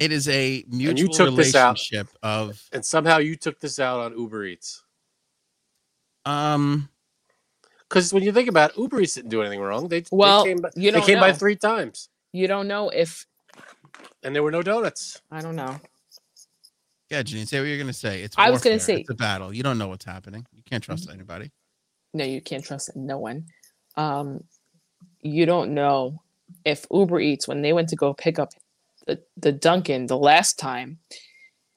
Speaker 1: it is a mutual
Speaker 2: took this out.
Speaker 1: relationship of
Speaker 2: And somehow you took this out on Uber Eats.
Speaker 1: um.
Speaker 2: Because when you think about it, Uber Eats didn't do anything wrong. They,
Speaker 4: Well,
Speaker 2: they came, by,
Speaker 4: you
Speaker 2: they
Speaker 4: don't
Speaker 2: came by
Speaker 4: know.
Speaker 2: three times,
Speaker 4: You don't know if
Speaker 2: and there were no donuts.
Speaker 4: I don't know.
Speaker 1: Yeah, Janine, say what you're gonna say. It's
Speaker 4: I was gonna
Speaker 1: warfare.
Speaker 4: say- Mm-hmm.
Speaker 1: it's a battle. You don't know what's happening. You can't trust anybody.
Speaker 4: No, you can't trust no one. Um, you don't know if Uber Eats when they went to go pick up the, the Dunkin' the last time.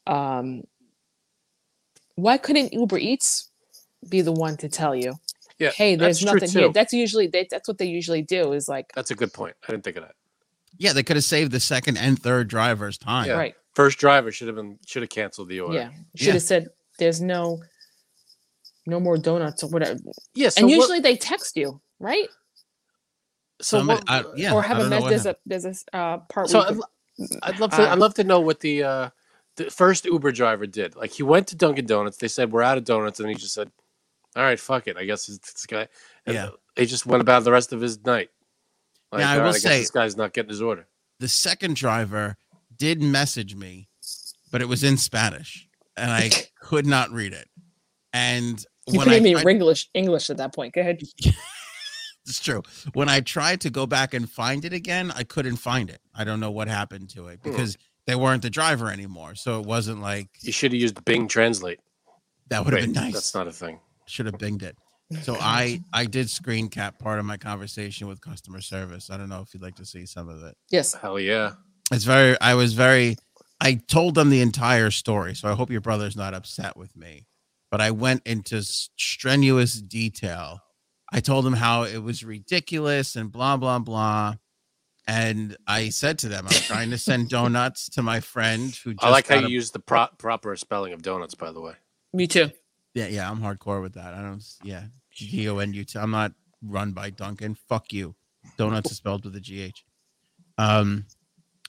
Speaker 4: Um, why couldn't Uber Eats be the one to tell you?
Speaker 2: Yeah,
Speaker 4: hey, there's
Speaker 2: that's true,
Speaker 4: nothing here.
Speaker 2: too.
Speaker 4: That's usually they, that's what they usually do. Is like
Speaker 2: That's a good point. I didn't think of that.
Speaker 1: Yeah, they could have saved the second and third driver's time.
Speaker 2: Yeah.
Speaker 4: right,
Speaker 2: First driver should have been should have canceled the order.
Speaker 4: yeah. Should have said there's no no more donuts or whatever.
Speaker 2: Yeah. So
Speaker 4: and
Speaker 2: what-
Speaker 4: usually they text you, right?
Speaker 2: so
Speaker 1: Somebody-
Speaker 2: what-
Speaker 1: I- yeah,
Speaker 4: or
Speaker 1: I
Speaker 4: have a
Speaker 1: don't know
Speaker 4: mess.
Speaker 1: what
Speaker 4: There's
Speaker 1: happened.
Speaker 4: a there's a s- uh, part.
Speaker 2: So
Speaker 4: where
Speaker 2: I'd,
Speaker 4: you
Speaker 2: l- I'd love to.
Speaker 4: uh,
Speaker 2: I'd love to know what the uh, the first Uber driver did. Like he went to Dunkin' Donuts. They said we're out of donuts, and he just said, "All right, fuck it. I guess it's this guy." And
Speaker 1: Yeah.
Speaker 2: he just went about the rest of his night. Like,
Speaker 1: Now, I
Speaker 2: all
Speaker 1: will
Speaker 2: guess
Speaker 1: say-
Speaker 2: this guy's not getting his order.
Speaker 1: The second driver did message me, but it was in Spanish, and I could not read it. And
Speaker 4: You
Speaker 1: when
Speaker 4: could
Speaker 1: I,
Speaker 4: have me
Speaker 1: I-
Speaker 4: English English at that point. Go ahead.
Speaker 1: it's true, when I tried to go back and find it again, I couldn't find it. I don't know what happened to it
Speaker 2: Hmm.
Speaker 1: because they weren't the driver anymore, so it wasn't like
Speaker 2: You should have used Bing Translate.
Speaker 1: that would have been
Speaker 2: Wait,
Speaker 1: nice.
Speaker 2: That's not a thing.
Speaker 1: should have binged it. So I I did screen cap part of my conversation with customer service. I don't know if you'd like to see some of it.
Speaker 4: Yes.
Speaker 2: Hell yeah.
Speaker 1: It's very I was very I told them the entire story. So I hope your brother's not upset with me. But I went into s- strenuous detail. I told them how it was ridiculous and blah blah blah. And I said to them, I'm trying to send donuts to my friend who just
Speaker 2: I like how
Speaker 1: got
Speaker 2: you
Speaker 1: a-
Speaker 2: use the pro- proper spelling of donuts, by the way.
Speaker 4: Me too.
Speaker 1: Yeah, yeah, I'm hardcore with that. I don't. s- Yeah, D O N U T. I'm not run by Duncan. Fuck you. Donuts is spelled with a G H. Um,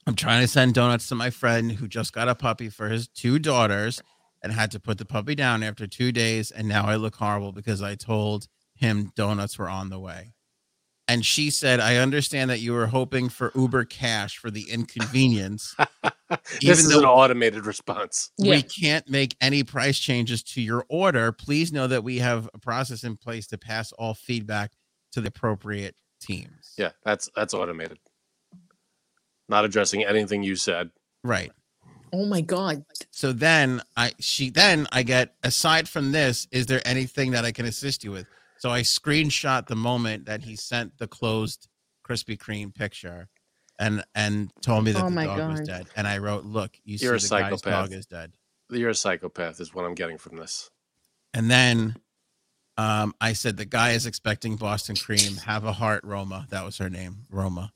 Speaker 1: I'm trying to send donuts to my friend who just got a puppy for his two daughters and had to put the puppy down after two days, and now I look horrible because I told him donuts were on the way. And she said, "I understand that you were hoping for Uber Cash for the inconvenience." Even
Speaker 2: this is
Speaker 1: though-
Speaker 2: an automated response.
Speaker 4: Yeah.
Speaker 1: we can't make any price changes to your order. Please know that we have a process in place to pass all feedback to the appropriate teams.
Speaker 2: Yeah, that's that's automated. Not addressing anything you said.
Speaker 1: Right.
Speaker 4: Oh my god.
Speaker 1: So then I she then I get aside from this, is there anything that I can assist you with? So I screenshot the moment that he sent the closed Krispy Kreme picture and and told me that
Speaker 4: Oh
Speaker 1: the
Speaker 4: my
Speaker 1: dog was
Speaker 4: God.
Speaker 1: dead. And I wrote, Look, you
Speaker 2: You're a
Speaker 1: see the guy's
Speaker 2: psychopath.
Speaker 1: dog is dead.
Speaker 2: You're a psychopath, is what I'm getting from this.
Speaker 1: And then um, I said, The guy is expecting Boston cream. Have a heart, Roma. That was her name, Roma.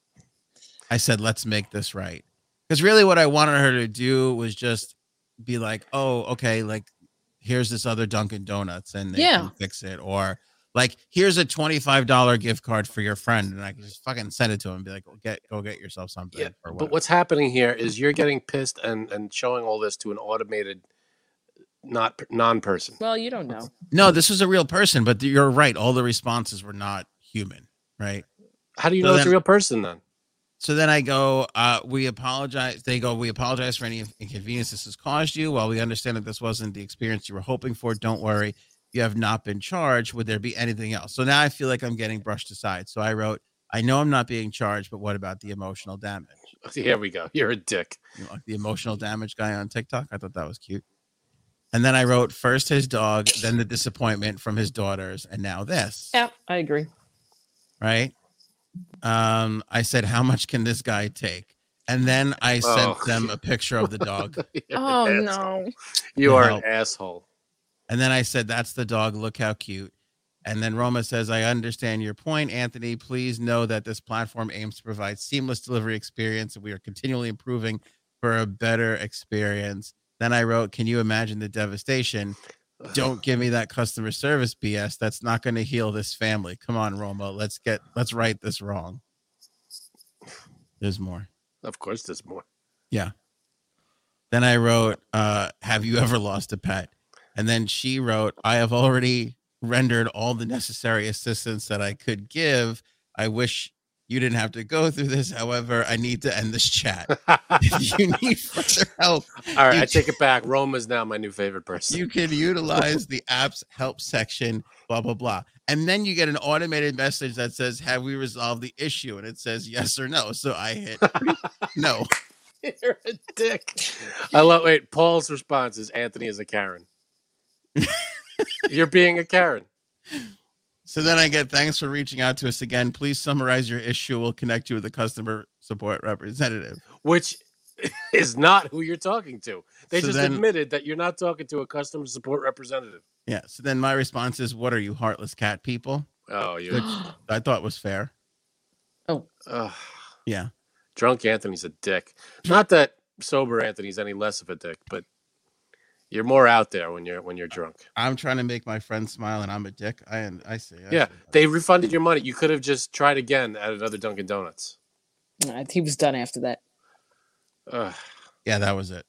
Speaker 1: I said, Let's make this right. Because really, what I wanted her to do was just be like, Oh, okay, like here's this other Dunkin' Donuts and they
Speaker 4: Yeah.
Speaker 1: can fix it. Or like, here's a $25 gift card for your friend. And I can just fucking send it to him and be like, "Go Get, Go get yourself something.
Speaker 2: Yeah,
Speaker 1: or
Speaker 2: But
Speaker 1: whatever.
Speaker 2: what's happening here is you're getting pissed and and showing all this to an automated, not non person.
Speaker 4: Well, you don't know.
Speaker 1: No, this was a real person, but you're right. All the responses were not human, right?
Speaker 2: How do you
Speaker 1: So
Speaker 2: know it's a
Speaker 1: then-
Speaker 2: real person then?
Speaker 1: So then I go, uh, we apologize. They go, we apologize for any inconvenience this has caused you. While we understand that this wasn't the experience you were hoping for, don't worry. You have not been charged. Would there be anything else? So now I feel like I'm getting brushed aside. So I wrote, I know I'm not being charged, but what about the emotional damage?
Speaker 2: Here we go. You're a dick.
Speaker 1: You know, the emotional damage guy on TikTok. I thought that was cute. And then I wrote first his dog, then the disappointment from his daughters, and now this.
Speaker 4: Yeah, I agree.
Speaker 1: right? Um, I said, How much can this guy take? And then I
Speaker 2: Oh.
Speaker 1: sent them a picture of the dog.
Speaker 2: You're an
Speaker 4: Oh
Speaker 2: asshole.
Speaker 4: no.
Speaker 2: You are an
Speaker 1: No.
Speaker 2: asshole.
Speaker 1: And then I said, That's the dog. Look how cute. And then Roma says, I understand your point, Anthony. Please know that this platform aims to provide seamless delivery experience and we are continually improving for a better experience. Then I wrote, Can you imagine the devastation? Don't give me that customer service BS. That's not going to heal this family. Come on, Roma. Let's get, let's right this wrong. There's more.
Speaker 2: Of course, there's more.
Speaker 1: Then I wrote, uh, Have you ever lost a pet? And then she wrote, I have already rendered all the necessary assistance that I could give. I wish you didn't have to go through this. However, I need to end this chat.
Speaker 2: all
Speaker 1: if you need further help,
Speaker 2: right,
Speaker 1: You-
Speaker 2: I take it back. Rome is now my new favorite person.
Speaker 1: you can utilize the app's help section, blah, blah, blah. And then you get an automated message that says, Have we resolved the issue? And it says yes or no. So I hit no.
Speaker 2: You, are a dick. I love. Wait, Paul's response is Anthony is a Karen. You're being a Karen.
Speaker 1: So then I get thanks for reaching out to us again. Please summarize your issue. We'll connect you with a customer support representative.
Speaker 2: which is not who you're talking to. They
Speaker 1: So
Speaker 2: just
Speaker 1: then-
Speaker 2: admitted that you're not talking to a customer support representative.
Speaker 1: Yeah. So then my response is, What are you, heartless cat people?
Speaker 2: Oh, you
Speaker 4: oh
Speaker 1: I thought was fair.
Speaker 2: Ugh.
Speaker 1: Yeah.
Speaker 2: drunk Anthony's a dick. Not that sober Anthony's any less of a dick, but you're more out there when you're when you're drunk.
Speaker 1: I'm trying to make my friend smile and I'm a dick. I I see. I
Speaker 2: Yeah,
Speaker 1: see.
Speaker 2: they refunded your money. You could have just tried again at another Dunkin' Donuts.
Speaker 4: he was done after that.
Speaker 2: Ugh.
Speaker 1: Yeah, that was it.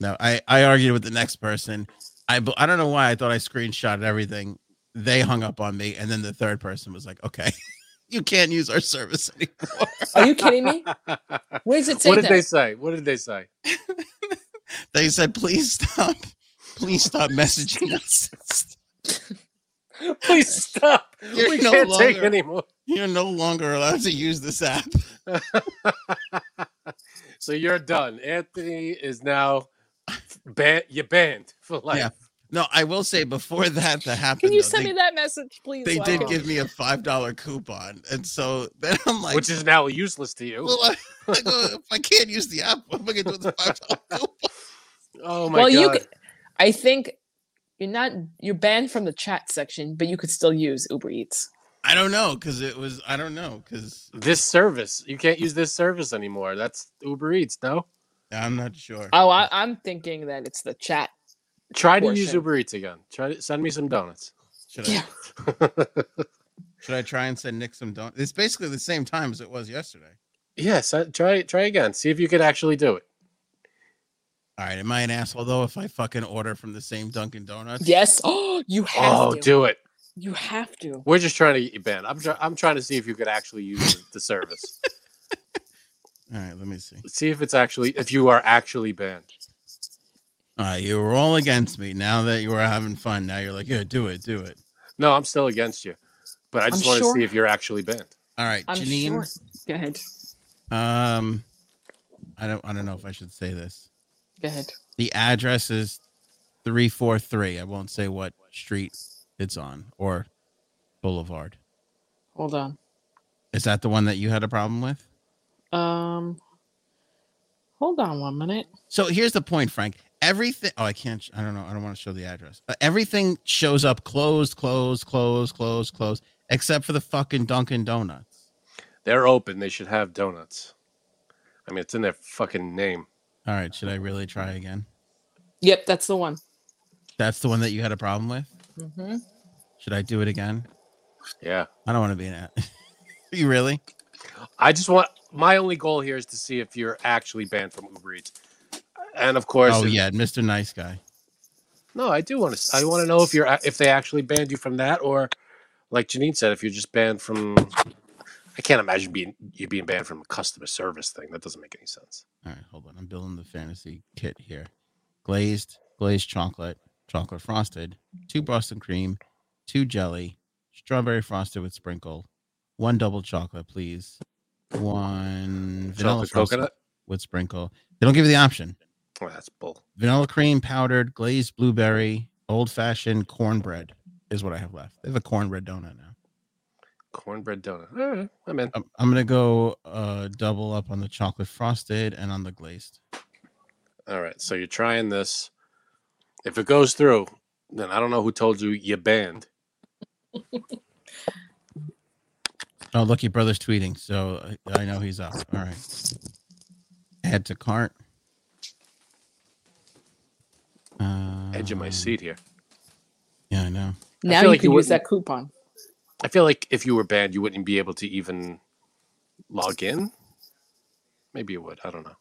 Speaker 1: No, I, I argued with the next person. I, bel- I don't know why I thought I screenshotted everything they hung up on me, and then the third person was like, "Okay, you can't use our service anymore."
Speaker 4: Are you kidding me? Where does it say
Speaker 2: what did
Speaker 4: that?
Speaker 2: they say? What did they say?
Speaker 1: they said, "Please stop, please stop messaging us.
Speaker 2: Please stop.
Speaker 1: You're
Speaker 2: we
Speaker 1: no
Speaker 2: can't take
Speaker 1: longer-
Speaker 2: anymore.
Speaker 1: You're no longer allowed to use this app."
Speaker 2: So you're done. Anthony is now banned. You're banned for life.
Speaker 1: Yeah. No, I will say before that that happened,
Speaker 4: Can you
Speaker 1: though,
Speaker 4: send
Speaker 1: they-
Speaker 4: me that message, please?
Speaker 1: they
Speaker 4: so I
Speaker 1: did
Speaker 4: can-
Speaker 1: give me a five dollar coupon, and so then I'm like,
Speaker 2: Which is now useless to you.
Speaker 1: well, I, I go, if I can't use the app, what am I gonna do with the five dollar coupon?
Speaker 2: Oh my
Speaker 4: well,
Speaker 2: god.
Speaker 4: you could, I think you're not you're banned from the chat section, but you could still use Uber Eats.
Speaker 1: I don't know because it was I don't know because
Speaker 2: this service. You can't use this service anymore. That's Uber Eats, no?
Speaker 1: I'm not sure.
Speaker 4: Oh, I, I'm thinking that it's the chat.
Speaker 2: Try to use
Speaker 4: Portion.
Speaker 2: Uber Eats again. Try to send me some donuts.
Speaker 1: Should I
Speaker 4: Yeah.
Speaker 1: should I try and send Nick some donuts? It's basically the same time as it was yesterday.
Speaker 2: yes, I- try try again. See if you could actually do it.
Speaker 1: All right, am I an asshole though if I fucking order from the same Dunkin' Donuts?
Speaker 4: Yes. Oh, you have
Speaker 2: oh,
Speaker 4: to.
Speaker 2: do it.
Speaker 4: You have to.
Speaker 2: We're just trying to get you banned. I'm try- I'm trying to see if you could actually use the- the service.
Speaker 1: All right, let me see.
Speaker 2: see if it's actually if you are actually banned.
Speaker 1: All right, you were all against me. Now that you were having fun, now you're like, yeah, do it, do it.
Speaker 2: No, I'm still against you. But I just
Speaker 4: I'm
Speaker 2: want
Speaker 4: sure-
Speaker 2: to see if you're actually banned.
Speaker 1: All right,
Speaker 4: I'm
Speaker 1: Janine.
Speaker 4: sure. Go ahead.
Speaker 1: Um, I don't. I don't know if I should say this.
Speaker 4: Go ahead.
Speaker 1: The address is three four three. I won't say what street it's on or boulevard.
Speaker 4: Hold on.
Speaker 1: Is that the one that you had a problem with?
Speaker 4: Um, hold on one minute.
Speaker 1: So here's the point, Frank. Everything. Oh, I can't. sh- I don't know. I don't want to show the address. Uh, everything shows up closed, closed, closed, closed, closed, except for the fucking Dunkin' Donuts.
Speaker 2: They're open. They should have donuts. I mean, it's in their fucking name.
Speaker 1: All right. Should I really try again?
Speaker 4: Yep, that's the one.
Speaker 1: That's the one that you had a problem with.
Speaker 4: Mm-hmm.
Speaker 1: Should I do it again?
Speaker 2: Yeah.
Speaker 1: I don't want to be an. a- you really?
Speaker 2: I just want my only goal here is to see if you're actually banned from Uber Eats. And of course,
Speaker 1: Oh
Speaker 2: if-
Speaker 1: yeah, Mr. Nice Guy.
Speaker 2: no, I do want to. I want to know if you're a- if they actually banned you from that, or like Janine said, if you're just banned from. I can't imagine being you being banned from a customer service thing. That doesn't make any sense.
Speaker 1: All right, hold on. I'm building the fantasy kit here. Glazed, glazed chocolate, chocolate frosted, two Boston cream, two jelly, strawberry frosted with sprinkle, one double chocolate, please, one vanilla
Speaker 2: Chocolate
Speaker 1: frosted
Speaker 2: coconut.
Speaker 1: with sprinkle. They don't give you the option.
Speaker 2: Oh, that's bull.
Speaker 1: Vanilla cream powdered, glazed blueberry, old fashioned cornbread is what I have left. They have a cornbread donut now.
Speaker 2: Cornbread donut. All right, I'm in.
Speaker 1: I'm, I'm gonna go uh, double up on the chocolate frosted and on the glazed.
Speaker 2: All right, so you're trying this. If it goes through, then I don't know who told you you banned.
Speaker 1: Oh, Lucky Brother's tweeting, so uh, I I know he's up. All right. Add to cart. Uh,
Speaker 2: Edge of my seat here.
Speaker 1: Yeah, I know.
Speaker 4: Now
Speaker 2: feel
Speaker 4: you
Speaker 2: like
Speaker 4: can
Speaker 2: you
Speaker 4: use
Speaker 2: wouldn't-
Speaker 4: that coupon.
Speaker 2: I feel like if you were banned, you wouldn't be able to even log in. Maybe you would. I don't know.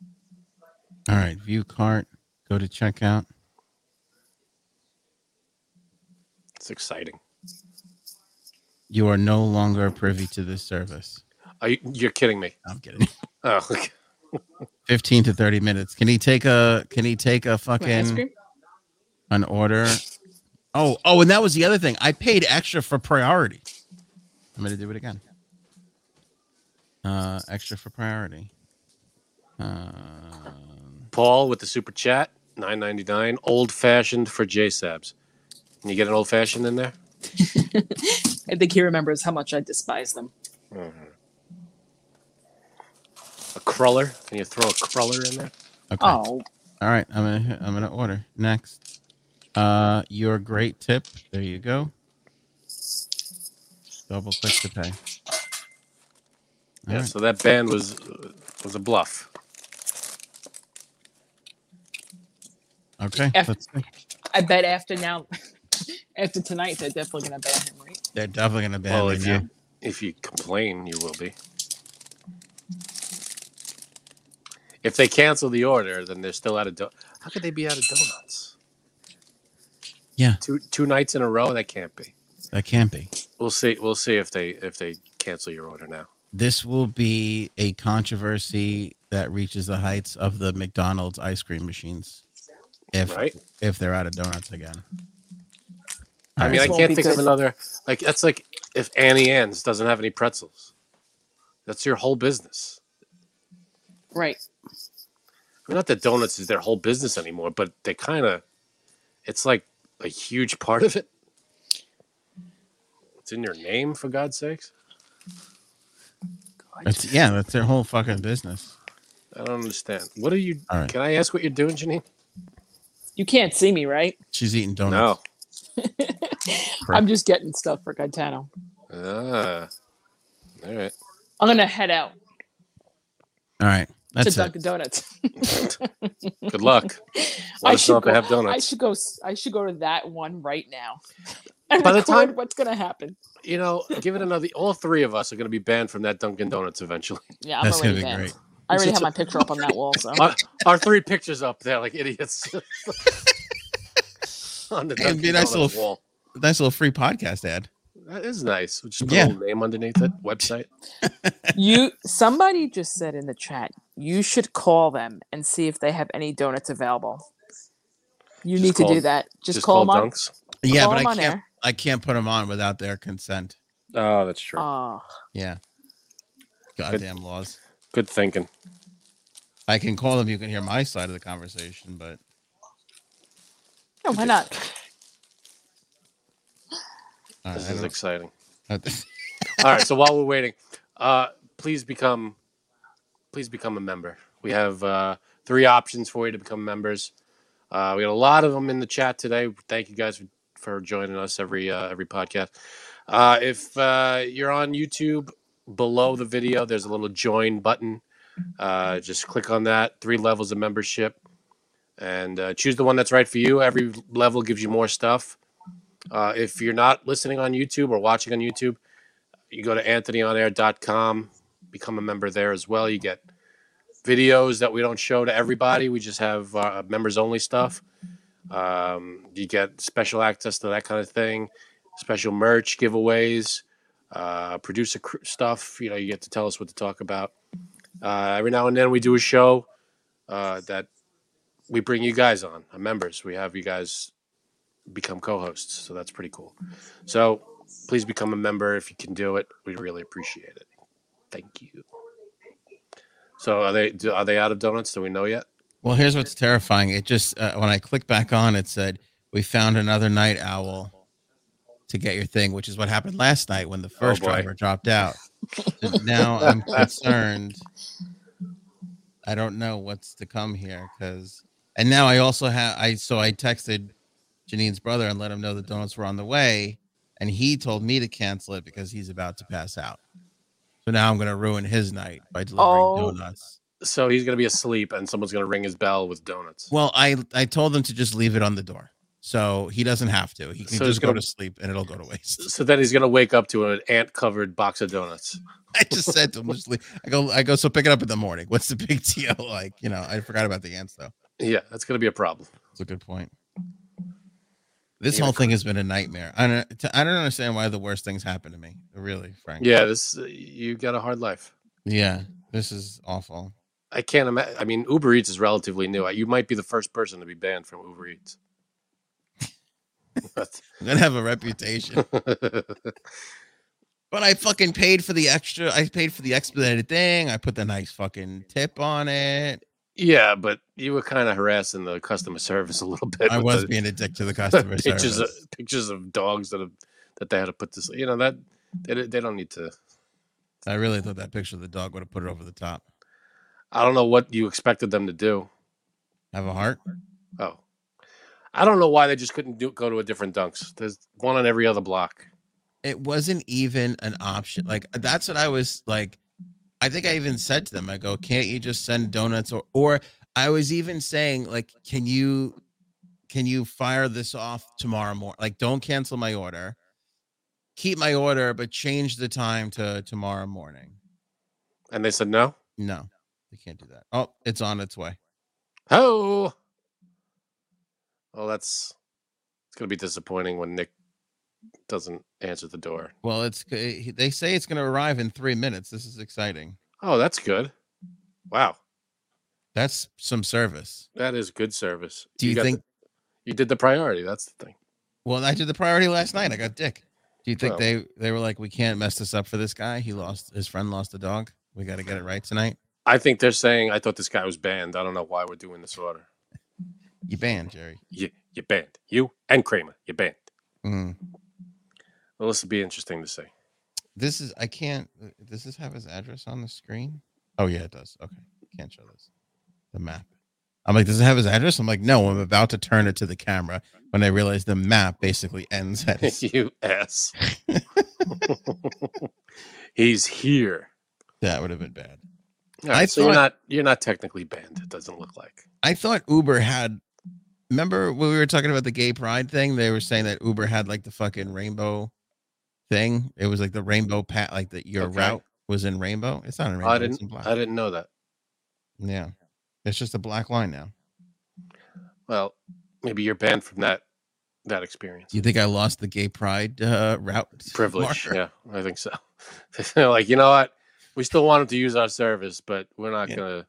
Speaker 1: All right, view cart. Go to checkout.
Speaker 2: It's exciting.
Speaker 1: You are no longer privy to this service.
Speaker 2: Are you, you're kidding me.
Speaker 1: I'm kidding.
Speaker 2: Oh, okay.
Speaker 1: Fifteen to thirty minutes. Can he take a? Can he take a
Speaker 4: You want Ice
Speaker 1: fucking
Speaker 4: cream?
Speaker 1: an order? Oh, oh, and that was the other thing. I paid extra for priority. I'm gonna do it again. Uh, extra for priority. Uh, Um.
Speaker 2: Paul with the super chat, nine ninety nine, old fashioned for J Sabs. Can you get an old fashioned in there?
Speaker 4: I think he remembers how much I despise them.
Speaker 2: A cruller? Can you throw a cruller in there?
Speaker 1: Okay.
Speaker 4: Oh,
Speaker 1: All right. I'm gonna I'm gonna order next. Uh, your great tip. There you go. Double click to pay. All
Speaker 2: yeah.
Speaker 1: right.
Speaker 2: So that ban was uh, was a bluff.
Speaker 1: Okay.
Speaker 4: F-
Speaker 1: Let's see.
Speaker 4: I bet after now, after tonight, they're definitely gonna ban him, right?
Speaker 1: They're definitely gonna ban
Speaker 2: well,
Speaker 1: me
Speaker 2: if
Speaker 1: now.
Speaker 2: you if you complain, you will be. If they cancel the order, then they're still out of. Do- How could they be out of donuts?
Speaker 1: Yeah.
Speaker 2: Two two nights in a row, that can't be.
Speaker 1: That can't be.
Speaker 2: We'll see. We'll see if they if they cancel your order now.
Speaker 1: This will be a controversy that reaches the heights of the McDonald's ice cream machines. If
Speaker 2: Right?
Speaker 1: if they're out of donuts again.
Speaker 2: I mean, I
Speaker 4: This won't
Speaker 2: can't
Speaker 4: be
Speaker 2: think of
Speaker 4: good.
Speaker 2: another. Like that's like if Annie Ann's doesn't have any pretzels. That's your whole business.
Speaker 4: Right.
Speaker 2: I mean, not that donuts is their whole business anymore, but they kind of. It's like a huge part of it. It's in your name, for God's sakes.
Speaker 1: That's, yeah, that's their whole fucking business.
Speaker 2: I don't understand. What are you?
Speaker 1: All right.
Speaker 2: Can I ask what you're doing, Janine?
Speaker 4: You can't see me, right?
Speaker 1: She's eating donuts.
Speaker 2: No.
Speaker 4: I'm just getting stuff for Gaetano.
Speaker 2: Ah. All right.
Speaker 4: I'm gonna head out
Speaker 1: All right. That's
Speaker 4: to
Speaker 1: it.
Speaker 4: Dunkin' Donuts.
Speaker 2: Good luck. Let us
Speaker 4: I
Speaker 2: know
Speaker 4: should
Speaker 2: if they
Speaker 4: go.
Speaker 2: have donuts.
Speaker 4: I should go. s- I should go to that one right now. And
Speaker 2: By the
Speaker 4: record
Speaker 2: time-
Speaker 4: what's gonna happen?
Speaker 2: You know, give it another. All three of us are going to be banned from that Dunkin' Donuts eventually.
Speaker 4: Yeah, I'm
Speaker 1: That's gonna
Speaker 4: already
Speaker 1: be
Speaker 4: banned.
Speaker 1: great.
Speaker 4: I already
Speaker 2: It's
Speaker 4: have my picture up on that wall. So
Speaker 2: Our, our three pictures up there, like idiots. On the
Speaker 1: It'd be
Speaker 2: Dunkin'
Speaker 1: a nice
Speaker 2: Donuts
Speaker 1: little-
Speaker 2: wall.
Speaker 1: Nice little free podcast ad.
Speaker 2: That is nice. Just put
Speaker 1: Yeah.
Speaker 2: a little name underneath it. Website.
Speaker 4: you, somebody just said in the chat, you should call them and see if they have any donuts available. You
Speaker 2: Just
Speaker 4: need to
Speaker 2: call-
Speaker 4: do that. Just, call, them up.
Speaker 2: Dunks.
Speaker 1: Yeah,
Speaker 4: Call
Speaker 1: but I
Speaker 4: them on
Speaker 1: can't
Speaker 4: air.
Speaker 1: I can't put them on without their consent.
Speaker 2: Oh, that's true.
Speaker 4: Oh,
Speaker 1: Yeah. Goddamn laws.
Speaker 2: Good thinking.
Speaker 1: I can call them. You can hear my side of the conversation, but
Speaker 4: yeah, why not?
Speaker 1: all right,
Speaker 2: This
Speaker 1: uh, I
Speaker 2: is
Speaker 1: don't-
Speaker 2: exciting.
Speaker 1: I th-
Speaker 2: All right. So while we're waiting, uh, please become, please become a member. We have uh, three options for you to become members. Uh, we had a lot of them in the chat today. Thank you guys for, for joining us every uh, every podcast. Uh, if uh, you're on YouTube, below the video, there's a little join button. Uh, just click on that. Three levels of membership, and uh, choose the one that's right for you. Every level gives you more stuff. Uh, if you're not listening on YouTube or watching on YouTube you go to anthonyonair.com become a member there as well you get videos that we don't show to everybody we just have uh, members only stuff um, you get special access to that kind of thing special merch giveaways uh, producer cr- stuff you know you get to tell us what to talk about uh, every now and then we do a show uh, that we bring you guys on our members we have you guys become co-hosts so that's pretty cool so please become a member if you can do it. We really appreciate it. Thank you. So are they do, are they out of donuts? Do we know yet?
Speaker 1: well, here's what's terrifying. It just uh, when I clicked back on, it said we found another night owl to get your thing, which is what happened last night when the first
Speaker 2: boy.
Speaker 1: driver dropped out. So now I'm concerned. I don't know what's to come here because, and now I also have I so I texted Janine's brother and let him know the donuts were on the way, and he told me to cancel it because he's about to pass out. So now I'm going to ruin his night by delivering
Speaker 4: Oh.
Speaker 1: donuts.
Speaker 2: So he's gonna be asleep and someone's gonna ring his bell with donuts.
Speaker 1: Well, I I told him to just leave it on the door, so he doesn't have to. He can
Speaker 2: So it's
Speaker 1: just go
Speaker 2: gonna-
Speaker 1: to sleep and it'll go to waste.
Speaker 2: So then he's gonna wake up to an ant covered box of donuts.
Speaker 1: I just said to him, just leave. I go, I go. So pick it up in the morning. What's the big deal? Like, you know, I forgot about the ants though.
Speaker 2: Yeah, that's gonna be a problem.
Speaker 1: That's a good point. This
Speaker 2: You're
Speaker 1: whole thing has been a nightmare. I don't, t- I don't understand why the worst things happen to me. Really, Frank.
Speaker 2: Yeah, this you got a hard life.
Speaker 1: Yeah. This is awful.
Speaker 2: I can't imagine. I mean, Uber Eats is relatively new. You might be the first person to be banned from Uber Eats.
Speaker 1: I'm gonna have a reputation. But I fucking paid for the extra. I paid for the expedited thing. I put the nice fucking tip on it.
Speaker 2: yeah, but you were kind of harassing the customer service a little bit.
Speaker 1: I
Speaker 2: with
Speaker 1: was
Speaker 2: the-
Speaker 1: being a dick to the customer
Speaker 2: pictures
Speaker 1: service.
Speaker 2: of pictures of dogs that have that they had to put this you know that they, don't- they don't need to uh,
Speaker 1: I really thought that picture of the dog would have put it over the top.
Speaker 2: i don't know what you expected them to do
Speaker 1: Have a heart.
Speaker 2: oh i don't know why they just couldn't do go to a different dunks there's one on every other block
Speaker 1: It wasn't even an option. Like that's what I was like. I think I even said to them, I go, can't you just send donuts or or I was even saying, like, can you can you fire this off tomorrow morning? Like, don't cancel my order. Keep my order, but change the time to tomorrow morning.
Speaker 2: and they said no
Speaker 1: No, you can't do that. Oh, it's on its way.
Speaker 2: oh well that's it's gonna be disappointing when nick doesn't answer the door.
Speaker 1: Well, it's eh, they say it's going to arrive in three minutes. This is exciting.
Speaker 2: Oh, that's good. Wow,
Speaker 1: That's some service.
Speaker 2: that is good service.
Speaker 1: Do you,
Speaker 2: got the-
Speaker 1: think?
Speaker 2: you did the priority? That's the thing.
Speaker 1: well, I did the priority last night. I got Dick. Do you think
Speaker 2: Well.
Speaker 1: they they were like, we can't mess this up for this guy? He lost his friend, lost a dog. We got to get it right tonight.
Speaker 2: I think they're saying. I thought this guy was banned. I don't know why we're doing this order.
Speaker 1: You banned Jerry.
Speaker 2: You, you banned. You and Kramer. You banned.
Speaker 1: Mm.
Speaker 2: Well, this will be interesting to see.
Speaker 1: This is I can't. uh, Does this have his address on the screen? Oh yeah, it does. Okay, can't show this. The map. I'm like, does it have his address? I'm like, no. I'm about to turn it to the camera when I realize the map basically ends at his
Speaker 2: you ass. He's here.
Speaker 1: That would have been bad.
Speaker 2: All right,
Speaker 1: I
Speaker 2: so you're
Speaker 1: thought-
Speaker 2: not you're not technically banned. It doesn't look like.
Speaker 1: I thought Uber had. Remember when we were talking about the gay pride thing? They were saying that Uber had like the fucking rainbow thing. It was like the rainbow pat, like that your
Speaker 2: Okay.
Speaker 1: route was in rainbow. It's not in rainbow.
Speaker 2: I
Speaker 1: it's in
Speaker 2: didn't
Speaker 1: black.
Speaker 2: I didn't know that.
Speaker 1: yeah, it's just a black line now.
Speaker 2: Well, maybe you're banned from that that experience.
Speaker 1: Do you think I lost the gay pride uh, route
Speaker 2: Privilege.
Speaker 1: marker?
Speaker 2: Yeah, I think so. They're like, you know what? We still want him to use our service, but we're not
Speaker 1: Yeah.
Speaker 2: gonna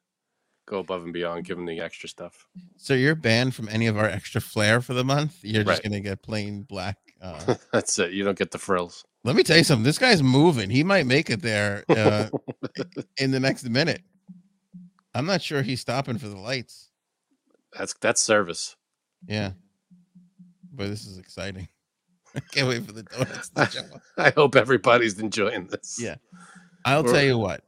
Speaker 2: go above and beyond, give him the extra stuff.
Speaker 1: So you're banned from any of our extra flair for the month. You're just
Speaker 2: Right.
Speaker 1: gonna get plain black. Uh,
Speaker 2: That's it. You don't get the frills.
Speaker 1: let me tell you something. This guy's moving. He might make it there uh, in the next minute. I'm not sure he's stopping for the lights.
Speaker 2: That's that's service.
Speaker 1: Yeah. But this is exciting. I can't wait for the donuts to show up.
Speaker 2: I hope everybody's enjoying this.
Speaker 1: Yeah. I'll tell you what.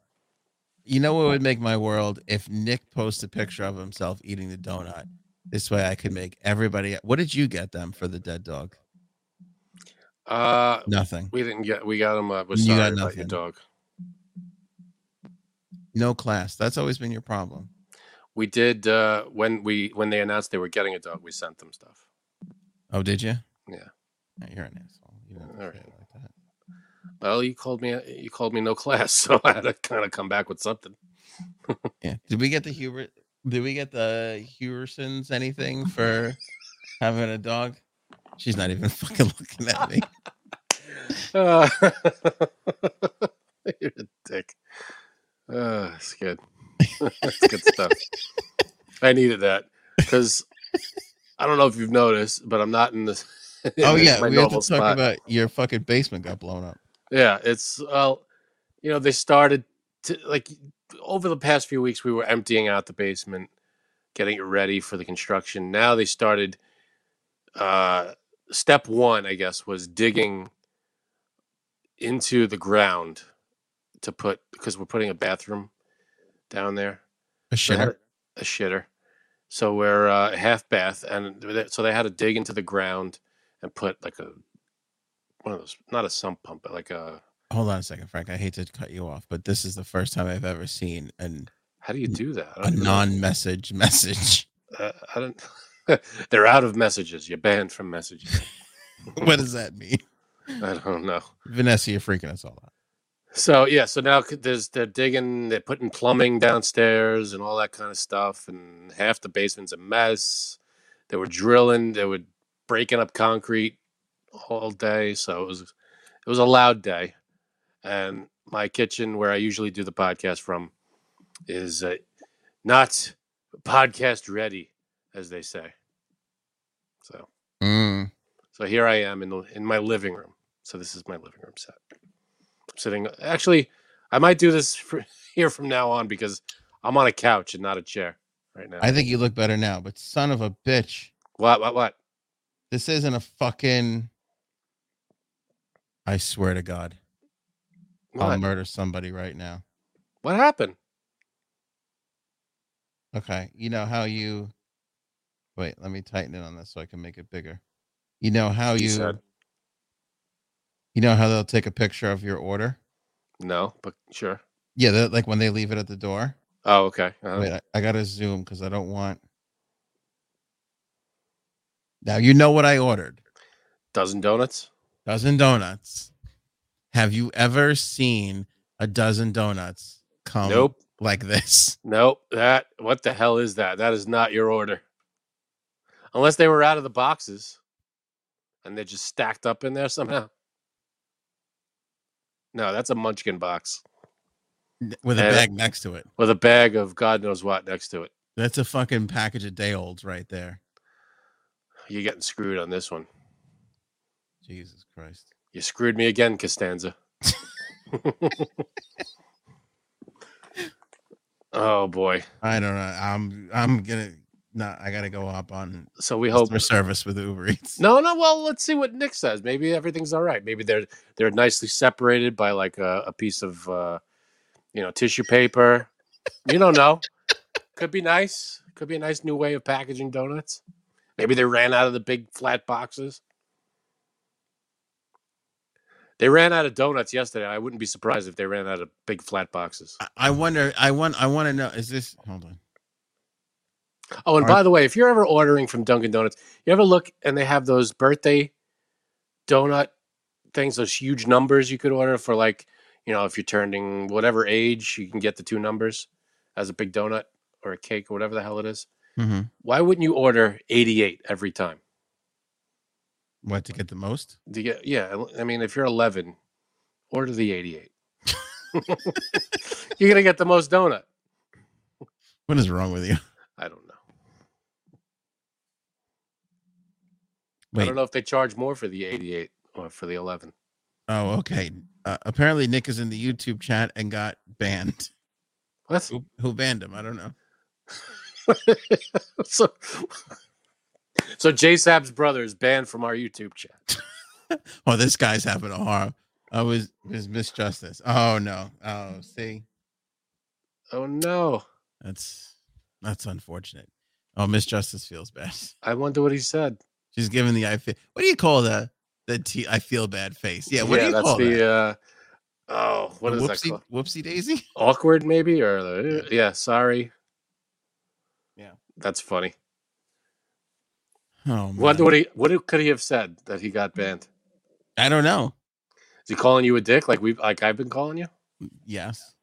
Speaker 1: You know what would make my world if Nick posts a picture of himself eating the donut. This way I could make everybody what did you get them for the dead dog?
Speaker 2: Uh
Speaker 1: Nothing.
Speaker 2: we didn't get we got him uh we're
Speaker 1: You got
Speaker 2: sorry about your
Speaker 1: nothing.
Speaker 2: dog.
Speaker 1: No class. That's always been your problem.
Speaker 2: We did uh when we when they announced they were getting a dog, we sent them stuff.
Speaker 1: Oh, did you?
Speaker 2: Yeah.
Speaker 1: Yeah, You're an asshole. You don't have to
Speaker 2: All
Speaker 1: say
Speaker 2: right.
Speaker 1: it like that.
Speaker 2: Well, you called me you called me no class, so I had to kind of come back with something.
Speaker 1: Yeah. Did we get the Hubert did we get the Hubersons anything for having a dog? She's not even fucking looking at me.
Speaker 2: Uh, you're a dick. Uh, it's good. That's good stuff. I needed that because I don't know if you've noticed, but I'm not in this. in
Speaker 1: Oh
Speaker 2: this-
Speaker 1: yeah,
Speaker 2: my
Speaker 1: we have to
Speaker 2: normal
Speaker 1: talk
Speaker 2: spot.
Speaker 1: about your fucking basement got blown up.
Speaker 2: Yeah, it's well, you know, they started to like over the past few weeks we were emptying out the basement, getting it ready for the construction. Now they started uh step 1, I guess, was digging into the ground to put because we're putting a bathroom down there.
Speaker 1: A
Speaker 2: So they had
Speaker 1: shitter.
Speaker 2: A, a shitter. So we're uh, half bath, and th- so they had to dig into the ground and put like a one of those, not a sump pump, but like a
Speaker 1: Hold on a second, Frank. I hate to cut you off, but this is the first time I've ever seen an,
Speaker 2: How do you do that? I
Speaker 1: a
Speaker 2: don't know.
Speaker 1: non-message message.
Speaker 2: Uh, I don't. They're out of messages. You're banned from messages.
Speaker 1: what does that mean?
Speaker 2: I don't know.
Speaker 1: Vanessa, you're freaking us all out.
Speaker 2: So yeah. So now c- there's they're digging. They're putting plumbing downstairs and all that kind of stuff. And half the basement's a mess. They were drilling. They were breaking up concrete all day. So it was it was a loud day. And my kitchen, where I usually do the podcast from, is uh, not podcast ready, as they say. So.
Speaker 1: Mm.
Speaker 2: So here I am in the in my living room. So this is my living room set. I'm sitting. Actually, I might do this for, here from now on because I'm on a couch and not a chair right now.
Speaker 1: I think you look better now, but son of a bitch,
Speaker 2: what? What? What?
Speaker 1: this isn't a fucking. I swear to God, I'll
Speaker 2: What,
Speaker 1: murder somebody right now.
Speaker 2: what happened?
Speaker 1: Okay. You know how you wait, let me tighten it on this so I can make it bigger. You know how
Speaker 2: He
Speaker 1: you
Speaker 2: said.
Speaker 1: you know how they'll take a picture of your order?
Speaker 2: No, but sure.
Speaker 1: Yeah, that like when they leave it at the door.
Speaker 2: Oh, okay. Uh-huh.
Speaker 1: Wait, I, I gotta zoom because I don't want now you know what I ordered.
Speaker 2: Dozen donuts.
Speaker 1: Dozen donuts. Have you ever seen a dozen donuts come
Speaker 2: nope.
Speaker 1: like this?
Speaker 2: Nope. That. What the hell is that? That is not your order. Unless they were out of the boxes. and they're just stacked up in there somehow. No, that's a munchkin box
Speaker 1: with a
Speaker 2: Yeah.
Speaker 1: bag next to it.
Speaker 2: with a bag of God knows what next to it.
Speaker 1: That's a fucking package of day olds right there.
Speaker 2: You're getting screwed on this one.
Speaker 1: Jesus Christ.
Speaker 2: You screwed me again, Costanza. oh boy.
Speaker 1: I don't know. I'm I'm gonna not. I gotta go up on
Speaker 2: So we hope
Speaker 1: customer service with Uber Eats.
Speaker 2: No, no. Well, let's see what Nick says. Maybe everything's all right. Maybe they're they're nicely separated by like a, a piece of uh, you know tissue paper. You don't know. Could be nice. Could be a nice new way of packaging donuts. Maybe they ran out of the big flat boxes. They ran out of donuts yesterday. I wouldn't be surprised if they ran out of big flat boxes.
Speaker 1: I- I wonder. I want. I want to know. Is this? Hold on.
Speaker 2: Oh, and
Speaker 1: Are-
Speaker 2: by the way, if you're ever ordering from Dunkin' Donuts, you ever look and they have those birthday donut things, those huge numbers you could order for like, you know, if you're turning whatever age, you can get the two numbers as a big donut or a cake or whatever the hell it is.
Speaker 1: Mhm.
Speaker 2: Why wouldn't you order 88 every time?
Speaker 1: What to get the most?
Speaker 2: Do you, yeah, I mean, if you're 11, order the 88. you're going to get the most donut.
Speaker 1: What is wrong with you?
Speaker 2: I don't know. I
Speaker 1: Wait.
Speaker 2: don't know if they charge more for the 88 or for the 11.
Speaker 1: Oh, okay. Uh, apparently, Nick is in the YouTube chat and got banned.
Speaker 2: What?
Speaker 1: Who, who banned him? I don't know.
Speaker 2: so, so J Sab's brother is banned from our YouTube chat.
Speaker 1: Oh, this guy's having a harm. Oh, I was was mistrust this. Oh no. Oh, see,
Speaker 2: Oh no!
Speaker 1: that's that's unfortunate. Oh, Miss Justice feels bad.
Speaker 2: I wonder what he said.
Speaker 1: She's giving the I feel. What do you call the the t- I feel bad face? Yeah. What do you
Speaker 2: that's
Speaker 1: call
Speaker 2: the.
Speaker 1: that?
Speaker 2: Uh, oh, what
Speaker 1: The
Speaker 2: is that
Speaker 1: whoopsie,
Speaker 2: called?
Speaker 1: Whoopsie Daisy.
Speaker 2: Awkward, maybe, or the, yeah. sorry.
Speaker 1: Yeah.
Speaker 2: that's funny.
Speaker 1: Oh,
Speaker 2: Wonder
Speaker 1: man.
Speaker 2: what he what he- could he have said that he got banned?
Speaker 1: I don't know.
Speaker 2: Is he calling you a dick like we have like I've been calling you?
Speaker 1: Yes.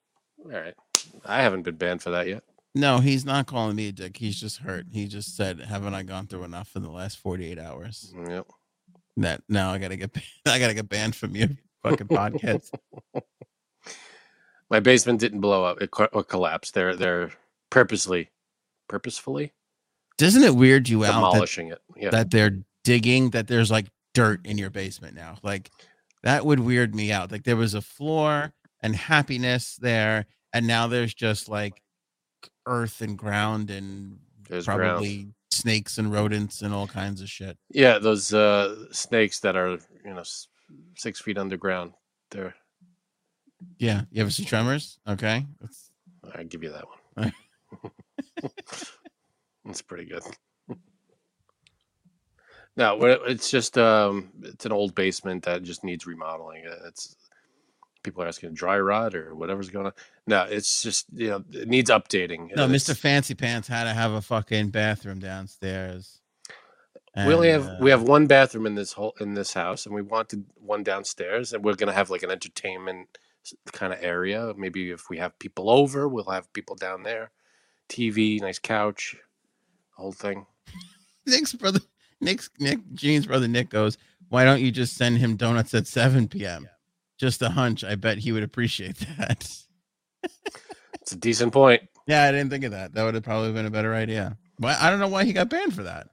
Speaker 2: All right, I haven't been banned for that yet.
Speaker 1: No, he's not calling me a dick. He's just hurt. He just said, "Haven't I gone through enough in the last forty-eight hours?"
Speaker 2: Yep.
Speaker 1: That now I gotta get, ban- I gotta get banned from your fucking podcast.
Speaker 2: My basement didn't blow up. It co- or collapsed. They're they're purposely, purposefully
Speaker 1: Doesn't it weird you out that,
Speaker 2: demolishing it. Yeah.
Speaker 1: that they're digging? That there's like dirt in your basement now. Like that would weird me out. Like there was a floor and happiness there, and now there's just like earth and ground and
Speaker 2: There's ground.
Speaker 1: probably snakes and rodents and all kinds of shit.
Speaker 2: Yeah, those uh, snakes that are you know s- six feet underground. They're
Speaker 1: Yeah, you ever see Tremors? Okay, that's
Speaker 2: I give you that one. That's pretty good. No, we're- it's just um, it's an old basement that just needs remodeling. Uh, It's people are asking dry rot or whatever's going on. No, it's just you know it needs updating.
Speaker 1: No,
Speaker 2: and
Speaker 1: Mr.
Speaker 2: it's-
Speaker 1: Fancy Pants had to have a fucking bathroom downstairs.
Speaker 2: we only
Speaker 1: And,
Speaker 2: have we
Speaker 1: uh,
Speaker 2: have one bathroom in this whole in this house, and we wanted one downstairs, and we're gonna have like an entertainment kind of area. Maybe if we have people over, we'll have people down there. TV, nice couch, whole thing.
Speaker 1: Nick's brother, Nick's Nick Gene's brother Nick goes, Why don't you just send him donuts at 7 p.m.? Just a hunch. I bet he would appreciate that.
Speaker 2: It's a decent point.
Speaker 1: yeah, I didn't think of that. That would have probably been a better idea. Why I don't know why he got banned for that.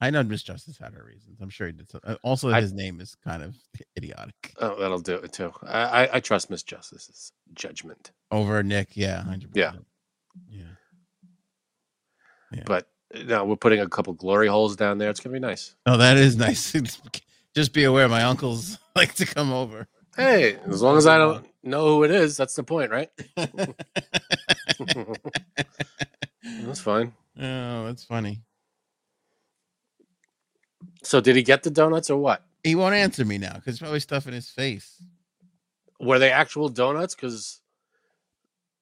Speaker 1: I know Miss Justice had her reasons. I'm sure he did. So. uh, Also,
Speaker 2: I-
Speaker 1: his name is kind of idiotic.
Speaker 2: Oh, that'll do it too. I I, I trust Miss Justice's judgment,
Speaker 1: Over Nick, yeah, 100%.
Speaker 2: Yeah.
Speaker 1: Yeah.
Speaker 2: but uh, no, we're putting a couple glory holes down there. It's gonna be nice.
Speaker 1: Oh, that is nice. Just be aware, my uncles like to come over.
Speaker 2: Hey, as long as I don't know who it is, that's the point, right?
Speaker 1: Oh,
Speaker 2: that's fine.
Speaker 1: Oh, that's funny.
Speaker 2: So, did he get the donuts or what?
Speaker 1: He won't answer me now because it's probably stuff in his face.
Speaker 2: Were they actual donuts? Because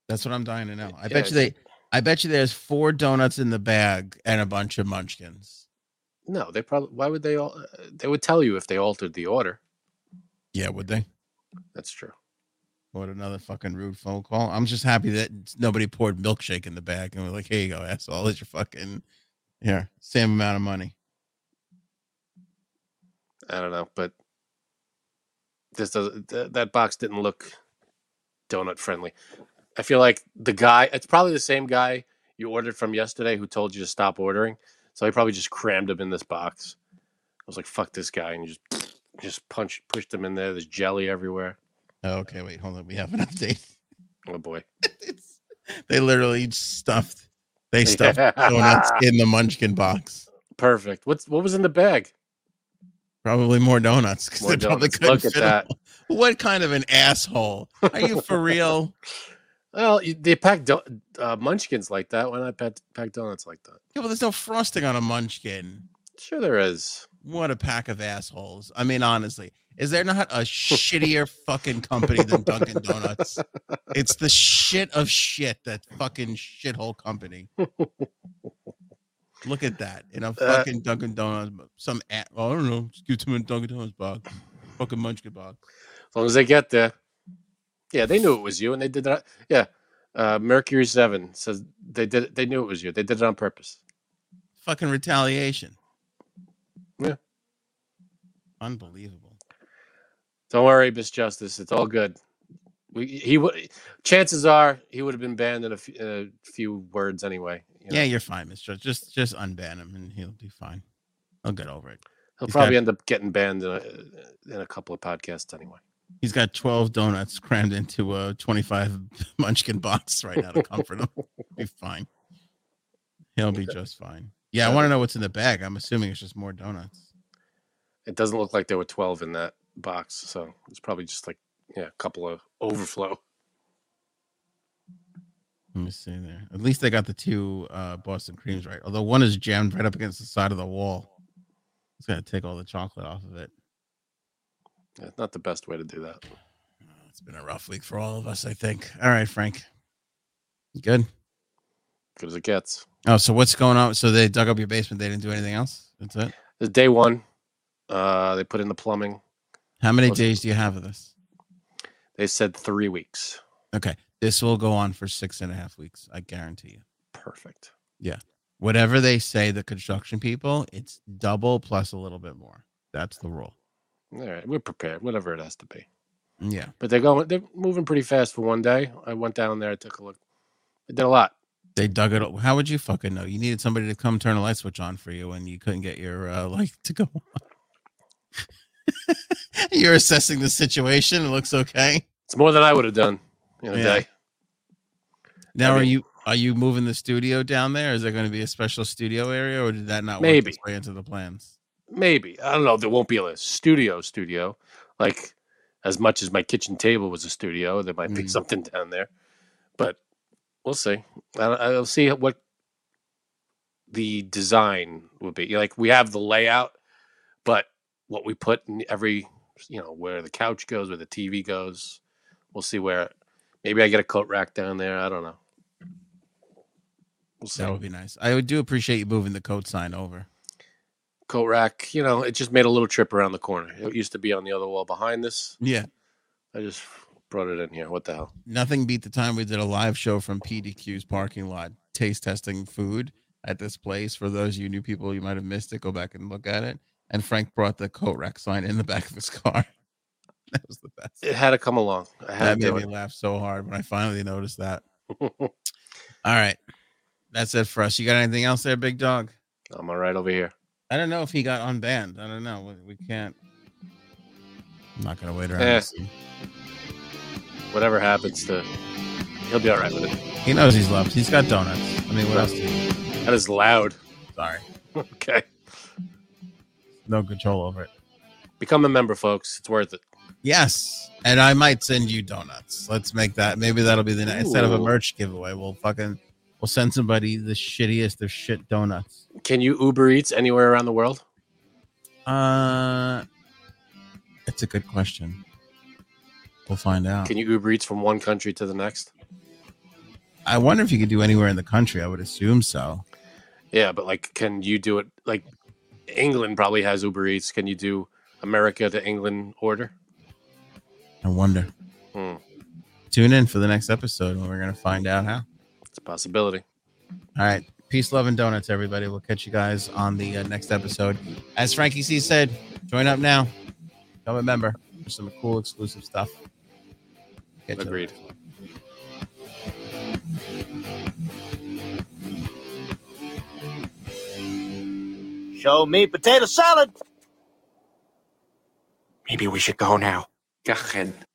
Speaker 1: That's what I'm dying to know. I
Speaker 2: Yeah,
Speaker 1: bet you they.
Speaker 2: it's-
Speaker 1: I bet you there's four donuts in the bag and a bunch of munchkins.
Speaker 2: no, they probably. Why would they all? uh, They would tell you if they altered the order.
Speaker 1: Yeah, would they?
Speaker 2: That's true.
Speaker 1: What another fucking rude phone call. I'm just happy that nobody poured milkshake in the bag and was like, "Here you go, asshole. It's your fucking yeah, same amount of money."
Speaker 2: I don't know, but this doesn't. Th- that box didn't look donut friendly. I feel like the guy. It's probably the same guy you ordered from yesterday who told you to stop ordering. So he probably just crammed them in this box. I was like, "Fuck this guy," and you just just punched, pushed them in there. There's jelly everywhere.
Speaker 1: Oh, Okay, wait, hold on. We have an update.
Speaker 2: Oh boy.
Speaker 1: It's- they literally stuffed. They stuffed donuts in the Munchkin box.
Speaker 2: Perfect. What's what was in the bag?
Speaker 1: Probably more donuts. 'cause
Speaker 2: More
Speaker 1: they probably
Speaker 2: donuts.
Speaker 1: couldn't
Speaker 2: Look at
Speaker 1: fit 'em
Speaker 2: that.
Speaker 1: all. What kind of an asshole? Are you for real?
Speaker 2: Well, you- they pack do- uh, munchkins like that. Why not pack, pack donuts like that?
Speaker 1: Yeah, well, there's no frosting on a Munchkin.
Speaker 2: Sure, there is.
Speaker 1: What a pack of assholes. I mean, honestly, is there not a shittier fucking company than Dunkin' Donuts? It's the shit of shit, that fucking shithole company. Look at that. In a fucking Dunkin' Donuts, bo- some, a- I don't know, just give it to me in Dunkin' Donuts box. Fucking Munchkin box.
Speaker 2: As long as they get there. Yeah, they knew it was you, and they did that. Yeah, uh, Mercury Seven says they did. It, they knew it was you. They did it on purpose.
Speaker 1: Fucking retaliation.
Speaker 2: Yeah.
Speaker 1: Unbelievable.
Speaker 2: Don't worry, Miss Justice. It's all good. We he would. Chances are he would have been banned in a few, a few words anyway. you know.
Speaker 1: Yeah, you're fine, Mr. Just just unban him and he'll be fine. He'll get over it.
Speaker 2: he'll
Speaker 1: he's
Speaker 2: probably end up getting banned in a in a couple of podcasts anyway.
Speaker 1: He's got 12 donuts crammed into a 25 munchkin box right now to comfort him. He'll be fine. He'll be just fine. Yeah, I want to know what's in the bag. I'm assuming it's just more donuts.
Speaker 2: It doesn't look like there were twelve in that box, so it's probably just like yeah, a couple of overflow.
Speaker 1: Let me see there. At least they got the two uh, Boston creams right. Although one is jammed right up against the side of the wall. It's going to take all the chocolate off of it.
Speaker 2: Yeah, not the best way to do that.
Speaker 1: Uh, It's been a rough week for all of us, I think. All right, Frank. You Good.
Speaker 2: Good as it gets.
Speaker 1: Oh, so what's going on? So they dug up your basement. They didn't do anything else? That's it?
Speaker 2: It's day one. Uh, they put in the plumbing.
Speaker 1: How many
Speaker 2: What's-
Speaker 1: days do you have of this?
Speaker 2: They said three weeks.
Speaker 1: Okay. This will go on for six and a half weeks. I guarantee you.
Speaker 2: Perfect.
Speaker 1: Whatever they say, the construction people, it's double plus a little bit more. That's the rule.
Speaker 2: All right, we're prepared. Whatever it has to be.
Speaker 1: Yeah.
Speaker 2: But they're going. They're moving pretty fast for one day. I went down there. I took a look. They did a lot.
Speaker 1: They dug it up. How would you fucking know? You needed somebody to come turn a light switch on for you and you couldn't get your uh, light to go on. You're assessing the situation. It looks okay.
Speaker 2: It's more than I would have done in a
Speaker 1: Yeah.
Speaker 2: day.
Speaker 1: Now,
Speaker 2: I
Speaker 1: are
Speaker 2: mean-
Speaker 1: you are you moving the studio down there? Is there going to be a special studio area, or did that not work
Speaker 2: Maybe.
Speaker 1: its way into the plans?
Speaker 2: Maybe I don't know. There won't be a studio. Studio, like as much as my kitchen table was a studio, there might be
Speaker 1: Mm.
Speaker 2: something down there. But we'll see. I- I'll see what the design will be. Like we have the layout, but what we put in every, you know, where the couch goes, where the TV goes, we'll see where. Maybe I get a coat rack down there. I don't know. We'll see.
Speaker 1: That would be nice. I would do appreciate you moving the code sign over.
Speaker 2: coat rack. You know, it just made a little trip around the corner. It used to be on the other wall behind this.
Speaker 1: Yeah,
Speaker 2: I just brought it in here. What the hell?
Speaker 1: nothing beat the time we did a live show from PDQ's parking lot, taste testing food at this place. For those of you new people, you might have missed it. Go back and look at it. And Frank brought the coat rack sign in the back of his car. that was the best.
Speaker 2: It had to come along. I
Speaker 1: That
Speaker 2: had to
Speaker 1: made
Speaker 2: do
Speaker 1: me
Speaker 2: it.
Speaker 1: laugh so hard when I finally noticed that. All right, that's it for us. You got anything else there, big dog?
Speaker 2: I'm all right over here.
Speaker 1: I don't know if he got unbanned. I don't know. We, we can't. I'm not gonna wait around.
Speaker 2: Eh.
Speaker 1: to see.
Speaker 2: Whatever happens to, he'll be all right with it.
Speaker 1: He knows he's loved. He's got donuts. I mean, what else? Do you
Speaker 2: That is loud.
Speaker 1: Sorry,
Speaker 2: Okay.
Speaker 1: no control over it.
Speaker 2: Become a member, folks. It's worth it.
Speaker 1: Yes, and I might send you donuts. Let's make that. Maybe that'll be the next instead of a
Speaker 2: Ooh.
Speaker 1: merch giveaway. We'll fucking we'll send somebody the shittiest of shit donuts.
Speaker 2: Can you Uber Eats anywhere around the world?
Speaker 1: Uh, it's a good question. We'll find out.
Speaker 2: Can you Uber Eats from one country to the next?
Speaker 1: I wonder if you could do anywhere in the country. I would assume so.
Speaker 2: Yeah, but like, can you do it? Like, England probably has Uber Eats. Can you do America to England order?
Speaker 1: I wonder.
Speaker 2: Hmm,
Speaker 1: Tune in for the next episode when we're gonna find out how.
Speaker 2: it's a possibility.
Speaker 1: All right. Peace, love, and donuts, everybody. We'll catch you guys on the uh, next episode. As Frankie C said, join up now. Become a member for some cool exclusive stuff. Catch you.
Speaker 2: Agreed.
Speaker 5: Show me potato salad.
Speaker 6: Maybe we should go now.
Speaker 7: Go ahead.